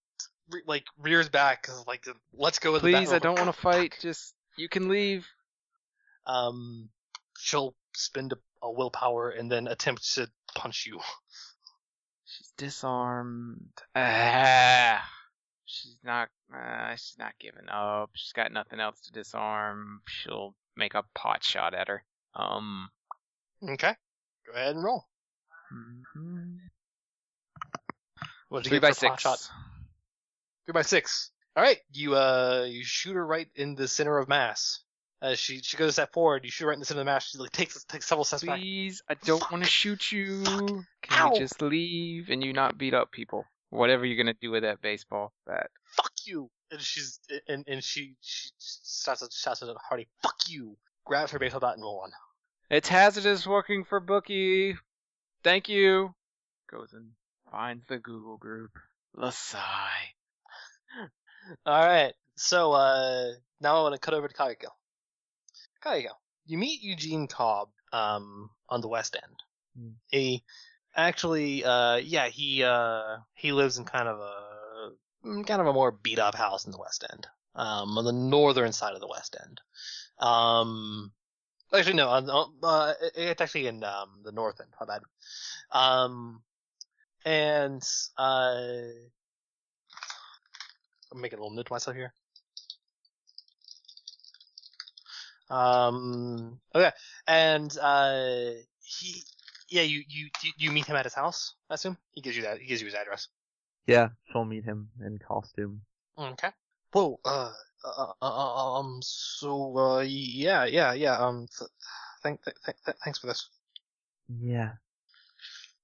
Speaker 5: re- like rears back 'cause, like let's go with the bat
Speaker 3: Please, I
Speaker 5: roll.
Speaker 3: don't want to fight. Just you can leave.
Speaker 5: Um, she'll spend a, a willpower and then attempt to punch you.
Speaker 3: She's disarmed. Ah, she's not. Uh, she's not giving up. She's got nothing else to disarm. She'll make a pot shot at her. Um.
Speaker 5: Okay. Go ahead and roll.
Speaker 4: Mm-hmm.
Speaker 5: What'd you
Speaker 3: Three
Speaker 5: get
Speaker 3: by
Speaker 5: for pot
Speaker 3: six.
Speaker 5: shot? Three by six. All right, you uh, you shoot her right in the center of mass. Uh, she she goes a step forward. You shoot her right in the center of mass. She like takes takes several steps back.
Speaker 3: Please, I don't want to shoot you. Can
Speaker 5: Ow.
Speaker 3: you just leave and you not beat up people? Whatever you're gonna do with that baseball bat.
Speaker 5: Fuck you! And she's and and she she starts shouts at Hardy. Fuck you! Grabs her baseball bat and roll on.
Speaker 3: It's hazardous working for Bookie. Thank you. Goes and finds the Google group. Lasai.
Speaker 5: All right. So uh, now I want to cut over to Kageko. Kageko, you meet Eugene Cobb um, on the West End. He actually, uh, yeah, he uh, he lives in kind of a mm, kind of a more beat up house in the West End, um, on the northern side of the West End. Um, actually, no, on, on- uh, it- it's actually in um, the north end. My bad. Um, and uh. I'm making a little note to myself here. Um. Okay. And uh, he, yeah, you you you- you meet him at his house. I assume he gives you that. He gives you his address.
Speaker 4: Yeah, she'll meet him in costume.
Speaker 5: Okay. Whoa. Uh. Uh, uh, uh, um. So. Uh. Yeah. Yeah. Yeah. Um. Th- thank. Th- th- th- thanks for this.
Speaker 7: Yeah.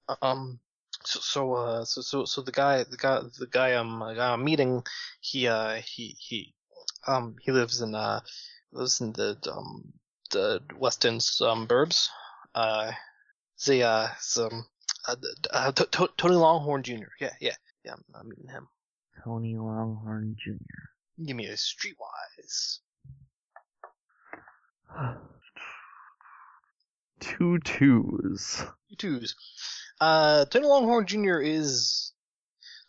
Speaker 5: Uh, um. So. So. Uh. So. So. So the guy. The guy. The guy. Um. uh, guy I'm meeting. He. Uh. He. He. Um. He lives in. Uh. Lives in the. Um. The West End's. Um. Burbs. Uh. The. Uh. Some. Uh. d- d- uh T- T- Tony Longhorn Jr. Yeah. Yeah. Yeah. I'm, I'm meeting him.
Speaker 7: Tony Longhorn Jr.
Speaker 5: Give me a streetwise.
Speaker 4: Two twos.
Speaker 5: You twos. Uh, Tony Longhorn Jr. is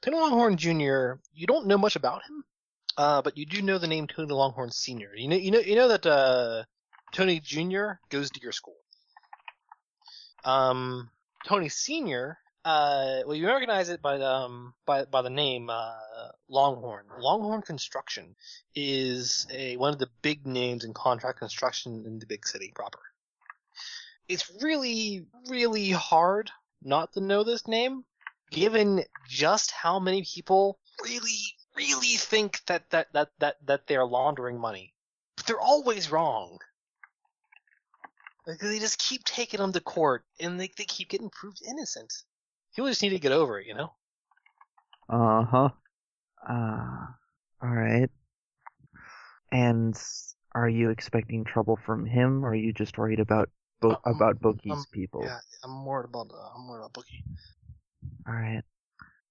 Speaker 5: Tony Longhorn Jr. You don't know much about him, uh, but you do know the name Tony Longhorn Sr. You know, you know, you know that uh, Tony Jr. goes to your school. Um, Tony Sr. Uh, well, you recognize it by the, um by by the name uh, Longhorn. Longhorn Construction is a one of the big names in contract construction in the big city proper it's really, really hard not to know this name, given just how many people really, really think that that that that, that they're laundering money. But they're always wrong. Like, they just keep taking them to court, and they, they keep getting proved innocent. People just need to get over it, you know.
Speaker 4: Uh huh.
Speaker 7: Uh-huh. Uh, alright. And are you expecting trouble from him, or are you just worried about
Speaker 4: Uh,
Speaker 7: bo-
Speaker 5: Um,
Speaker 7: about Boki's
Speaker 5: um,
Speaker 7: people?
Speaker 5: yeah. I'm worried about uh, I'm worried about Bookie.
Speaker 7: Alright.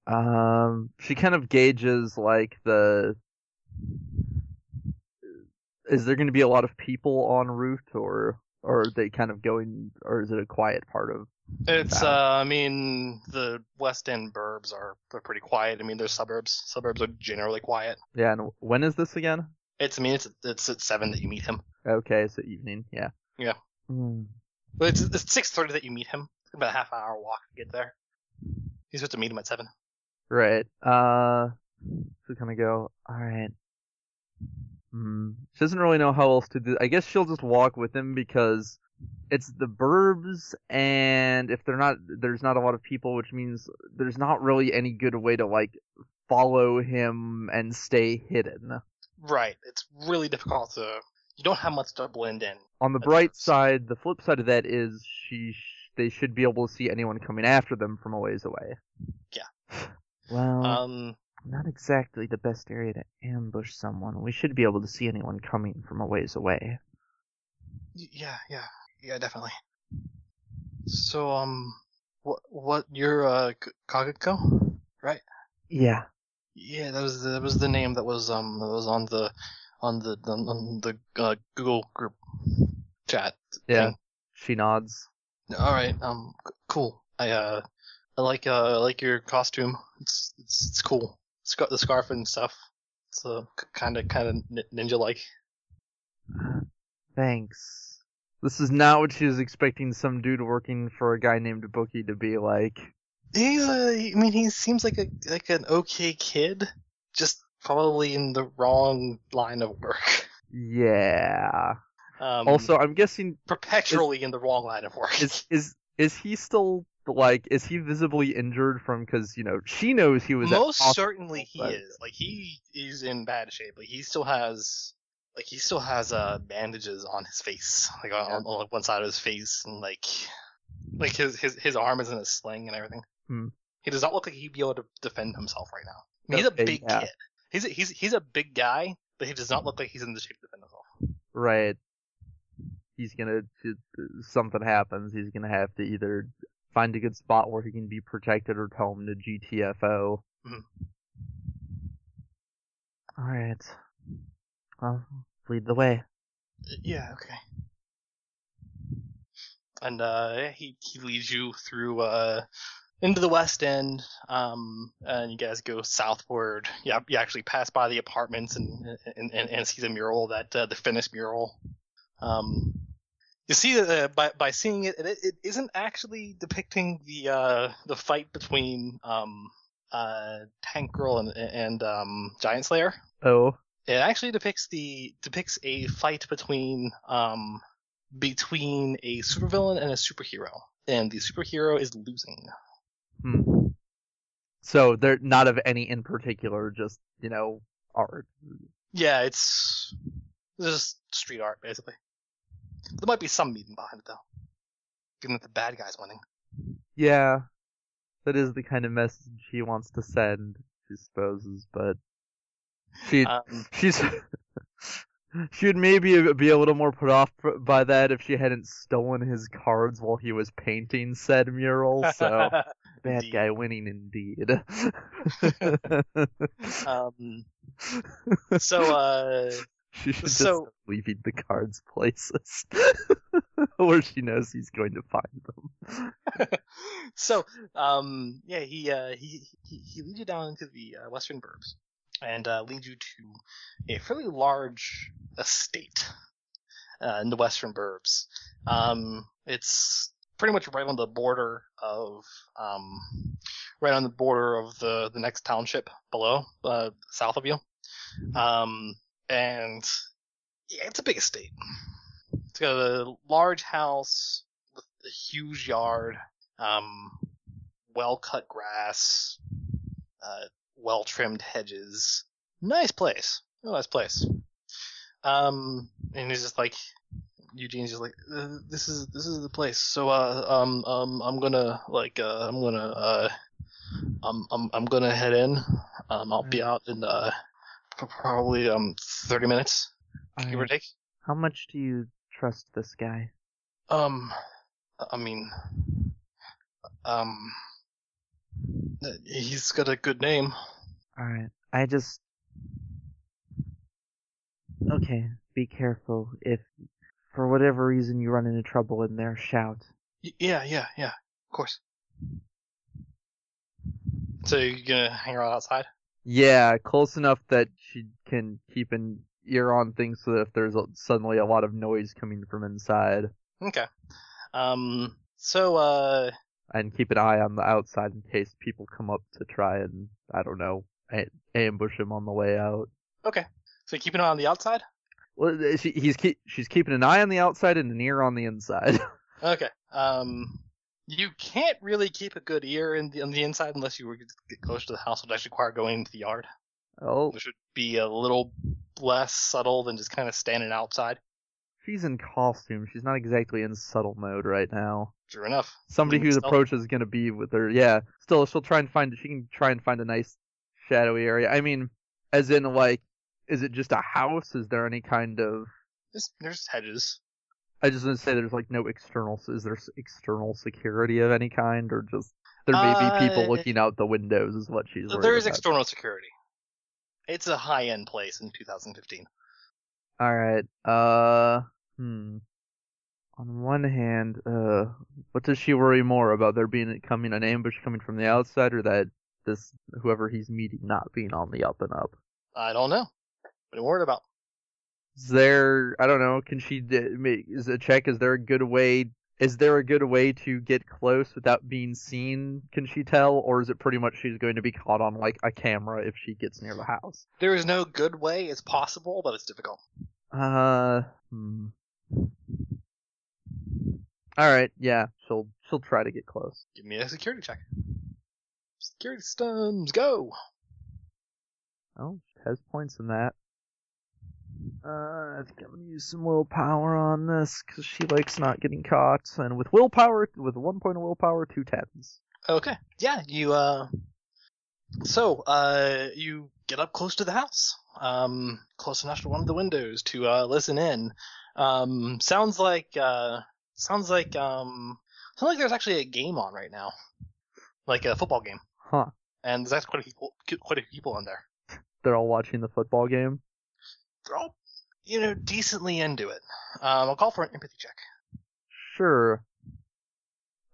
Speaker 4: Um, she kind of gauges like the. Is there going to be a lot of people en route, or or are they kind of going, or is it a quiet part of?
Speaker 5: It's
Speaker 4: Bad.
Speaker 5: uh, I mean, the West End burbs are are pretty quiet. I mean, they're suburbs. Suburbs are generally quiet.
Speaker 4: Yeah, and when is this again?
Speaker 5: It's I mean, it's it's at seven that you meet him.
Speaker 4: Okay, so evening. Yeah. Hmm,
Speaker 7: Mm,
Speaker 5: Well, it's, it's six thirty that you meet him. It's about a half hour walk to get there. He's supposed to meet him at seven.
Speaker 4: Right. Uh,
Speaker 7: so kind of go, alright.
Speaker 4: hmm. she doesn't really know how else to do. I guess she'll just walk with him because it's the burbs, and if they're not, there's not a lot of people, which means there's not really any good way to like follow him and stay hidden.
Speaker 5: Right. It's really difficult to. You don't have much to blend in.
Speaker 4: On the
Speaker 5: That's
Speaker 4: bright
Speaker 5: gross.
Speaker 4: side, the flip side of that is she sh- they should be able to see anyone coming after them from a ways away. Mm.
Speaker 7: Well,
Speaker 5: Um,
Speaker 7: not exactly the best area to ambush someone. We should be able to see anyone coming from a ways away.
Speaker 5: y- yeah, yeah, yeah, definitely. So, um, what, what, you're, uh, K- Kagako?
Speaker 7: Yeah.
Speaker 5: Yeah, that was the, that was the name that was, um, that was on the, on the, on, on the, uh, Google group chat.
Speaker 4: Yeah.
Speaker 5: thing.
Speaker 4: She nods.
Speaker 5: All right. Um. c- Cool. I uh. I like uh. I like your costume. It's it's, it's cool. It's got the scarf and stuff. It's uh, kind of kind of ninja like.
Speaker 7: Thanks.
Speaker 4: This is not what she was expecting some dude working for a guy named Bookie to be like.
Speaker 5: He's uh. I mean, he seems like a like an okay kid. Just probably in the wrong line of work.
Speaker 4: Yeah.
Speaker 5: Um,
Speaker 4: also, I'm guessing
Speaker 5: perpetually in the wrong line of work.
Speaker 4: is is is he still like is he visibly injured from cuz you know she knows he was at
Speaker 5: Most
Speaker 4: hos-
Speaker 5: certainly he
Speaker 4: but-
Speaker 5: is. Like he is in bad shape. Like he still has like he still has uh bandages on his face. Like on, on, like, one side of his face and like like his his his arm is in a sling and everything.
Speaker 4: Hmm.
Speaker 5: He does not look like he'd be able to defend himself right now. I mean, he's a
Speaker 4: Okay,
Speaker 5: big
Speaker 4: yeah.
Speaker 5: kid. He's a, he's he's a big guy, but he does not look like he's in the shape to defend himself.
Speaker 4: right he's going to something happens he's going to have to either find a good spot where he can be protected or tell him to GTFO
Speaker 7: All right. Well, lead the way.
Speaker 5: Yeah, okay. And uh yeah, he he leads you through uh into the west end um and you guys go southward. Yeah, you actually pass by the apartments and and and, and see the mural that uh, the finished mural. Um you see uh, by by seeing it, it it isn't actually depicting the uh the fight between um uh Tank Girl and and um Giant Slayer
Speaker 4: oh
Speaker 5: it actually depicts the depicts a fight between um between a supervillain and a superhero and the superhero is losing
Speaker 4: hmm. so they're not of any in particular just you know art
Speaker 5: yeah it's this is street art basically there might be some meaning behind it though given that the bad guy's winning
Speaker 4: yeah that is the kind of message he wants to send she supposes but she
Speaker 5: um,
Speaker 4: She's she'd maybe be a little more put off by that if she hadn't stolen his cards while he was painting said mural. So bad
Speaker 5: Indeed.
Speaker 4: guy winning indeed.
Speaker 5: um so uh
Speaker 4: she should just
Speaker 5: so-
Speaker 4: stop leaving the cards places where she knows he's going to find them.
Speaker 5: so, um, yeah, he uh, he he, he leads you down into the uh, western burbs and uh, leads you to a fairly large estate uh, in the western burbs. Um, it's pretty much right on the border of um, right on the border of the the next township below, uh, south of you. Um, and yeah, it's a big estate. It's got a large house with a huge yard um, well cut grass, uh, well trimmed hedges. Nice place. Real nice place. Um, and he's just like, Eugene's just like, "Uh, this is this is the place. So uh, um um I'm gonna like uh I'm gonna uh um I'm I'm gonna head in. Um, I'll be out in uh p- probably um 30 minutes,
Speaker 7: All
Speaker 5: give or
Speaker 7: right.
Speaker 5: take.
Speaker 7: How much do you trust this guy?
Speaker 5: Um, I mean, um, he's got a good name.
Speaker 7: All right. I just. Okay. Be careful. If for whatever reason you run into trouble in there, shout.
Speaker 5: Y- yeah, yeah, yeah. Of course. So you're gonna hang around outside?
Speaker 4: Yeah, close enough that she can keep an ear on things so that if there's a, suddenly a lot of noise coming from inside.
Speaker 5: Okay. Um. So uh,
Speaker 4: and keep an eye on the outside in case people come up to try and I don't know a- ambush him on the way out.
Speaker 5: so keeping an eye on the outside.
Speaker 4: Well, th- she, he's keep, she's keeping an eye on the outside and an ear on the inside.
Speaker 5: Okay. Um. you can't really keep a good ear in the, on the inside unless you were to get close to the house, which does require going into the yard,
Speaker 4: Oh,
Speaker 5: which would be a little less subtle than just kind of standing outside.
Speaker 4: she's in costume. She's not exactly in subtle mode right now.
Speaker 5: Sure enough.
Speaker 4: Somebody
Speaker 5: Even
Speaker 4: whose
Speaker 5: stealth?
Speaker 4: approach is going to be with her. Yeah. Still, she'll try and find. She can try and find a nice shadowy area. I mean, as in like, is it just a house? Is there any kind of?
Speaker 5: There's, there's hedges.
Speaker 4: I just want to say there's like no external. Is there s- external security of any kind, or just there may be people
Speaker 5: Uh,
Speaker 4: looking out the windows? Is what she's. worried
Speaker 5: there is
Speaker 4: about.
Speaker 5: external security. It's a high end place in 2015.
Speaker 4: All right. Uh, hmm. On one hand, uh, what does she worry more about? There being coming an ambush coming from the outside, or that this whoever he's meeting not being on the up and up?
Speaker 5: I don't know. What are you worried about?
Speaker 4: Is there? I don't know. Can she d- make? Is a check? Is there a good way? Is there a good way to get close without being seen? Can she tell, or is it pretty much she's going to be caught on like a camera if she gets near the house?
Speaker 5: There is no good way. It's possible, but it's difficult.
Speaker 4: Uh. Hmm. All right. Yeah. She'll she'll try to get close.
Speaker 5: Give me a security check. Security systems, go!
Speaker 4: Oh, she has points in that. Uh, I think I'm gonna use some willpower on this because she likes not getting caught. And with willpower, with one point of willpower, two tens.
Speaker 5: Okay. Yeah, you uh so uh you get up close to the house. Um close enough to one of the windows to uh listen in. Um sounds like uh sounds like um sounds like there's actually a game on right now. Like a football game.
Speaker 4: Huh.
Speaker 5: And there's actually quite a few people quite a few people in there.
Speaker 4: They're all watching the football game.
Speaker 5: They're all you know, decently into it. Um I'll call for an empathy check.
Speaker 4: Sure.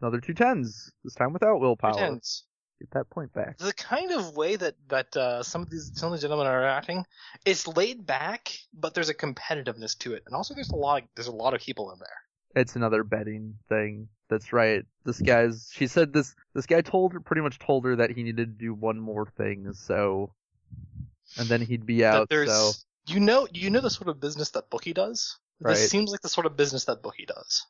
Speaker 4: Another two tens. This time without willpower.
Speaker 5: Pretends.
Speaker 4: Get that point back.
Speaker 5: the kind of way that that uh, some of these some of these gentlemen are acting, it's laid back, but there's a competitiveness to it, and also there's a lot there's a lot of people in there.
Speaker 4: It's another betting thing. That's right. This guy's. She said this. This guy told her pretty much told her that he needed to do one more thing. So, and then he'd be
Speaker 5: That
Speaker 4: out.
Speaker 5: there's
Speaker 4: So
Speaker 5: you know you know the sort of business that Bookie does.
Speaker 4: Right.
Speaker 5: This seems like the sort of business that Bookie does.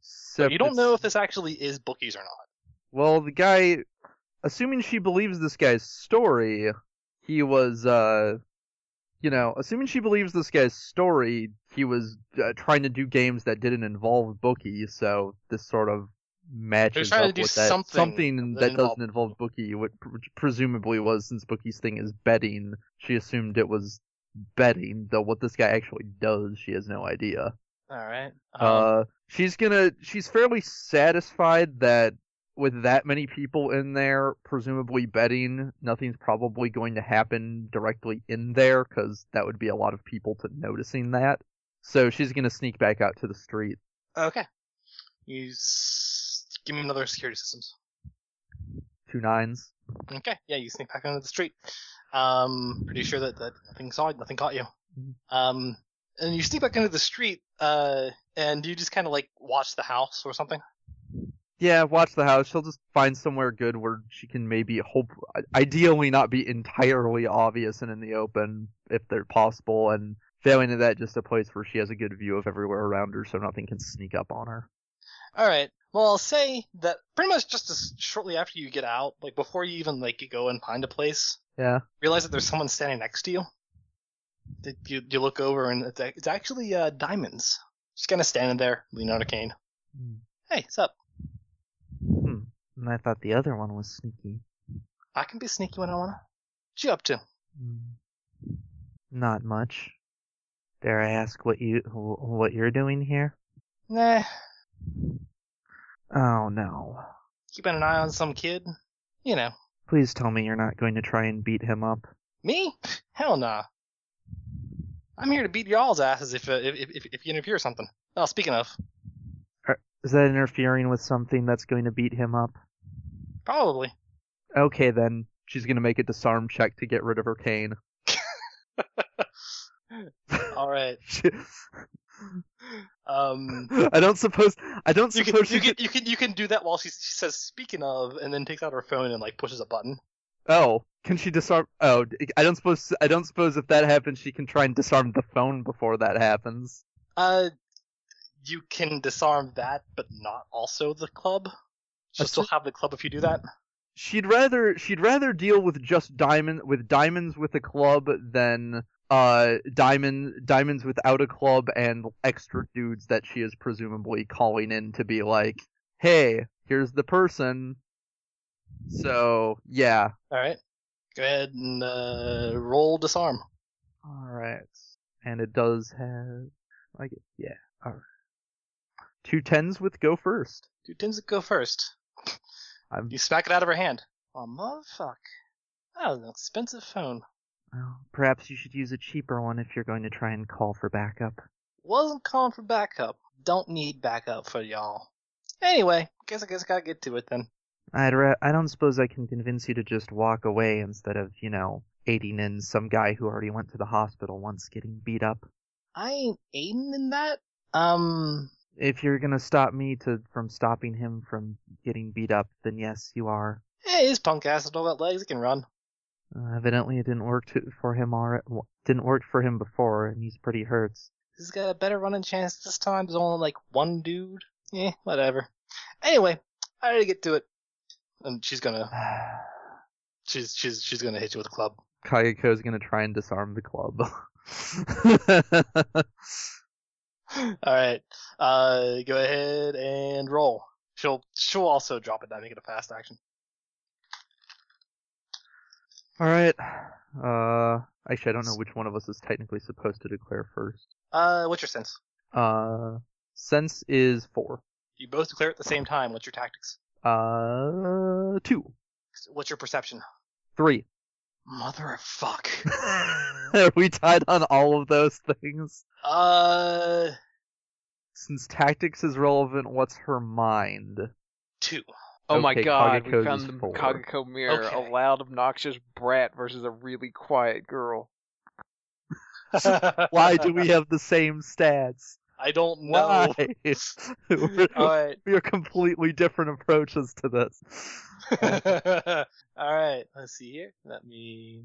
Speaker 4: so
Speaker 5: you don't know if this actually is Bookie's or not.
Speaker 4: Well, the guy, assuming she believes this guy's story, he was. uh you know, assuming she believes this guy's story, he was uh, trying to do games that didn't involve Bookie, so this sort of matches
Speaker 5: trying
Speaker 4: up
Speaker 5: to do
Speaker 4: with that.
Speaker 5: something that
Speaker 4: that
Speaker 5: involved-
Speaker 4: doesn't involve Bookie, which pr- presumably was since Bookie's thing is betting. She assumed it was betting, though what this guy actually does, she has no idea.
Speaker 5: All right. Um,
Speaker 4: Uh, she's gonna. She's fairly satisfied that with that many people in there, presumably betting, nothing's probably going to happen directly in there because that would be a lot of people to noticing that. So she's gonna sneak back out to the street.
Speaker 5: okay. You s- give me another security systems.
Speaker 4: Two nines.
Speaker 5: Okay. Yeah, you sneak back onto the street. Um, pretty sure that, that nothing saw nothing caught you. Um, and you sneak back into the street. Uh, and you just kind of like watch the house or something.
Speaker 4: Yeah, watch the house. She'll just find somewhere good where she can maybe hope, ideally, not be entirely obvious and in the open if they're possible. And failing to that, just a place where she has a good view of everywhere around her, so nothing can sneak up on her.
Speaker 5: All right. Well, I'll say that pretty much just as shortly after you get out, like before you even like you go and find a place,
Speaker 4: Yeah.
Speaker 5: realize that there's someone standing next to you. That You, you look over and it's, ac- it's actually uh, Diamonds. She's kind of standing there, Leonardo Kane.
Speaker 4: Hmm.
Speaker 5: Hey, what's up?
Speaker 7: Mm. And I thought the other one was sneaky.
Speaker 5: I can be sneaky when I wanna. What you up to?
Speaker 7: Mm. Not much. Dare I ask what you wh- what you're doing here?
Speaker 5: Nah,
Speaker 7: Oh no.
Speaker 5: keeping an eye on some kid. You know,
Speaker 7: Please tell me you're not going to try and beat him up.
Speaker 5: me? Hell nah. I'm here to beat y'all's asses if uh, if if, if you interfere or something. Oh, speaking of,
Speaker 7: Is that interfering with something that's going to beat him up?
Speaker 5: probably.
Speaker 4: Okay, then she's gonna make a disarm check to get rid of her cane.
Speaker 5: All right. Um.
Speaker 4: I don't suppose. I don't
Speaker 5: You can,
Speaker 4: suppose
Speaker 5: you
Speaker 4: she
Speaker 5: can you can you can do that while she she says speaking of and then takes out her phone and like pushes a button.
Speaker 4: could- Oh, can she disarm? Oh, I don't suppose. I don't suppose if that happens, she can try and disarm the phone before that happens.
Speaker 5: Uh, you can disarm that, but not also the club. She'll
Speaker 4: That's
Speaker 5: still have the club if you do that.
Speaker 4: she'd rather she'd rather deal with just diamond with diamonds with a club than uh diamond diamonds without a club and extra dudes that she is presumably calling in to be like, "Hey, here's the person." So, yeah.
Speaker 5: All right. Go ahead and uh, roll disarm.
Speaker 4: All right. And it does have like yeah. All right. Two tens with go first.
Speaker 5: Do Dinzik go first?
Speaker 4: I'm-
Speaker 5: You smack it out of her hand. Oh, motherfuck. That was an expensive phone.
Speaker 7: Well, perhaps you should use a cheaper one if you're going to try and call for backup.
Speaker 5: Wasn't calling for backup. Don't need backup for y'all. Anyway, guess I guess I gotta get to it then.
Speaker 7: I'd ra- I don't suppose I can convince you to just walk away instead of, you know, aiding in some guy who already went to the hospital once getting beat up.
Speaker 5: I ain't aiding in that. Um,
Speaker 7: If you're gonna stop me to from stopping him from getting beat up, then yes, you are.
Speaker 5: hey, his punk ass has all got legs. He can run.
Speaker 7: Uh, evidently, it didn't work to, for him. Alre- w- didn't work for him before, and he's pretty hurt.
Speaker 5: He's got a better running chance this time. There's only like one dude. Yeah, whatever. Anyway, I gotta get to it. And she's gonna, she's she's she's gonna hit you with a club.
Speaker 4: Kageko's going to try and disarm the club.
Speaker 5: All right. Uh, go ahead and roll. She'll she'll also drop it down. Make it a fast action.
Speaker 4: All right. Uh, actually, I don't know which one of us is technically supposed to declare first.
Speaker 5: Uh, what's your sense?
Speaker 4: Uh, sense is four.
Speaker 5: You both declare at the same time. What's your tactics?
Speaker 4: Uh, two,
Speaker 5: What's your perception?
Speaker 4: three.
Speaker 5: Mother of fuck.
Speaker 4: Are we tied on all of those things?
Speaker 5: uh,
Speaker 4: Since tactics is relevant, what's her mind?
Speaker 5: two.
Speaker 3: Oh my
Speaker 4: Okay,
Speaker 3: god, we
Speaker 4: Kageko's
Speaker 3: found
Speaker 4: is
Speaker 3: the
Speaker 4: four.
Speaker 3: Kageko mirror,
Speaker 5: Okay.
Speaker 3: a loud, obnoxious brat versus a really quiet girl.
Speaker 4: Why do we have the same stats?
Speaker 5: I don't know.
Speaker 4: Why? We're-
Speaker 5: All right.
Speaker 4: we are completely different approaches to this.
Speaker 5: All right. Let's see here. Let me.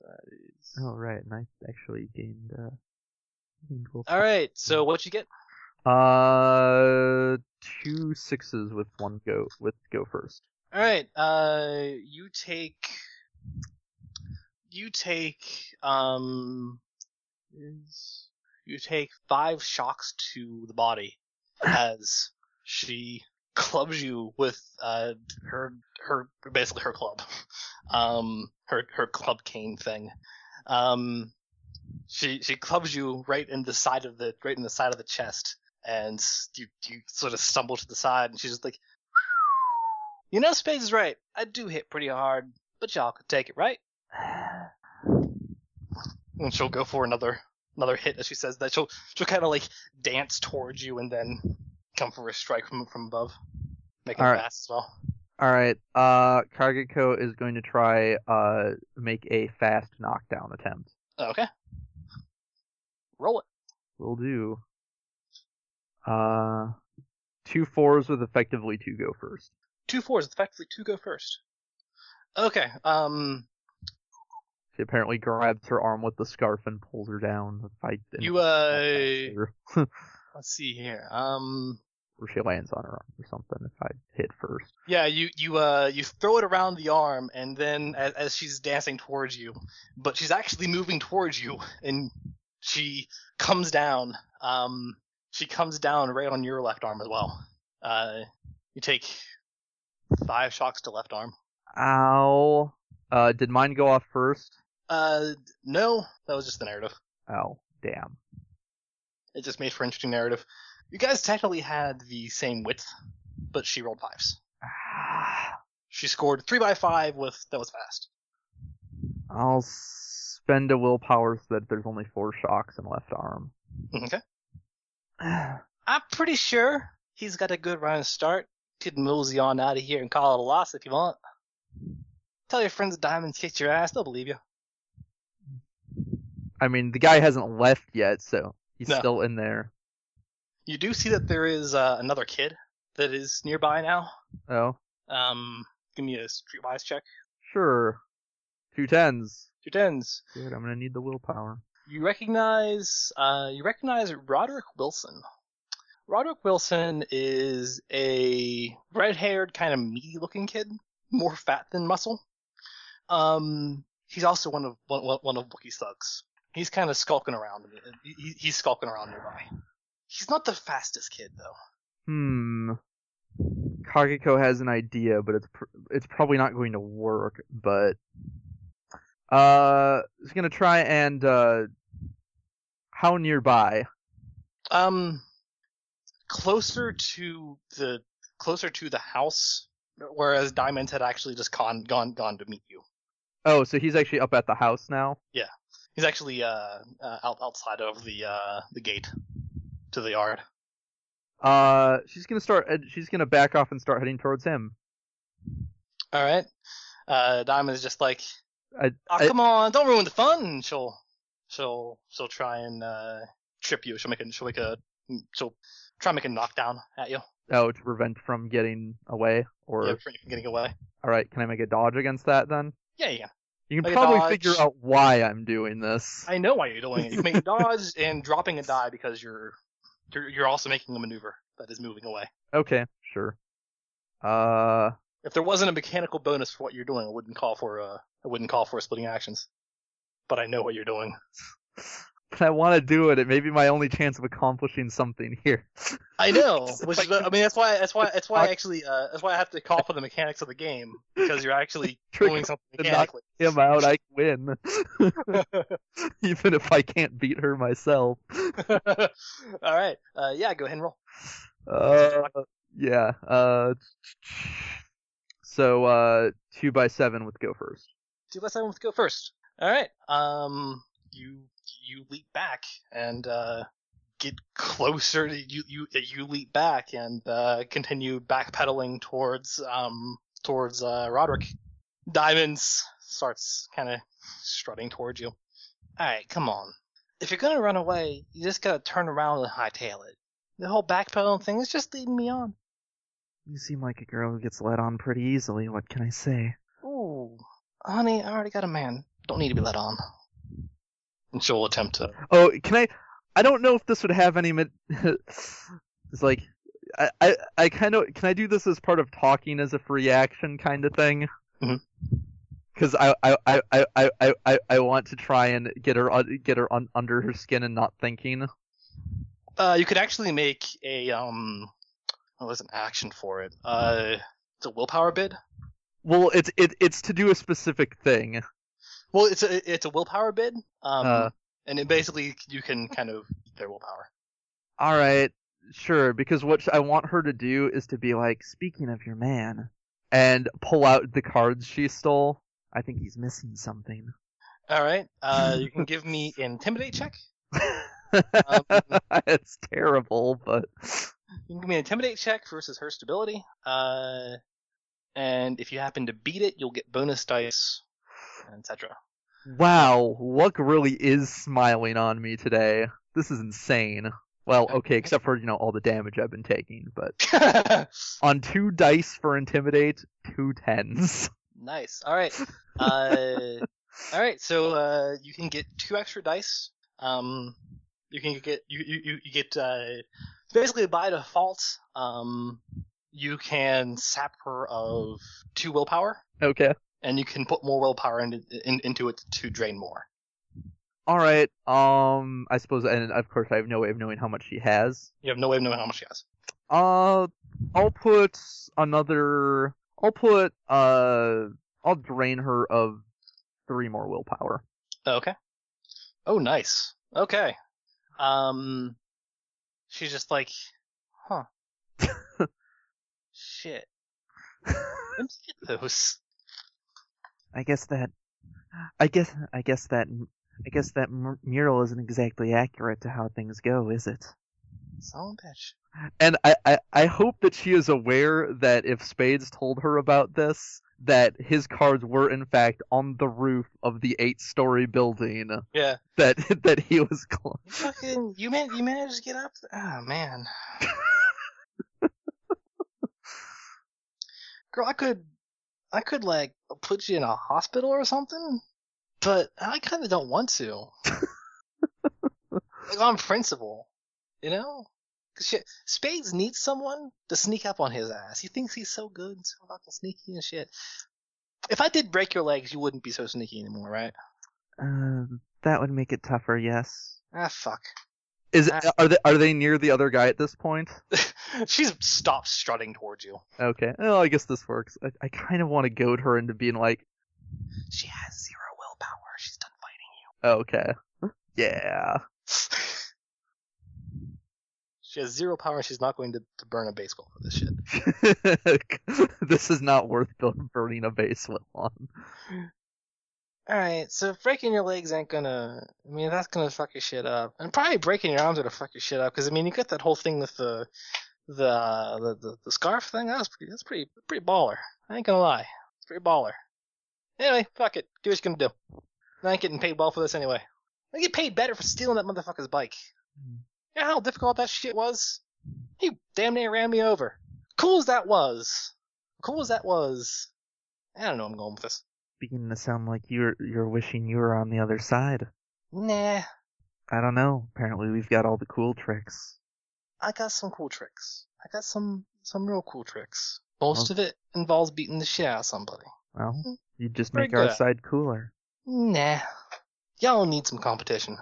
Speaker 5: that is-
Speaker 7: Oh right, and I actually gained. Uh, gained wolf-
Speaker 5: All right. So what you get?
Speaker 4: Uh, two sixes with one go with go first.
Speaker 5: All right. Uh, you take. You take. Um. is- You take five shocks to the body as she clubs you with uh her her basically her club, um her her club cane thing, um. She she clubs you right in the side of the right in the side of the chest, and you you sort of stumble to the side, and she's just like. You know, Spades is right. I do hit pretty hard, but y'all could take it, right? And she'll go for another another hit as she says that. She'll she'll kind of like dance towards you and then come for a strike from from above, making
Speaker 4: All
Speaker 5: it
Speaker 4: right.
Speaker 5: fast as well.
Speaker 4: All right. Uh, Kageko is going to try uh make a fast knockdown attempt.
Speaker 5: Okay, roll it.
Speaker 4: Will do. Uh, two fours with effectively two go first.
Speaker 5: Two fours, effectively two go first. Okay. Um,
Speaker 4: She apparently grabs her arm with the scarf and pulls her down. The fight. and-
Speaker 5: you uh,
Speaker 4: or
Speaker 5: let's see here. Um,
Speaker 4: she lands on her arm or something. If I hit first.
Speaker 5: Yeah, you you uh you throw it around the arm, and then as, as she's dancing towards you, but she's actually moving towards you, and she comes down. Um, she comes down right on your left arm as well. Uh, you take five shocks to left arm.
Speaker 4: Ow. Uh, did mine go off first?
Speaker 5: Uh, no, that was just the narrative.
Speaker 4: Oh, damn.
Speaker 5: It just made for interesting narrative. You guys technically had the same width, but she rolled fives. She scored three by five with that was fast.
Speaker 4: I'll spend a willpower so that there's only four shocks in left arm.
Speaker 5: Okay. I'm pretty sure he's got a good running start. Could mosey on out of here and call it a loss if you want. Tell your friends the Diamonds kicked your ass, they'll believe you.
Speaker 4: I mean, the guy hasn't left yet, so he's
Speaker 5: No.
Speaker 4: still in there.
Speaker 5: You do see that there is uh, another kid that is nearby now.
Speaker 4: Oh,
Speaker 5: Um, give me a streetwise check.
Speaker 4: sure. Two tens.
Speaker 5: Two tens.
Speaker 4: Good. I'm gonna need the willpower.
Speaker 5: You recognize, uh, you recognize Roderick Wilson. Roderick Wilson is a red-haired, kind of meaty-looking kid, more fat than muscle. Um, he's also one of one, one- one of Wookiee's thugs. He's kind of skulking around. He, he- he's skulking around nearby. He's not the fastest kid though.
Speaker 4: Hmm. Kagiko has an idea, but it's pr- it's probably not going to work. But uh, he's gonna try and uh, how nearby?
Speaker 5: Um, closer to the closer to the house, whereas Diamond had actually just con, gone gone to meet you.
Speaker 4: Oh, so he's actually up at the house now.
Speaker 5: He's actually uh, uh out outside of the uh the gate to the yard.
Speaker 4: Uh, she's gonna start. uh, She's gonna back off and start heading towards him.
Speaker 5: All right. Uh, Diamond's just like,
Speaker 4: I-
Speaker 5: "Aw,
Speaker 4: I-
Speaker 5: come on, don't ruin the fun. And she'll she'll she'll try and uh trip you. She'll make a she'll make a she'll try and make a knockdown at you.
Speaker 4: Oh, to prevent from getting away. Or
Speaker 5: Yeah, for getting away.
Speaker 4: all right, can I make a dodge against that then?
Speaker 5: Yeah, yeah.
Speaker 4: You can
Speaker 5: Make a
Speaker 4: probably
Speaker 5: dodge.
Speaker 4: figure out why I'm doing this.
Speaker 5: I know why you're doing it. You're making dodge and dropping a die because you're you're, you're also making a maneuver that is moving away.
Speaker 4: Okay, sure. Uh,
Speaker 5: If there wasn't a mechanical bonus for what you're doing, I wouldn't call for uh I wouldn't call for splitting actions. But I know what you're doing.
Speaker 4: but I want to do it. It may be my only chance of accomplishing something here.
Speaker 5: I know, which is,
Speaker 4: like-
Speaker 5: I mean that's why that's why that's why I actually uh, that's why I have to call for the mechanics of the game because you're actually
Speaker 4: Trick
Speaker 5: doing something
Speaker 4: the
Speaker 5: mechanically.
Speaker 4: him out, I win. Even if I can't beat her myself.
Speaker 5: All right, uh, yeah, go ahead and roll.
Speaker 4: Uh, yeah. Uh, so uh, two by seven with go first.
Speaker 5: Two by seven, let's go first. All right, um, you you leap back and uh, get closer. To, you you you leap back and uh, continue backpedaling towards um towards uh, Roderick. Diamonds starts kind of strutting towards you. All right, come on. If you're gonna run away, you just gotta turn around and hightail it. The whole backpedaling thing is just leading me on.
Speaker 7: You seem like a girl who gets led on pretty easily, what can I say?
Speaker 5: Ooh, honey, I already got a man. Don't need to be let on. And she'll attempt to.
Speaker 4: Oh, can I? I don't know if this would have any. Mid- it's like. I, I, I kind of can I do this as part of talking as a free action kind of thing?
Speaker 5: Mhm.
Speaker 4: Because I, I, I, I- I, I, I, I want to try and get her un- get her un, under her skin and not thinking.
Speaker 5: Uh, you could actually make a um, what was an action for it? Uh, it's a willpower bid.
Speaker 4: Well, it's it, it's to do a specific thing.
Speaker 5: Well, it's a it's a willpower bid. Um,
Speaker 4: Uh.
Speaker 5: and it basically you can kind of eat their willpower.
Speaker 4: All right, sure. Because what sh- I want her to do is to be like
Speaker 7: Speaking of your man,
Speaker 4: and pull out the cards she stole.
Speaker 7: I think he's missing something.
Speaker 5: All right. Uh, you can give me an intimidate check. Um,
Speaker 4: it's terrible, but
Speaker 5: You can give me an intimidate check versus her stability. Uh, and if you happen to beat it, you'll get bonus dice, etc.
Speaker 4: wow, Luck really is smiling on me today. This is insane. Well, okay, except for you know all the damage I've been taking, but on two dice for intimidate, two tens.
Speaker 5: nice. All right. Uh, all right. So uh, you can get two extra dice. Um, you can get you you you, you get uh, basically by default. Um, you can sap her of two willpower,
Speaker 4: Okay.
Speaker 5: and you can put more willpower into in, into it to drain more.
Speaker 4: All right. Um, I suppose, and of course, I have no way of knowing how much she has.
Speaker 5: You have no way of knowing how much she has.
Speaker 4: Uh, I'll put another. I'll put uh. I'll drain her of three more willpower.
Speaker 5: Okay. Oh, nice. Okay. Um, she's just like, huh. Shit. Let me get those.
Speaker 7: I guess that, I guess, I guess that, I guess that mur- mural isn't exactly accurate to how things go, is it?
Speaker 5: Son of a bitch.
Speaker 4: And I, I, I hope that she is aware that if Spades told her about this, that his cards were in fact on the roof of the eight-story building
Speaker 5: Yeah.
Speaker 4: that that he was. Cl-
Speaker 5: You fucking, you man, you managed to get up. Ah, man. Girl, I could, I could like put you in a hospital or something, but I kind of don't want to. like on principle, you know. Shit, Spades needs someone to sneak up on his ass. He thinks he's so good and so fucking sneaky and shit. If I did break your legs, you wouldn't be so sneaky anymore, right?
Speaker 7: Uh, that would make it tougher, yes.
Speaker 5: Ah, fuck.
Speaker 4: Is
Speaker 5: Uh,
Speaker 4: are they are they near the other guy at this point?
Speaker 5: She's stopped strutting towards you.
Speaker 4: Okay. Oh, I guess this works. I, I kind of want to goad her into being like,
Speaker 5: She has zero willpower. She's done
Speaker 4: oh, okay, yeah.
Speaker 5: fighting. she has zero power. She's not going to, to burn a baseball for this shit.
Speaker 4: this is not worth bu- burning a base with on.
Speaker 5: All right, so breaking your legs ain't gonna. I mean, that's gonna fuck your shit up, and probably breaking your arms would fuck your shit up. Because I mean, you got that whole thing with the, the uh, the the, the scarf thing. That was pretty. That's pretty pretty baller. I ain't gonna lie. It's pretty baller. Anyway, fuck it. Do what you're gonna do. I ain't getting paid well for this anyway. I get paid better for stealing that motherfucker's bike. You know how difficult that shit was? He damn near ran me over. Cool as that was. Cool as that was. I don't know. where I'm going with this.
Speaker 7: Beginning to sound like you're you're wishing you were on the other side.
Speaker 5: Nah.
Speaker 7: I don't know. Apparently, we've got all the cool tricks.
Speaker 5: I got some cool tricks. I got some some real cool tricks. Most of it involves beating the shit out of somebody.
Speaker 7: Well, you just
Speaker 5: Very
Speaker 7: make our
Speaker 5: good.
Speaker 7: side cooler.
Speaker 5: Nah. Y'all need some competition.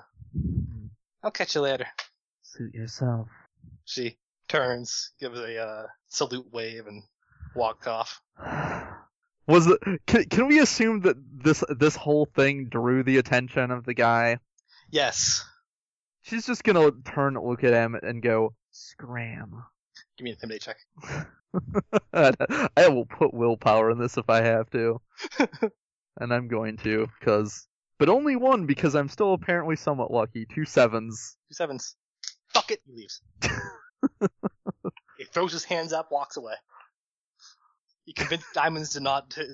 Speaker 5: I'll catch you later.
Speaker 7: Suit yourself.
Speaker 5: She turns, gives a uh, salute wave, and walks off.
Speaker 4: Was the, can can we assume that this this whole thing drew the attention of the guy?
Speaker 5: Yes.
Speaker 4: She's just gonna turn, look at him, and go.
Speaker 7: Scram.
Speaker 5: Give me an intimidate check.
Speaker 4: I will put willpower in this if I have to, and I'm going to, cause but only one because I'm still apparently somewhat lucky. Two sevens.
Speaker 5: Two sevens. Fuck it. He leaves. he throws his hands up, walks away. He convinced diamonds to not to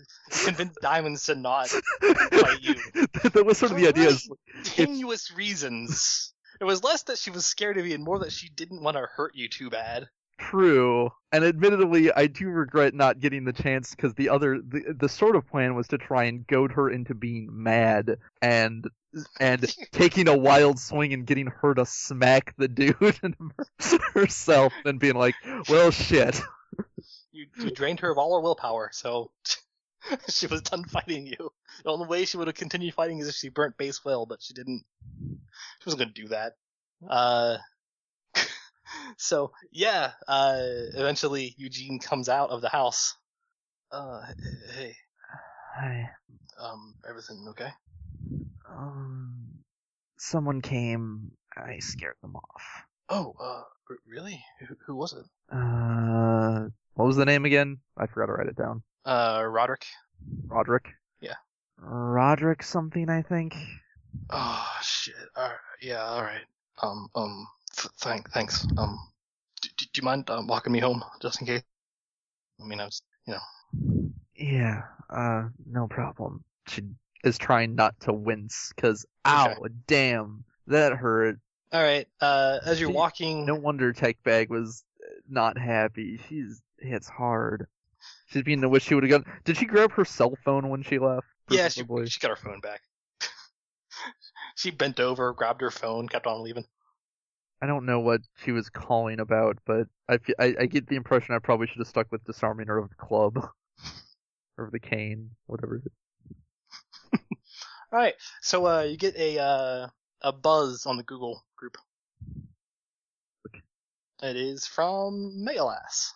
Speaker 5: convince diamonds to not Bite you.
Speaker 4: that was sort of the idea. Is
Speaker 5: tenuous reasons. It was less that she was scared of you and more that she didn't want to hurt you too bad.
Speaker 4: True, and admittedly, I do regret not getting the chance because the other, the, the sort of plan was to try and goad her into being mad and and taking a wild swing and getting her to smack the dude and herself, and being like, "Well, shit."
Speaker 5: You, you drained her of all her willpower, so she was done fighting you. The only way she would have continued fighting is if she burnt base will, but she didn't. She wasn't going to do that. Uh, so yeah, uh, eventually Eugene comes out of the house. Uh, hey,
Speaker 7: Hi.
Speaker 5: um, everything okay?
Speaker 7: Um, someone came. I scared them off.
Speaker 5: Oh, uh, r- really? Who, who was it?
Speaker 7: Uh,
Speaker 4: What was the name again? I forgot to write it down.
Speaker 5: Uh, Roderick.
Speaker 4: Roderick.
Speaker 7: Roderick something, I think.
Speaker 5: Oh shit! All right. Yeah, all right. Um, um, th- thank, thanks. Um, do, do you mind um, walking me home just in case? I mean, I was.
Speaker 7: Yeah. Uh, no problem.
Speaker 4: She is trying not to wince because,
Speaker 5: Okay.
Speaker 4: ow, damn, that hurt.
Speaker 5: All right. Uh, as you're
Speaker 4: She-
Speaker 5: walking,
Speaker 4: No wonder Tech Bag was uh, not happy.
Speaker 7: She's hits hard.
Speaker 4: She's being the wish she would have gotten. Did she grab her cell phone when she left?
Speaker 5: yeah, she,
Speaker 4: Presumably.
Speaker 5: she got her phone back. she bent over, grabbed her phone, kept on leaving.
Speaker 4: I don't know what she was calling about, but I, fe- I, I get the impression I probably should have stuck with disarming her of the club, or the cane, whatever. it is.
Speaker 5: All right. So, uh, you get a uh a buzz on the Google group. It is from Megalass.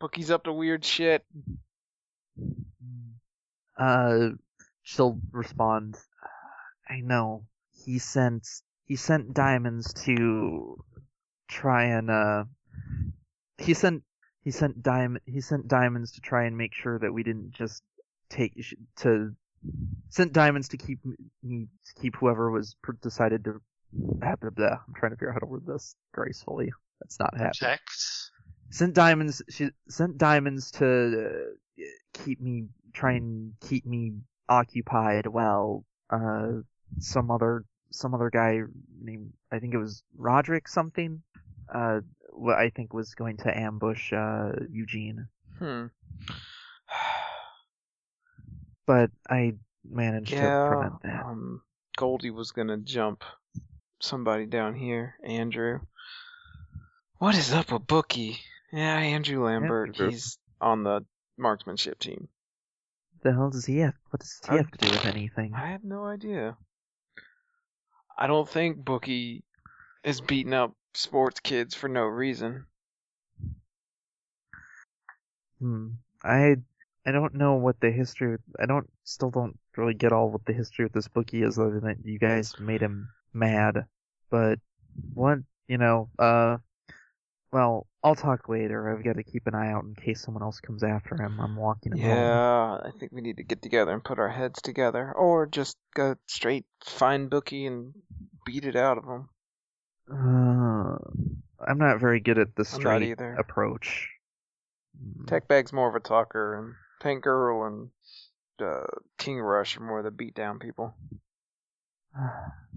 Speaker 3: Bookie's up to weird shit.
Speaker 7: Mm. Uh, she'll respond. I know. He sent he sent diamonds to try and uh. He sent he sent diamond he sent diamonds to try and make sure that we didn't just take sh- to sent diamonds to keep m- me to keep whoever was pr- decided to. Blah, blah, blah. I'm trying to figure out how to word this gracefully. That's not happening
Speaker 5: Checked.
Speaker 7: sent diamonds she sent diamonds to uh, keep me try and keep me occupied while uh some other some other guy named I think it was Roderick something uh what I think was going to ambush uh Eugene
Speaker 3: Hmm.
Speaker 7: but I managed to
Speaker 3: Yeah.
Speaker 7: prevent that
Speaker 3: Um, Goldie was gonna jump somebody down here, Andrew. What is up with Bookie? Yeah, Andrew Lambert.
Speaker 4: Andrew.
Speaker 3: He's on the marksmanship team.
Speaker 7: The hell does he have? What does he
Speaker 3: I-
Speaker 7: have to do with anything?
Speaker 3: I have no idea. I don't think Bookie is beating up sports kids for no reason.
Speaker 7: Hmm. I I don't know what the history. with- I don't still don't really get all what the history with this bookie is, other than you guys made him mad. But what you know, uh, well, I'll talk later. I've got to keep an eye out in case someone else comes after him. I'm walking him home.
Speaker 3: Yeah, I think we need to get together and put our heads together, or just go straight find Bookie and beat it out of him.
Speaker 7: Uh, I'm not very good at the
Speaker 3: I'm not
Speaker 7: straight
Speaker 3: either.
Speaker 7: approach. Hmm.
Speaker 3: Tech Bag's more of a talker, and Tank Girl and uh, King Rush are more the beat down people.
Speaker 7: I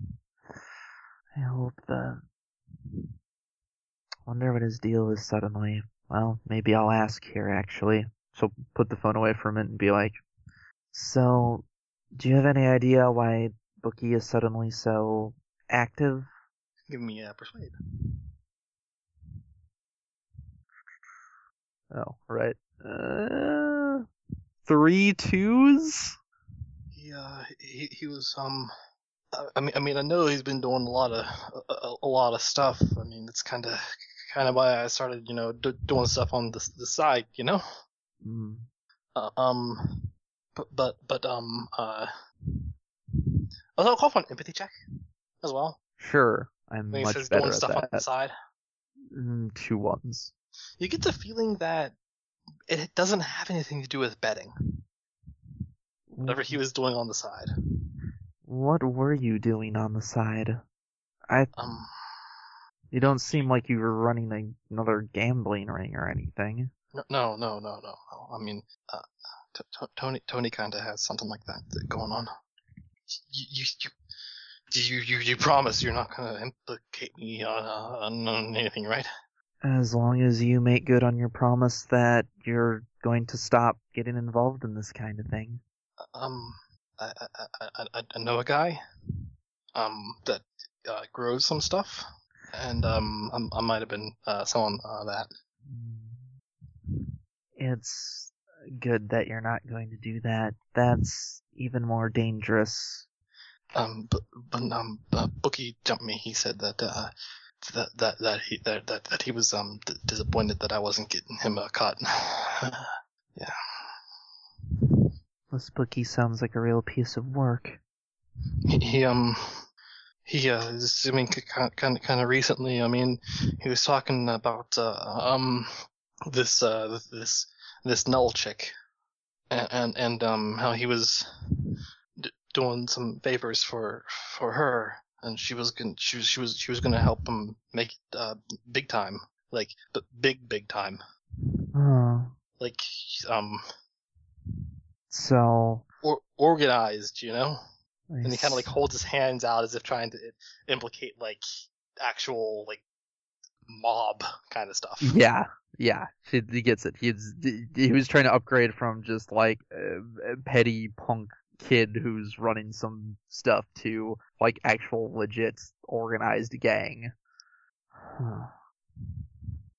Speaker 7: hope that. Wonder what his deal is suddenly. Well, maybe I'll ask here actually. She'll put the phone away for a minute and be like, "So, do you have any idea why Bookie is suddenly so active?"
Speaker 5: Give me a persuade.
Speaker 4: Oh, right. Uh, three twos?
Speaker 5: He, uh, he he was um, I- I mean I mean I know he's been doing a lot of a- a, a lot of stuff. I mean it's kind of kind of why I started you know d- doing stuff on the s- the side you know.
Speaker 7: Mm.
Speaker 5: Uh, um, but but but um uh, also I'll call for an empathy check as well.
Speaker 4: Sure.
Speaker 7: I'm
Speaker 5: When he
Speaker 7: much
Speaker 5: says
Speaker 7: better
Speaker 5: doing
Speaker 7: at
Speaker 5: stuff on the
Speaker 7: that.
Speaker 5: side,
Speaker 7: Mm, two ones.
Speaker 5: you get the feeling that it doesn't have anything to do with betting. Whatever he was doing on the side.
Speaker 7: What were you doing on the side?
Speaker 5: Um,
Speaker 7: You don't seem like you were running a, another gambling ring or anything.
Speaker 5: No, no, no, no, no. no. I mean, uh, t- t- Tony, Tony kind of has something like that th- going on. You, you, you, do you, you, you promise you're not gonna implicate me on, uh, on- on anything, right?
Speaker 7: As long as you make good on your promise that you're going to stop getting involved in this kind of thing.
Speaker 5: Um, I, I, I- I, I know a guy, um, that uh, grows some stuff, and um, I'm- I, might have been uh, selling uh, that.
Speaker 7: It's good that you're not going to do that. That's even more dangerous.
Speaker 5: Um, but, but um, uh, Bookie jumped me. He said that uh, that that that he that that, that he was um d- disappointed that I wasn't getting him uh, caught. yeah.
Speaker 7: This bookie sounds like a real piece of work.
Speaker 5: He, he um he uh is- I mean kind of kind of recently. I mean he was talking about uh, um this uh this this null chick and and, and um how he was d- doing some favors for for her and she was gonna she was she was she was gonna help him make it uh big time like but big big time
Speaker 7: Oh,
Speaker 5: like um
Speaker 7: so.
Speaker 5: or organized you know
Speaker 7: I
Speaker 5: and he kind of like
Speaker 7: s-
Speaker 5: holds his hands out as if trying to implicate like actual like mob kind of stuff.
Speaker 4: Yeah. Yeah. He, he gets it. He's, he was trying to upgrade from just like a a petty punk kid who's running some stuff to like actual legit organized gang.
Speaker 7: Huh.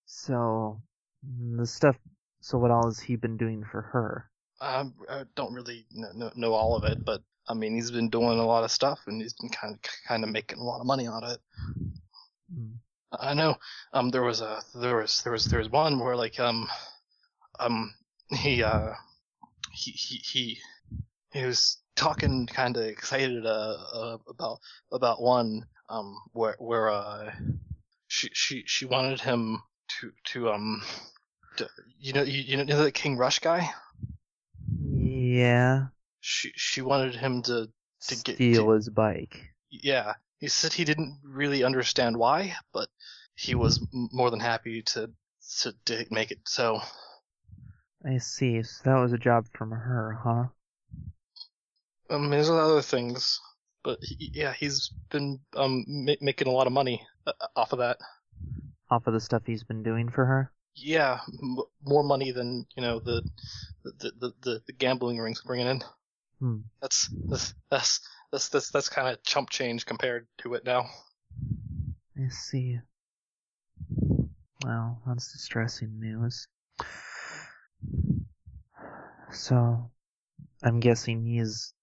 Speaker 7: So, mm, the stuff. So, what all has he been doing for her?
Speaker 5: Um, I don't really know, know, know all of it, but I mean he's been doing a lot of stuff and he's been kind of kind of making a lot of money on it.
Speaker 7: Mm.
Speaker 5: I know. Um, there was a there was there was there was one where like um um he uh he he he, he was talking kind of excited uh, uh about about one um where where uh she she she wanted him to to um to, you know you, you know the King Rush guy
Speaker 7: Yeah.
Speaker 5: she she wanted him to To
Speaker 7: Steal
Speaker 5: get- to-
Speaker 7: his bike.
Speaker 5: yeah he said he didn't really understand why but he was m- more than happy to to, to make it so
Speaker 7: I see. So that was a job from her, huh?
Speaker 5: Um, there's a lot of other things, but he, yeah, he's been um ma- making a lot of money uh, off of that.
Speaker 7: Off of the stuff he's been doing for her.
Speaker 5: Yeah, m- more money than you know the the the, the, the gambling rings bringing in.
Speaker 7: Hmm.
Speaker 5: That's that's that's that's that's, that's kind of chump change compared to it now.
Speaker 7: I see. Well, that's distressing news. So, I'm guessing he's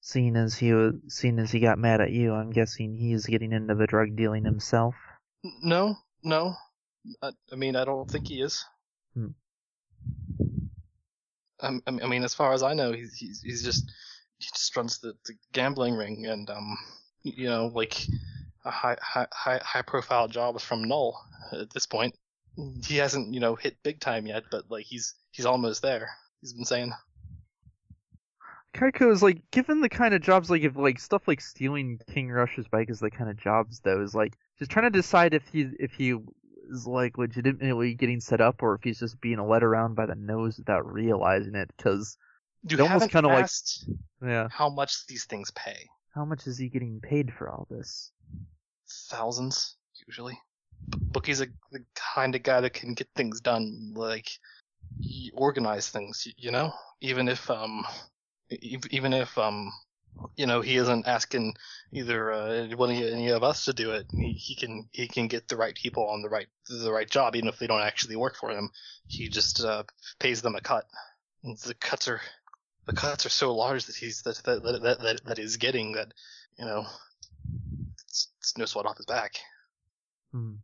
Speaker 7: seeing as he was seeing as he got mad at you. I'm guessing he's getting into the drug dealing himself.
Speaker 5: N- No, no. I, I mean, I don't think he is.
Speaker 7: Hmm.
Speaker 5: Um, I mean- I mean, as far as I know, he's he's, he's just he just runs the, the gambling ring and um, y- you know, like a high high high high profile job from Null at this point. He hasn't you know hit big time yet, but like he's he's almost there. He's been saying.
Speaker 4: Kaiko is like, given the kind of jobs, like if like stuff like stealing King Rush's bike is the kind of jobs though, is like just trying to decide if he if he is like legitimately getting set up or if he's just being led around by the nose without realizing it. Because
Speaker 5: You
Speaker 4: It almost
Speaker 5: haven't
Speaker 4: kinda like-
Speaker 5: asked
Speaker 4: yeah,
Speaker 5: how much these things pay.
Speaker 7: How much is he getting paid for all this?
Speaker 5: thousands usually. B- Bookie's a, the kind of guy that can get things done, like he organize things, y- you know. Even if um, e- even if um, you know, he isn't asking either uh, one of any of us to do it. He, he can he can get the right people on the right the right job, even if they don't actually work for him. He just uh, pays them a cut. And The cuts are the cuts are so large that he's that that that that, that, that he's getting that you know it's, it's no sweat off his back.
Speaker 7: Hmm.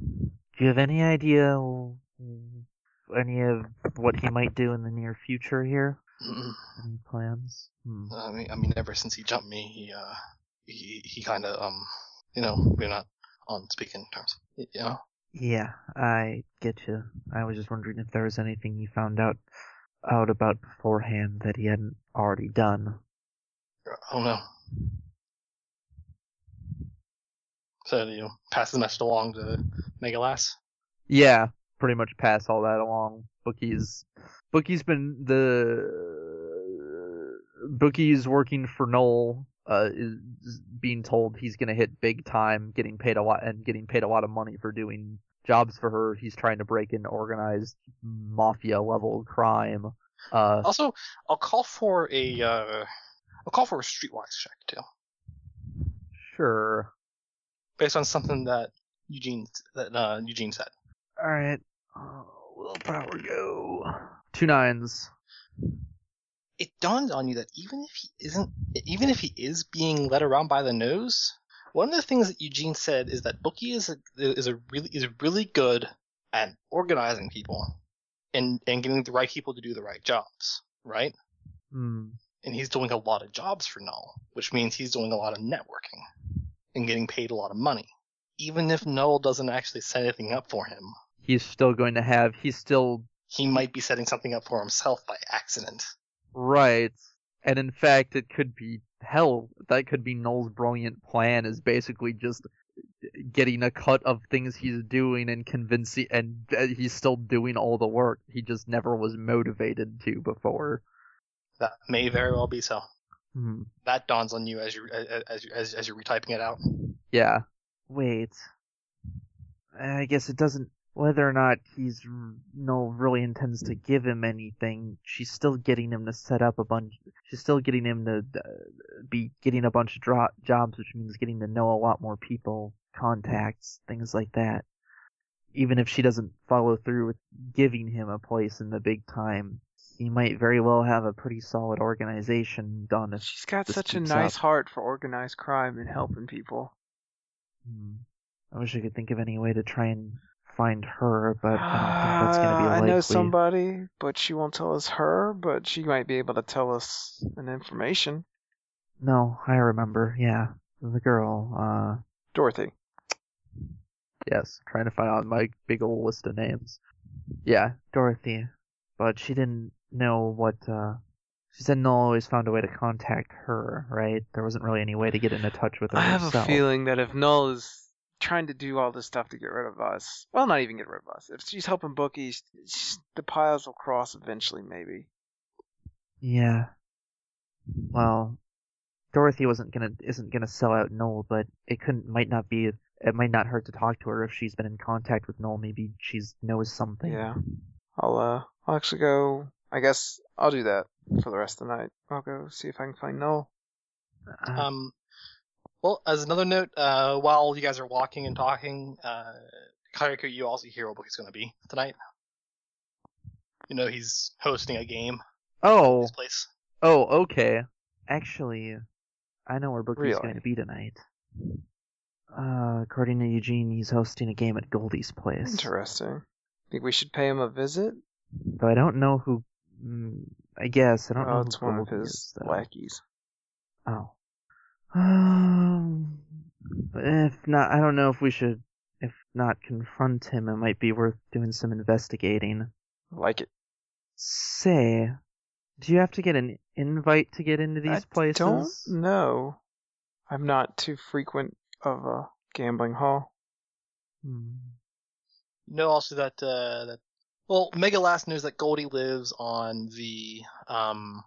Speaker 7: Do you have any idea w- any of what he might do in the near future here?
Speaker 5: Mm-mm.
Speaker 7: Any plans? Hmm.
Speaker 5: I mean, I mean, ever since he jumped me, he uh, he he kind of um, you know, we're not on speaking terms. y- You know,
Speaker 7: Yeah, I get you. I was just wondering if there was anything you found out out about beforehand that he hadn't already done.
Speaker 5: I don't know. So do you pass the message along to Megalas?
Speaker 4: yeah, pretty much pass all that along. Bookie's Bookie's been the Bookie's working for Noel. Uh, is being told he's gonna hit big time, getting paid a lot and getting paid a lot of money for doing jobs for her. He's trying to break into organized mafia level crime. Uh,
Speaker 5: Also, I'll call for a uh, I'll call for a streetwise check too,
Speaker 4: sure.
Speaker 5: based on something that Eugene that uh, Eugene said.
Speaker 7: All right. Oh, willpower go.
Speaker 4: Two nines.
Speaker 5: it dawns on you that even if he isn't, even if he is being led around by the nose, one of the things that Eugene said is that Bookie is a, is a really is really good at organizing people, and and getting the right people to do the right jobs, right?
Speaker 7: Hmm.
Speaker 5: And he's doing a lot of jobs for Null, which means he's doing a lot of networking, and getting paid a lot of money, even if Null doesn't actually set anything up for him.
Speaker 4: He's still going to have. He's still
Speaker 5: He might be setting something up for himself by accident.
Speaker 4: Right. And in fact, it could be hell. That could be Null's brilliant plan is basically just getting a cut of things he's doing and convincing, and uh, he's still doing all the work. He just never was motivated to before.
Speaker 5: That may very well be so.
Speaker 4: Hmm.
Speaker 5: That dawns on you as you as you- as, as you're retyping it out.
Speaker 4: Yeah.
Speaker 7: Wait. I guess it doesn't. Whether or not he's no really intends to give him anything, she's still getting him to set up a bunch. She's still getting him to uh, be getting a bunch of dro- jobs, which means getting to know a lot more people, contacts, things like that. Even if she doesn't follow through with giving him a place in the big time, he might very well have a pretty solid organization done. If
Speaker 3: She's got
Speaker 7: this
Speaker 3: such a
Speaker 7: keeps
Speaker 3: nice
Speaker 7: up.
Speaker 3: heart for organized crime and helping people.
Speaker 7: Hmm. I wish I could think of any way to try and find her, but I don't think that's going to be
Speaker 3: Ah, I
Speaker 7: likely.
Speaker 3: know somebody, but she won't tell us her, but she might be able to tell us an information.
Speaker 7: No, I remember. Yeah, the girl. Uh,
Speaker 3: Dorothy.
Speaker 4: Yes. Trying to find out my big old list of names. Yeah.
Speaker 7: Dorothy, but she didn't know what. Uh, she said Noel always found a way to contact her. Right? There wasn't really any way to get into touch with her.
Speaker 3: I have a
Speaker 7: herself.
Speaker 3: feeling that if Null is trying to do all this stuff to get rid of us, well, not even get rid of us, if she's helping bookies, sh- the piles will cross eventually, maybe.
Speaker 7: Yeah. Well, Dorothy wasn't gonna isn't gonna sell out Noel, but it couldn't might not be. It might not hurt to talk to her if she's been in contact with Noel. Maybe she's knows something.
Speaker 3: Yeah. I'll uh I'll actually go I guess I'll do that for the rest of the night. I'll go see if I can find Null.
Speaker 7: Uh,
Speaker 3: Um,
Speaker 5: Um, well, as another note, uh, while you guys are walking and talking, uh, Kagaku, you also hear what book it's going to be tonight. You know he's hosting a game at
Speaker 7: Oh,
Speaker 5: his place.
Speaker 7: oh, okay. Actually, I know where Bookie's
Speaker 3: Really?
Speaker 7: going to be tonight. Uh, according to Eugene, he's hosting a game at Goldie's place.
Speaker 3: Interesting. Think we should pay him a visit?
Speaker 7: Though I don't know who. Mm, I guess I don't know.
Speaker 3: Oh, it's
Speaker 7: who
Speaker 3: one of
Speaker 7: Goldie
Speaker 3: his
Speaker 7: is, though.
Speaker 3: lackeys.
Speaker 7: Oh. Um, if not, I don't know if we should. If not confront him, it might be worth doing some investigating.
Speaker 3: Like it.
Speaker 7: Say, do you have to get an invite to get into these
Speaker 3: I
Speaker 7: places?
Speaker 3: don't know. I'm not too frequent of a gambling hall.
Speaker 7: Hmm.
Speaker 5: You know also that uh, that well, Mega Last knows that Goldie lives on the um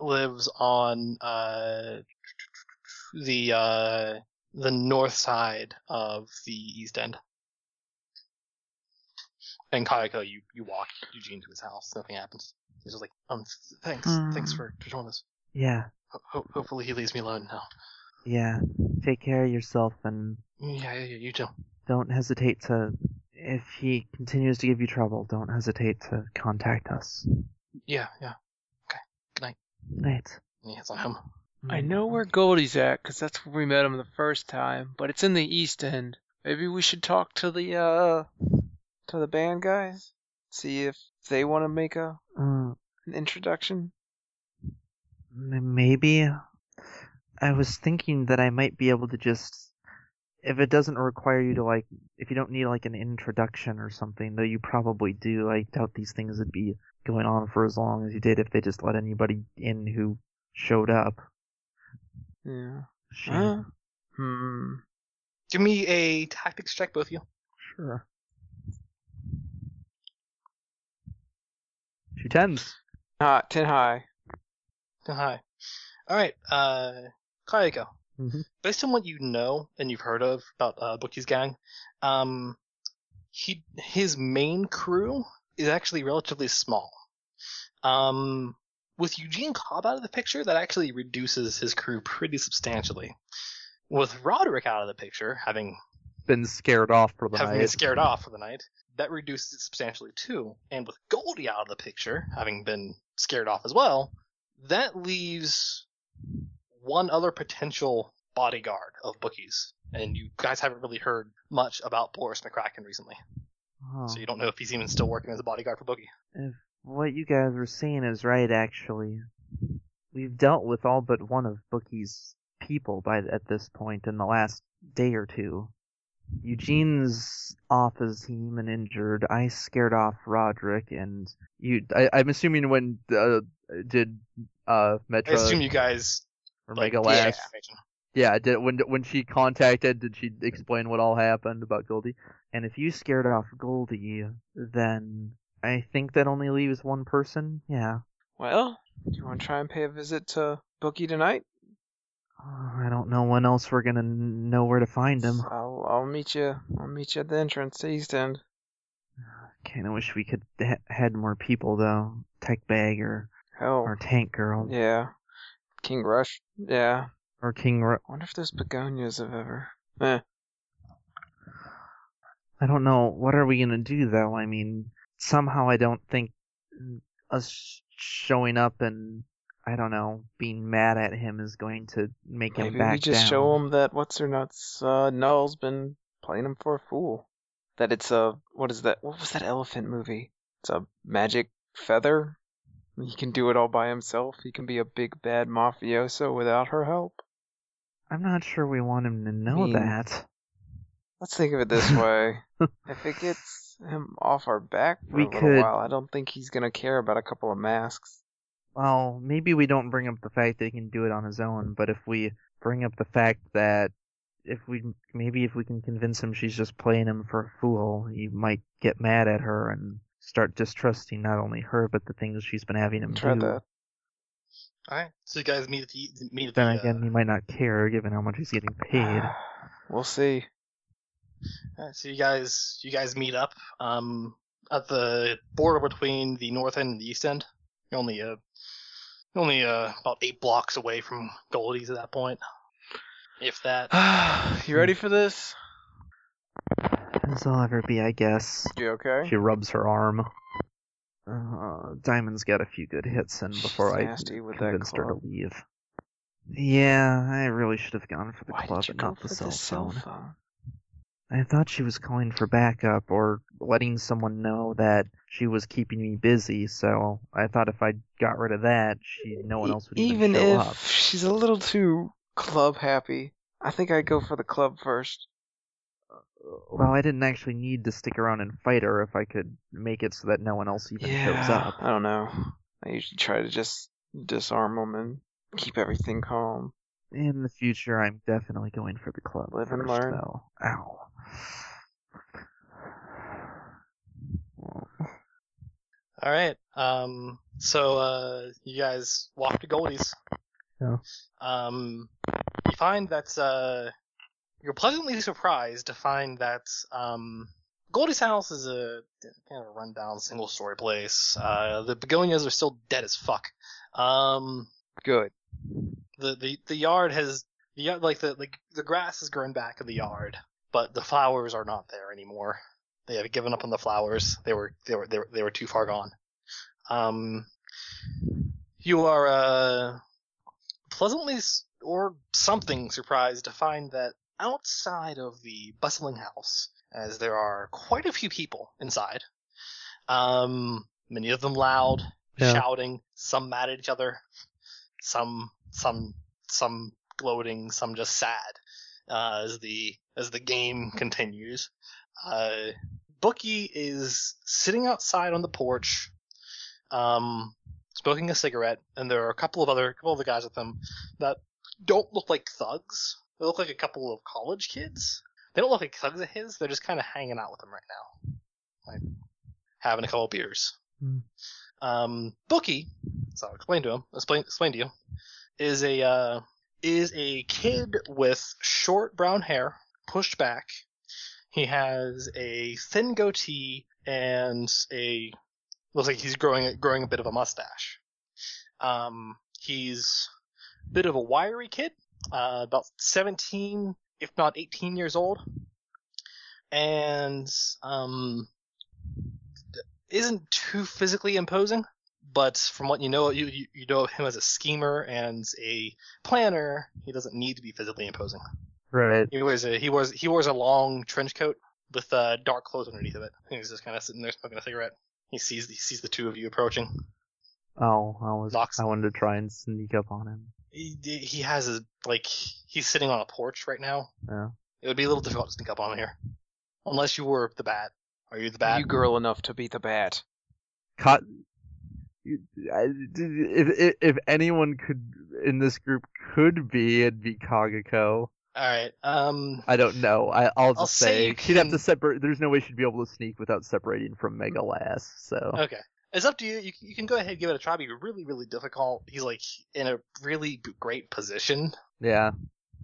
Speaker 5: lives on uh the uh the north side of the East End. And Kayako, you you walk Eugene to his house. Nothing happens. He's just like, um, th- thanks, thanks
Speaker 7: Hmm.
Speaker 5: for for doing this.
Speaker 7: Yeah,
Speaker 5: Ho- ho- hopefully he leaves me alone now.
Speaker 7: yeah. Take care of yourself and
Speaker 5: Yeah, yeah, yeah, you too.
Speaker 7: don't hesitate to. If he continues to give you trouble, don't hesitate to contact us.
Speaker 5: Yeah, yeah.
Speaker 7: Right.
Speaker 5: And he hits on him.
Speaker 3: I know where Goldie's at, 'cause that's where we met him the first time, but it's in the East End. Maybe we should talk to the, uh, to the band guys? See if they want to make a,
Speaker 7: Uh,
Speaker 3: an introduction?
Speaker 7: M- Maybe. I was thinking that I might be able to just. If it doesn't require you to, like. If you don't need, like, an introduction or something, though you probably do, I doubt these things would be going on for as long as you did if they just let anybody in who showed up.
Speaker 3: Yeah.
Speaker 7: Shame.
Speaker 3: Huh?
Speaker 5: Ah,
Speaker 3: Hmm.
Speaker 5: Give me a tactics check, both of you.
Speaker 7: Sure.
Speaker 4: Two tens.
Speaker 3: Ah, ten high.
Speaker 5: Hi. All right, uh, Kayako.
Speaker 7: Mhm.
Speaker 5: Based on what you know and you've heard of about uh, Bookie's gang, um, he his main crew is actually relatively small. Um, with Eugene Cobb out of the picture, that actually reduces his crew pretty substantially. With Roderick out of the picture, having
Speaker 4: Been scared off for the
Speaker 5: having
Speaker 4: night.
Speaker 5: been scared off for the night, that reduces it substantially too. And with Goldie out of the picture, having been scared off as well, that leaves one other potential bodyguard of bookies. And you guys haven't really heard much about Boris McCracken recently,
Speaker 7: Oh.
Speaker 5: so you don't know if he's even still working as a bodyguard for Bookie.
Speaker 7: What you guys were saying is right, actually. We've dealt with all but one of Bookie's people by at this point in the last day or two. Eugene's off his team and injured. I scared off Roderick, and
Speaker 4: You, I, I'm assuming when uh, did uh Metra
Speaker 5: I assume you guys
Speaker 4: or
Speaker 5: like
Speaker 4: Mega
Speaker 5: yeah,
Speaker 4: Lash-
Speaker 5: information.
Speaker 4: Yeah, did, when when she contacted, did she explain what all happened about Goldie?
Speaker 7: and if you scared off Goldie, then I think that only leaves one person. Yeah,
Speaker 3: Well, do you want to try and pay a visit to Bookie tonight?
Speaker 7: Uh, I don't know when else we're gonna n- know where to find him.
Speaker 3: I'll, I'll meet you. I'll meet you at the entrance, to East End.
Speaker 7: Kind of wish we could ha- had more people though. Tech bag or
Speaker 3: Hell,
Speaker 7: or tank girl
Speaker 3: yeah. King Rush. Yeah.
Speaker 7: or King. Ru-
Speaker 3: I wonder if those begonias have ever. Eh.
Speaker 7: I don't know. What are we gonna do though? I mean, somehow I don't think us showing up and I don't know being mad at him is going to make him
Speaker 3: Maybe
Speaker 7: back
Speaker 3: we just
Speaker 7: down.
Speaker 3: show him that what's her nuts uh, Null's been playing him for a fool. That it's a what is that? What was that elephant movie? It's a magic feather. He can do it all by himself. He can be a big bad mafioso without her help.
Speaker 7: I'm not sure we want him to know
Speaker 3: mean-
Speaker 7: that.
Speaker 3: Let's think of it this way: if it gets him off our back for
Speaker 7: We
Speaker 3: a little
Speaker 7: could-
Speaker 3: while, I don't think he's gonna care about a couple of masks.
Speaker 7: Well, maybe we don't bring up the fact that he can do it on his own, but if we bring up the fact that if we maybe if we can convince him she's just playing him for a fool, he might get mad at her and start distrusting not only her but the things she's been having him
Speaker 3: Try
Speaker 7: do.
Speaker 3: that.
Speaker 5: All right, so you guys meet at the meet at the.
Speaker 7: Then
Speaker 5: uh,
Speaker 7: again, he might not care given how much he's getting paid.
Speaker 3: We'll see.
Speaker 5: All right, Uh, so you guys you guys meet up um at the border between the north end and the east end. You're only uh you're only uh about eight blocks away from Goldie's at that point. If that
Speaker 3: you ready for this?
Speaker 7: as I'll ever be, I guess.
Speaker 3: You okay?
Speaker 4: She rubs her arm.
Speaker 7: Uh, Diamond's got a few good hits in
Speaker 3: She's
Speaker 7: before I
Speaker 3: nasty with that
Speaker 7: convinced her to
Speaker 3: club.
Speaker 7: leave. Yeah, I really should have gone for the
Speaker 3: Why
Speaker 7: club
Speaker 3: did you
Speaker 7: and
Speaker 3: go
Speaker 7: not
Speaker 3: for
Speaker 7: the cell, phone.
Speaker 3: phone?
Speaker 7: I thought she was calling for backup or letting someone know that she was keeping me busy, so I thought if I got rid of that, she no one
Speaker 3: E-
Speaker 7: else would even,
Speaker 3: even
Speaker 7: show
Speaker 3: if
Speaker 7: up.
Speaker 3: she's a little too club happy, I think I'd go for the club first. Oh.
Speaker 7: Well, I didn't actually need to stick around and fight her if I could make it so that no one else even shows
Speaker 3: Yeah,
Speaker 7: up.
Speaker 3: I don't know. I usually try to just disarm them and keep everything calm.
Speaker 7: In the future, I'm definitely going for the club.
Speaker 3: Live and
Speaker 7: first,
Speaker 3: learn.
Speaker 7: Though. Ow.
Speaker 5: All right. Um, so uh, you guys walk to Goldie's.
Speaker 4: Yeah.
Speaker 5: Um, you find that uh, you're pleasantly surprised to find that um, Goldie's house is a kind of a rundown single-story place. Uh, the begonias are still dead as fuck. Um,
Speaker 3: Good.
Speaker 5: the the the yard has the yard- like the like the grass has grown back in the yard, but the flowers are not there anymore. They have given up on the flowers. They were they were they were, they were too far gone. Um, you are uh pleasantly s- or something surprised to find that outside of the bustling house, as there are quite a few people inside. Um, many of them loud,
Speaker 4: Yeah.
Speaker 5: shouting, some mad at each other, some some some gloating, some just sad uh, as the as the game continues. Uh, Bookie is sitting outside on the porch, um, smoking a cigarette, and there are a couple of other couple of the guys with him that don't look like thugs. They look like a couple of college kids. They don't look like thugs of his. They're just kind of hanging out with him right now, like having a couple of beers.
Speaker 4: Hmm.
Speaker 5: Um, Bookie, so I'll explain to him. Explain explain to you is a uh, is a kid with short brown hair pushed back. He has a thin goatee and a looks like he's growing growing a bit of a mustache. Um, he's a bit of a wiry kid, uh, about 17, if not 18 years old, and um, isn't too physically imposing. But from what you know, you, you you know of him as a schemer and a planner. He doesn't need to be physically imposing.
Speaker 4: Right.
Speaker 5: He wears a he wears he wears a long trench coat with uh, dark clothes underneath of it. And he's just kind of sitting there smoking a cigarette. He sees he sees the two of you approaching.
Speaker 4: Oh, I was.
Speaker 5: Knocks-
Speaker 4: I wanted to try and sneak up on him.
Speaker 5: He, he has his like he's sitting on a porch right now.
Speaker 4: Yeah.
Speaker 5: It would be a little difficult to sneak up on him here, unless you were the bat. Are you the bat?
Speaker 3: You girl enough to be the bat.
Speaker 4: Caught. If, if if anyone could in this group could be, it'd be Kagako.
Speaker 5: All right. Um.
Speaker 4: I don't know. I, I'll just
Speaker 5: I'll say
Speaker 4: say,
Speaker 5: you
Speaker 4: she'd have
Speaker 5: can- Mm.
Speaker 4: to separate. There's no way she'd be able to sneak without separating from Mega Lass. So
Speaker 5: Okay. It's up to you. You, can- you can go ahead and give it a try. But you're really, really difficult. He's like in a really b- great position.
Speaker 4: yeah,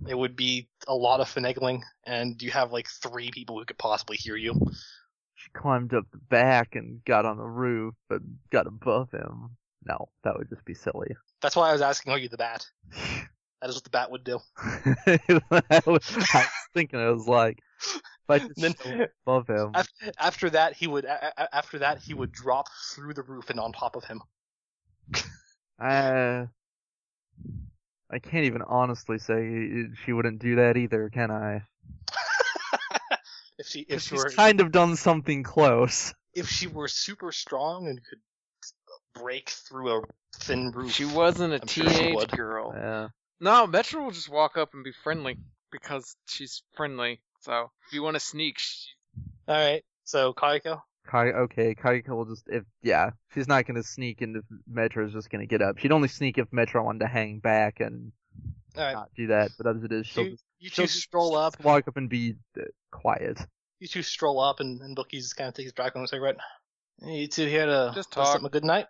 Speaker 5: It would be a lot of finagling, and you have like three people who could possibly hear you.
Speaker 4: she climbed up the back and got on the roof, but got above him. No, that would just be silly.
Speaker 5: That's why I was asking, are you the bat? That is what the bat would do.
Speaker 4: I was I was thinking, I was like, if I just
Speaker 5: Then-
Speaker 4: go above him,
Speaker 5: After, after that, he would. a- a- After that, he would drop through the roof and on top of him.
Speaker 4: I, I can't even honestly say she wouldn't do that either, can I?
Speaker 5: If she,
Speaker 4: 'Cause
Speaker 5: if she
Speaker 4: she's
Speaker 5: were,
Speaker 4: kind of done something close.
Speaker 5: if she were super strong and could break through a thin roof.
Speaker 3: She wasn't a
Speaker 5: I'm sure she
Speaker 3: teenage
Speaker 5: would.
Speaker 3: girl.
Speaker 4: Yeah.
Speaker 3: No, Metro will just walk up and be friendly because she's friendly. So if you want to sneak, she...
Speaker 5: All right. So Kaiko.
Speaker 4: Kai, okay, Kaiko will just if yeah, she's not gonna sneak, and if Metro's just gonna get up. She'd only sneak if Metro wanted to hang back and
Speaker 5: All right.
Speaker 4: not do that. But as it is, she'll
Speaker 5: You,
Speaker 4: just
Speaker 5: you
Speaker 4: she'll
Speaker 5: two
Speaker 4: just-
Speaker 5: stroll up.
Speaker 4: just walk up and be uh, quiet.
Speaker 5: You two stroll up, and, and Bookie just kind of takes his back on a cigarette. You two here to
Speaker 3: Just
Speaker 5: to slip
Speaker 3: talk.
Speaker 5: him a good night.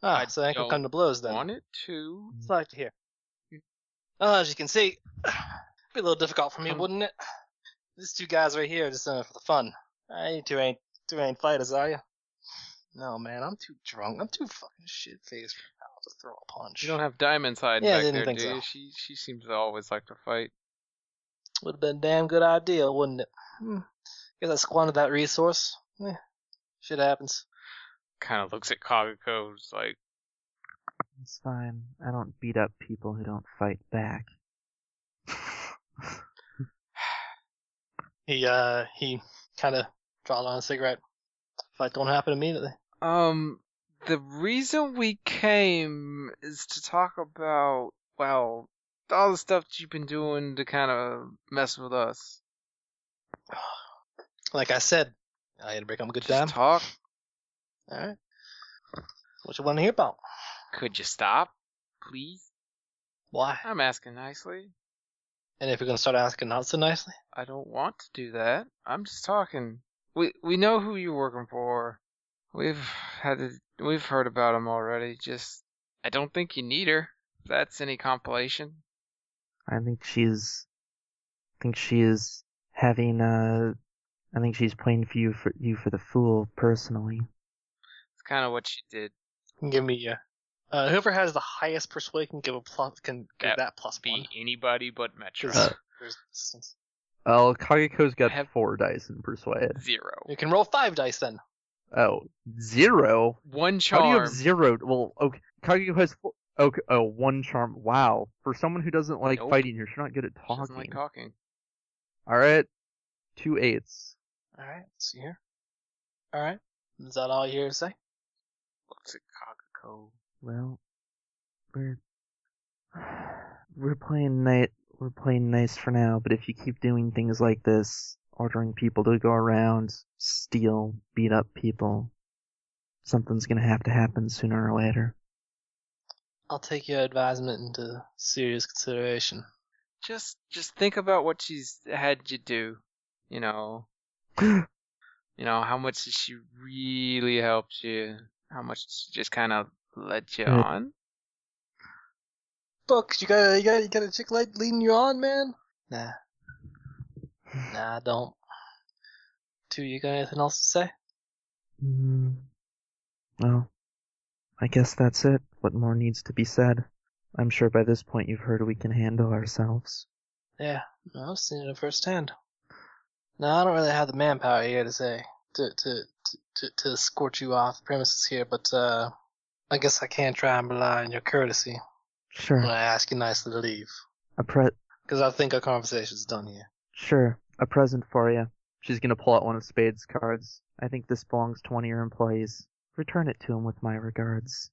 Speaker 5: Ah,
Speaker 3: I
Speaker 5: so I can
Speaker 3: don't
Speaker 5: come to blows then.
Speaker 3: wanted to.
Speaker 5: Slide to here. Uh, as you can see, be a little difficult for me,
Speaker 3: Um,
Speaker 5: wouldn't it? These two guys right here are just in it for the fun. Uh, you two ain't two ain't fighters, are you? No, man, I'm too drunk. I'm too fucking shit faced right now to throw a punch.
Speaker 3: You don't have Diamond's hide
Speaker 5: Yeah, I
Speaker 3: back
Speaker 5: didn't
Speaker 3: there,
Speaker 5: think
Speaker 3: do
Speaker 5: so.
Speaker 3: you? She she seems to always like to fight.
Speaker 5: Would have been a damn good idea, wouldn't it? Hmm. Guess I squandered that resource. Eh, shit happens.
Speaker 3: Kind of looks at Kagako, is like,
Speaker 7: It's fine. I don't beat up people who don't fight back.
Speaker 5: He uh he kind of drawed on a cigarette. Fight don't happen immediately.
Speaker 3: Um, the reason we came is to talk about, well, all the stuff that you've been doing to kind of mess with us.
Speaker 5: Like I said, I had to break up a good
Speaker 3: Just
Speaker 5: time.
Speaker 3: talk.
Speaker 5: All right. What you want to hear about?
Speaker 3: Could you stop, please?
Speaker 5: Why?
Speaker 3: I'm asking nicely.
Speaker 5: And if you're gonna start asking not so nicely,
Speaker 3: I don't want to do that. I'm just talking. We we know who you're working for. We've had to, we've heard about him already. Just I don't think you need her. If that's any compilation.
Speaker 7: I think she's. I think she is having uh I think she's playing for you for you for the fool personally.
Speaker 3: It's kind of what she did.
Speaker 5: give me uh, uh whoever has the highest persuade can give a plus can give
Speaker 3: That
Speaker 5: that, plus
Speaker 3: Be
Speaker 5: one.
Speaker 3: anybody but Metro.
Speaker 5: Uh, There's-
Speaker 4: Oh, Kagiko's got
Speaker 3: I have-
Speaker 4: four dice in persuade.
Speaker 3: Zero.
Speaker 5: You can roll five dice then.
Speaker 4: Oh, zero.
Speaker 3: One
Speaker 4: How do you
Speaker 3: charm.
Speaker 4: have zero? Well, okay, Kagiko has four. Okay, oh, one charm. Wow, for someone who doesn't like
Speaker 3: Nope.
Speaker 4: fighting, you're not good at
Speaker 3: She
Speaker 4: talking.
Speaker 3: doesn't like talking.
Speaker 4: All right, two eights.
Speaker 5: All right, let's see here. All right, is that all you here to say?
Speaker 3: Looks at Kagako.
Speaker 7: Well, we're we're playing night we're playing nice for now, but if you keep doing things like this, ordering people to go around, steal, beat up people, something's gonna have to happen sooner or later.
Speaker 5: I'll take your advisement into serious consideration.
Speaker 3: Just just think about what she's had you do. You know. you know how much did she really helped you? How much did she just kind of let you
Speaker 7: Yeah.
Speaker 3: on?
Speaker 5: Books, you got you got you got a chick light leading you on, man. Nah, nah, I don't. Two, you got anything else to say?
Speaker 7: Mm. Well, I guess that's it. What more needs to be said? I'm sure by this point you've heard we can handle ourselves.
Speaker 5: Yeah, no, I've seen it firsthand. No, I don't really have the manpower here to say to to to to, to escort you off premises here, but uh, I guess I can try and rely on your courtesy
Speaker 7: Sure.
Speaker 5: when
Speaker 4: Hmm.
Speaker 5: I ask you nicely to leave,
Speaker 7: A pre-
Speaker 5: because I think our conversation's done here.
Speaker 7: sure. A present for you.
Speaker 4: She's gonna pull out one of Spade's cards.
Speaker 7: I think this belongs to one of your employees. Return it to him with my regards.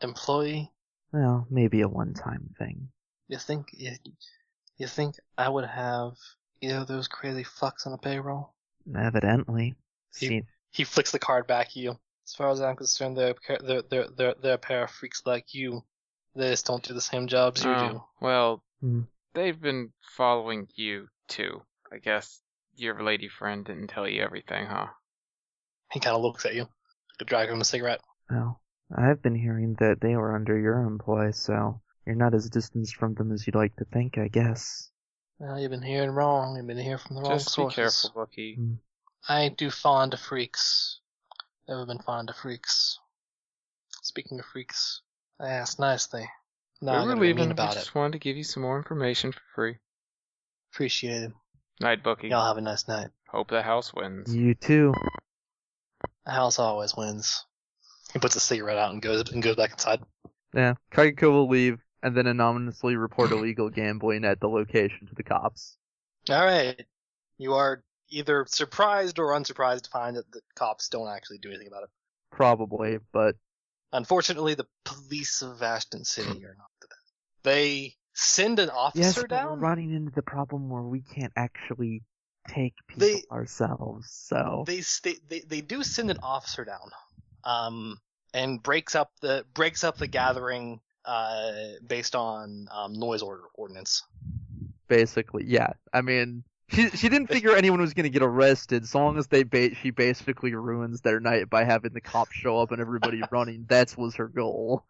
Speaker 5: employee,
Speaker 7: Well, maybe a one-time thing.
Speaker 5: you think you, you think I would have either of those crazy fucks on the payroll?
Speaker 7: Evidently.
Speaker 5: He-
Speaker 7: See,
Speaker 5: He flicks the card back at you. As far as I'm concerned, they're a pair- they're they're they're, they're a pair of freaks like you. They just don't do the same jobs you
Speaker 3: Oh,
Speaker 5: do.
Speaker 3: Well,
Speaker 7: Hmm.
Speaker 3: they've been following you too. I guess your lady friend didn't tell you everything, huh?
Speaker 5: He kind of looks at you. The drag him a cigarette.
Speaker 7: well, I've been hearing that they were under your employ, so you're not as distanced from them as you'd like to think, I guess.
Speaker 5: Well, you've been hearing wrong. You've been hearing from the wrong
Speaker 3: Just
Speaker 5: sources.
Speaker 3: be careful, Bucky.
Speaker 5: I ain't too fond of freaks. Never been fond of freaks. Speaking of freaks, I asked nicely. Now
Speaker 3: we
Speaker 5: I'm
Speaker 3: were
Speaker 5: gonna be mean
Speaker 3: leaving. We
Speaker 5: about
Speaker 3: just
Speaker 5: it.
Speaker 3: wanted to give you some more information for free.
Speaker 5: Appreciate it.
Speaker 3: Night, Bucky.
Speaker 5: Y'all have a nice night.
Speaker 3: Hope the house wins.
Speaker 7: You too.
Speaker 5: The house always wins. He puts a cigarette out and goes and goes back inside.
Speaker 4: Yeah, Kagiko will leave and then anonymously report illegal gambling at the location to the cops.
Speaker 5: All right, you are either surprised or unsurprised to find that the cops don't actually do anything about it.
Speaker 4: Probably, but
Speaker 5: Unfortunately, the police of Ashton City are not the best. They send an officer
Speaker 7: Yes, but
Speaker 5: down.
Speaker 7: we're running into the problem where we can't actually take people
Speaker 5: They-
Speaker 7: ourselves. So
Speaker 5: They, s- they they they do send an officer down, um, and breaks up the breaks up the gathering uh based on um noise order ordinance.
Speaker 4: basically, yeah. I mean, she she didn't figure anyone was gonna get arrested. So long as they ba- she basically ruins their night by having the cops show up and everybody running. That was her goal.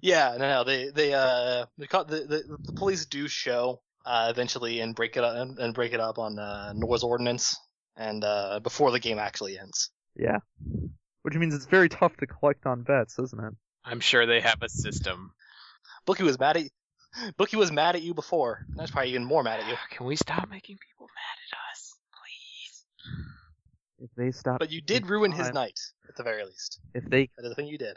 Speaker 5: yeah, no, no, they they uh the co- the, the, the police do show uh eventually and break it up and, and break it up on uh, noise ordinance and uh before the game actually ends.
Speaker 4: Yeah, which means it's very tough to collect on bets, isn't it?
Speaker 3: I'm sure they have a system.
Speaker 5: Bookie was mad at Bookie was mad at you before. That's probably even more mad at you.
Speaker 3: Can we stop making people mad at us, please?
Speaker 7: If they stop,
Speaker 5: But you did ruin his
Speaker 7: time-
Speaker 5: night, at the very least.
Speaker 4: If they
Speaker 5: That is the thing you did.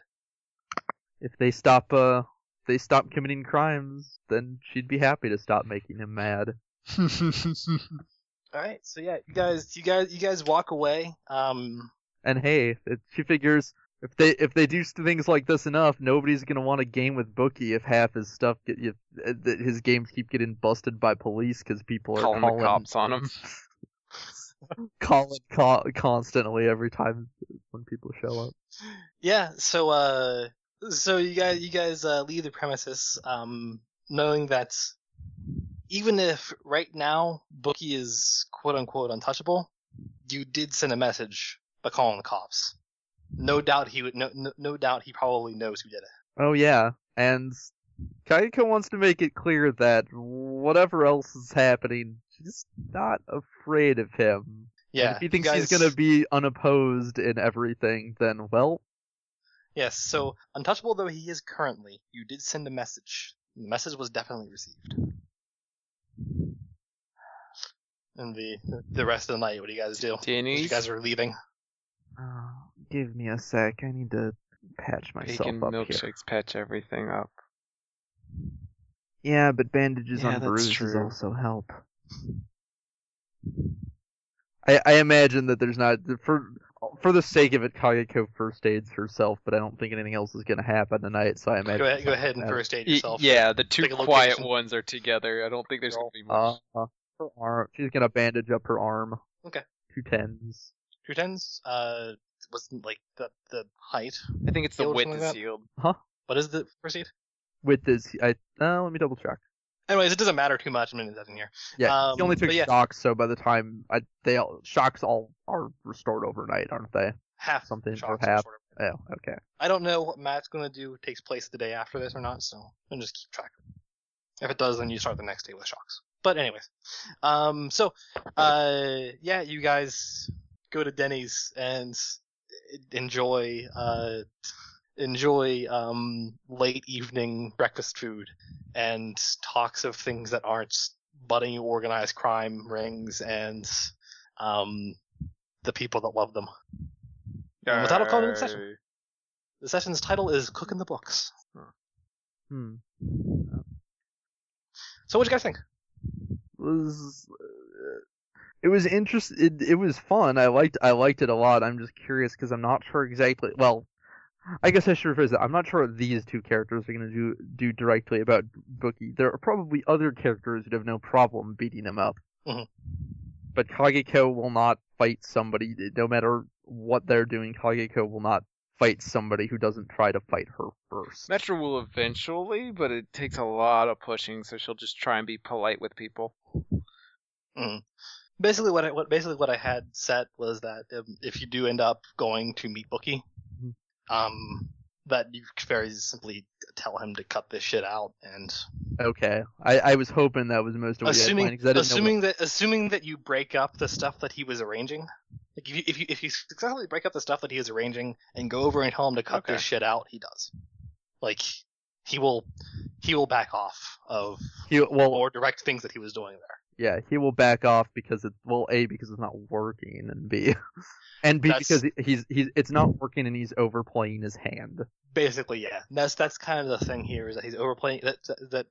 Speaker 4: if they stop uh if they stop committing crimes, then she'd be happy to stop making him mad.
Speaker 5: All right, so yeah, you guys, you guys, you guys walk away. Um,
Speaker 4: And hey, it, she figures if they if they do st- things like this enough, nobody's gonna want to game with Bookie if half his stuff get if, uh, that his games keep getting busted by police because people are
Speaker 3: Calling
Speaker 4: calling
Speaker 3: the cops on him.
Speaker 4: calling co- constantly every time when people show up.
Speaker 5: yeah, so uh, so you guys, you guys uh, leave the premises, um, knowing that even if right now Bookie is quote unquote untouchable, you did send a message by calling the cops. No doubt he would. No, no, no doubt he probably knows who did it.
Speaker 4: Oh yeah, and Kaiko wants to make it clear that whatever else is happening, she's not afraid of him. And
Speaker 5: Yeah,
Speaker 4: if he
Speaker 5: you
Speaker 4: thinks he's
Speaker 5: guys-
Speaker 4: gonna be unopposed in everything, then well,
Speaker 5: Yes, so untouchable though he is currently, you did send a message. The message was definitely received. And the the rest of the night, what do you guys do? As You
Speaker 3: Denny's
Speaker 5: guys are leaving.
Speaker 7: Uh, give me a sec. I need to patch myself
Speaker 3: bacon
Speaker 7: up
Speaker 3: milkshakes
Speaker 7: here.
Speaker 3: patch everything up.
Speaker 7: Yeah, but bandages
Speaker 3: Yeah,
Speaker 7: on
Speaker 3: that's
Speaker 7: bruises
Speaker 3: true.
Speaker 7: also help.
Speaker 4: I, I imagine that there's not for for the sake of it, Kaiko first aids herself, but I don't think anything else is gonna happen tonight. So I
Speaker 5: Go
Speaker 4: imagine.
Speaker 5: ahead, go ahead and first aid yourself.
Speaker 3: yeah, the two
Speaker 5: Pick a
Speaker 3: quiet
Speaker 5: location.
Speaker 3: ones are together. I don't think there's gonna be
Speaker 4: Uh,
Speaker 3: much.
Speaker 4: uh, her arm. She's gonna bandage up her arm.
Speaker 5: Okay.
Speaker 4: Two tens.
Speaker 5: Two tens, uh wasn't like the the height.
Speaker 3: I think it's the
Speaker 5: heal or
Speaker 3: width
Speaker 5: something
Speaker 3: is
Speaker 5: like uh, that?
Speaker 3: healed.
Speaker 5: What is the first aid?
Speaker 4: With this, I uh, let me double check.
Speaker 5: Anyways, it doesn't matter too much. I mean, it doesn't here.
Speaker 4: Yeah,
Speaker 5: Um,
Speaker 4: she only took
Speaker 5: but yeah.
Speaker 4: shocks, so by the time I, they all, shocks all are restored overnight, aren't they?
Speaker 5: Half
Speaker 4: Something for
Speaker 5: shots or
Speaker 4: half.
Speaker 5: short of-
Speaker 4: Oh, okay.
Speaker 5: I don't know what Matt's gonna do takes place the day after this or not, so i just keep track. If it does, then you start the next day with shocks. But anyways, um, so uh, yeah, you guys go to Denny's and enjoy uh, enjoy um late evening breakfast food and talks of things that aren't budding organized crime rings and um the people that love them. And without a call to session. The session's title is Cooking the Books.
Speaker 4: Hmm.
Speaker 5: So what do you guys think?
Speaker 4: was uh, it was interest it, it was fun i liked i liked it a lot i'm just curious because i'm not sure exactly well i guess i should rephrase it i'm not sure what these two characters are going to do do directly about bookie there are probably other characters that have no problem beating him up
Speaker 5: Mhm.
Speaker 4: but kageko will not fight somebody no matter what they're doing kageko will not fight somebody who doesn't try to fight her first
Speaker 3: Metro will eventually, but it takes a lot of pushing, so she'll just try and be polite with people.
Speaker 5: Basically, what I what basically what I had set was that um, if you do end up going to meet Bookie,
Speaker 4: Mhm.
Speaker 5: um, that you could very simply tell him to cut this shit out, and
Speaker 4: okay i i was hoping that was most of what you had
Speaker 5: assuming
Speaker 4: planned 'cause I didn't know what-
Speaker 5: assuming that assuming that you break up the stuff that he was arranging, like if you if you if you successfully break up the stuff that he was arranging and go over and tell him to cut
Speaker 3: Okay.
Speaker 5: this shit out, he does. Like he will he will back off of
Speaker 4: he, well,
Speaker 5: or direct things that he was doing there.
Speaker 4: Yeah, he will back off because it's well, a because it's not working, and b, and b
Speaker 5: That's-
Speaker 4: because he's he's it's not working and he's overplaying his hand.
Speaker 5: Basically, yeah. And That's that's kind of the thing here is that he's overplaying that that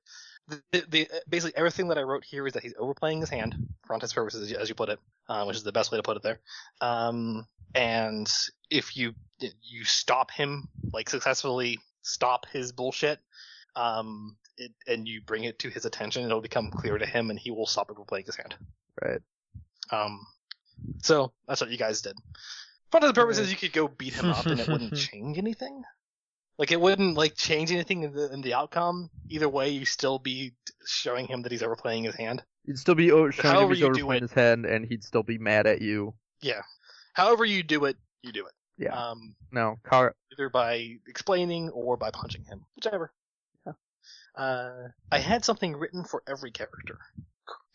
Speaker 5: the, the, the basically everything that I wrote here is that he's overplaying his hand for all intents and purposes, as you- as you put it, uh, which is the best way to put it there. Um, and if you you stop him like successfully stop his bullshit, um, it, and you bring it to his attention, it'll become clear to him, and he will stop overplaying his hand.
Speaker 4: Right.
Speaker 5: Um, so that's what you guys did. For all intents and purposes, you could go beat him up, and it wouldn't change anything. Like it wouldn't like change anything in the in the outcome. Either way, you still be showing him that he's overplaying his hand.
Speaker 4: He'd still be o- showing him
Speaker 5: However
Speaker 4: he's
Speaker 5: you do
Speaker 4: overplaying
Speaker 5: it.
Speaker 4: his hand, and he'd still be mad at you.
Speaker 5: However you do it, you do it.
Speaker 4: Yeah.
Speaker 5: Um,
Speaker 4: No, Car-
Speaker 5: either by explaining or by punching him, whichever. Uh, I had something written for every character.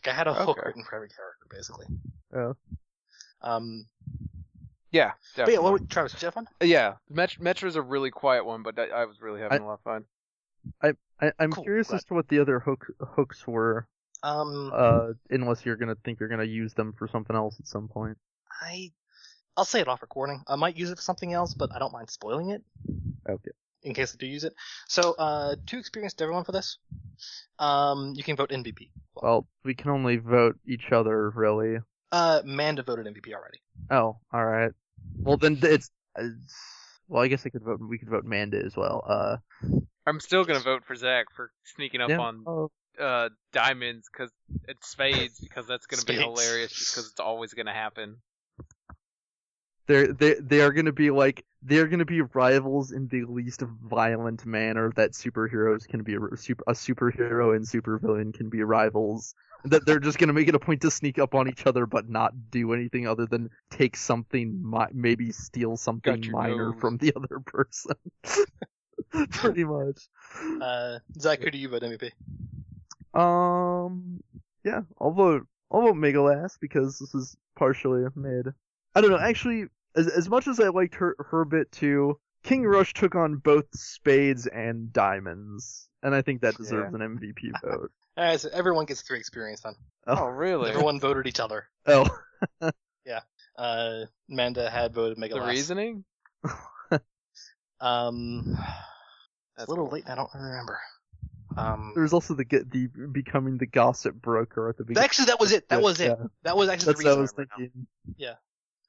Speaker 5: Like I had a hook
Speaker 3: Okay.
Speaker 5: written for every character, basically.
Speaker 4: Oh.
Speaker 5: Um. But yeah,
Speaker 3: Yeah, definitely.
Speaker 5: what would, Travis? Did you have fun?
Speaker 3: yeah, Met- Metro's a really quiet one, but I, I was really having a lot of fun.
Speaker 4: I, I'm
Speaker 5: Cool,
Speaker 4: curious
Speaker 5: glad.
Speaker 4: as to what the other hook, hooks were,
Speaker 5: Um.
Speaker 4: uh, unless you're gonna think you're gonna use them for something else at some point.
Speaker 5: I I'll say it off recording. I might use it for something else, but I don't mind spoiling it.
Speaker 4: Okay.
Speaker 5: In case I do use it. So, uh, two experience to everyone for this. Um, you can vote MVP.
Speaker 4: Well, we can only vote each other, really.
Speaker 5: Uh, Manda voted MVP already.
Speaker 4: Oh, all right. Well, then it's. it's- well, I guess I could vote. We could vote Manda as well. Uh,
Speaker 3: I'm still gonna vote for Zach for sneaking up
Speaker 4: yeah.
Speaker 3: on
Speaker 4: Oh,
Speaker 3: uh diamonds because it's spades because that's gonna be
Speaker 5: Spades.
Speaker 3: hilarious just because it's always gonna happen.
Speaker 4: they're they they are gonna be like they're gonna be rivals in the least violent manner that superheroes can be a super a superhero and supervillain can be rivals. That they're just gonna make it a point to sneak up on each other, but not do anything other than take something, mi- maybe steal something
Speaker 3: your
Speaker 4: minor
Speaker 3: nose.
Speaker 4: from the other person. Pretty much.
Speaker 5: Uh, Zach, who do you vote MVP?
Speaker 4: Um, yeah, I'll vote. I'll vote Megalas because this is partially mid. I don't know. Actually, as as much as I liked her her bit too, King Rush took on both spades and diamonds, and I think that deserves an MVP vote.
Speaker 5: All right, Uh, so everyone gets three experience then.
Speaker 4: Oh,
Speaker 3: really?
Speaker 5: Everyone voted each other.
Speaker 4: oh,
Speaker 5: Uh, Manda had voted Mega
Speaker 3: The reasoning?
Speaker 5: Um,
Speaker 3: That's
Speaker 5: it's a little
Speaker 3: cool.
Speaker 5: late. and I don't remember. Um,
Speaker 4: there's also the get the becoming the gossip broker at the beginning.
Speaker 5: actually, that was it. That was it.
Speaker 4: Yeah,
Speaker 5: That was actually
Speaker 4: that's
Speaker 5: the
Speaker 4: what
Speaker 5: reason.
Speaker 4: I was
Speaker 5: I remember now.
Speaker 4: thinking.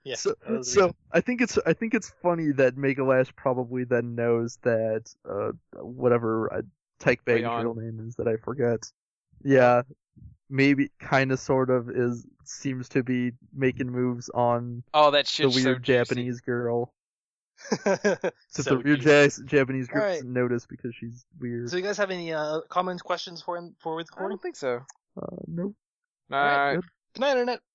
Speaker 5: Yeah,
Speaker 4: So,
Speaker 5: that was the
Speaker 4: so
Speaker 5: reason.
Speaker 4: I think it's I think it's funny that Megalash probably then knows that uh whatever uh, Tyke Bag's
Speaker 3: Leon.
Speaker 4: real name is that I forget. Yeah, maybe kind of sort of is seems to be making moves on
Speaker 3: Oh, that
Speaker 4: the
Speaker 3: shit's so
Speaker 4: weird
Speaker 3: juicy.
Speaker 4: Japanese girl. So,
Speaker 5: So
Speaker 4: the weird
Speaker 5: juicy.
Speaker 4: Ja- Japanese girl
Speaker 5: Alright.
Speaker 4: noticed because she's weird.
Speaker 5: So you guys have any uh, comments, questions for him for with
Speaker 3: I
Speaker 5: recording?
Speaker 3: don't think so.
Speaker 4: Uh, nope.
Speaker 3: Nah,
Speaker 4: Alright,
Speaker 5: Good night, internet.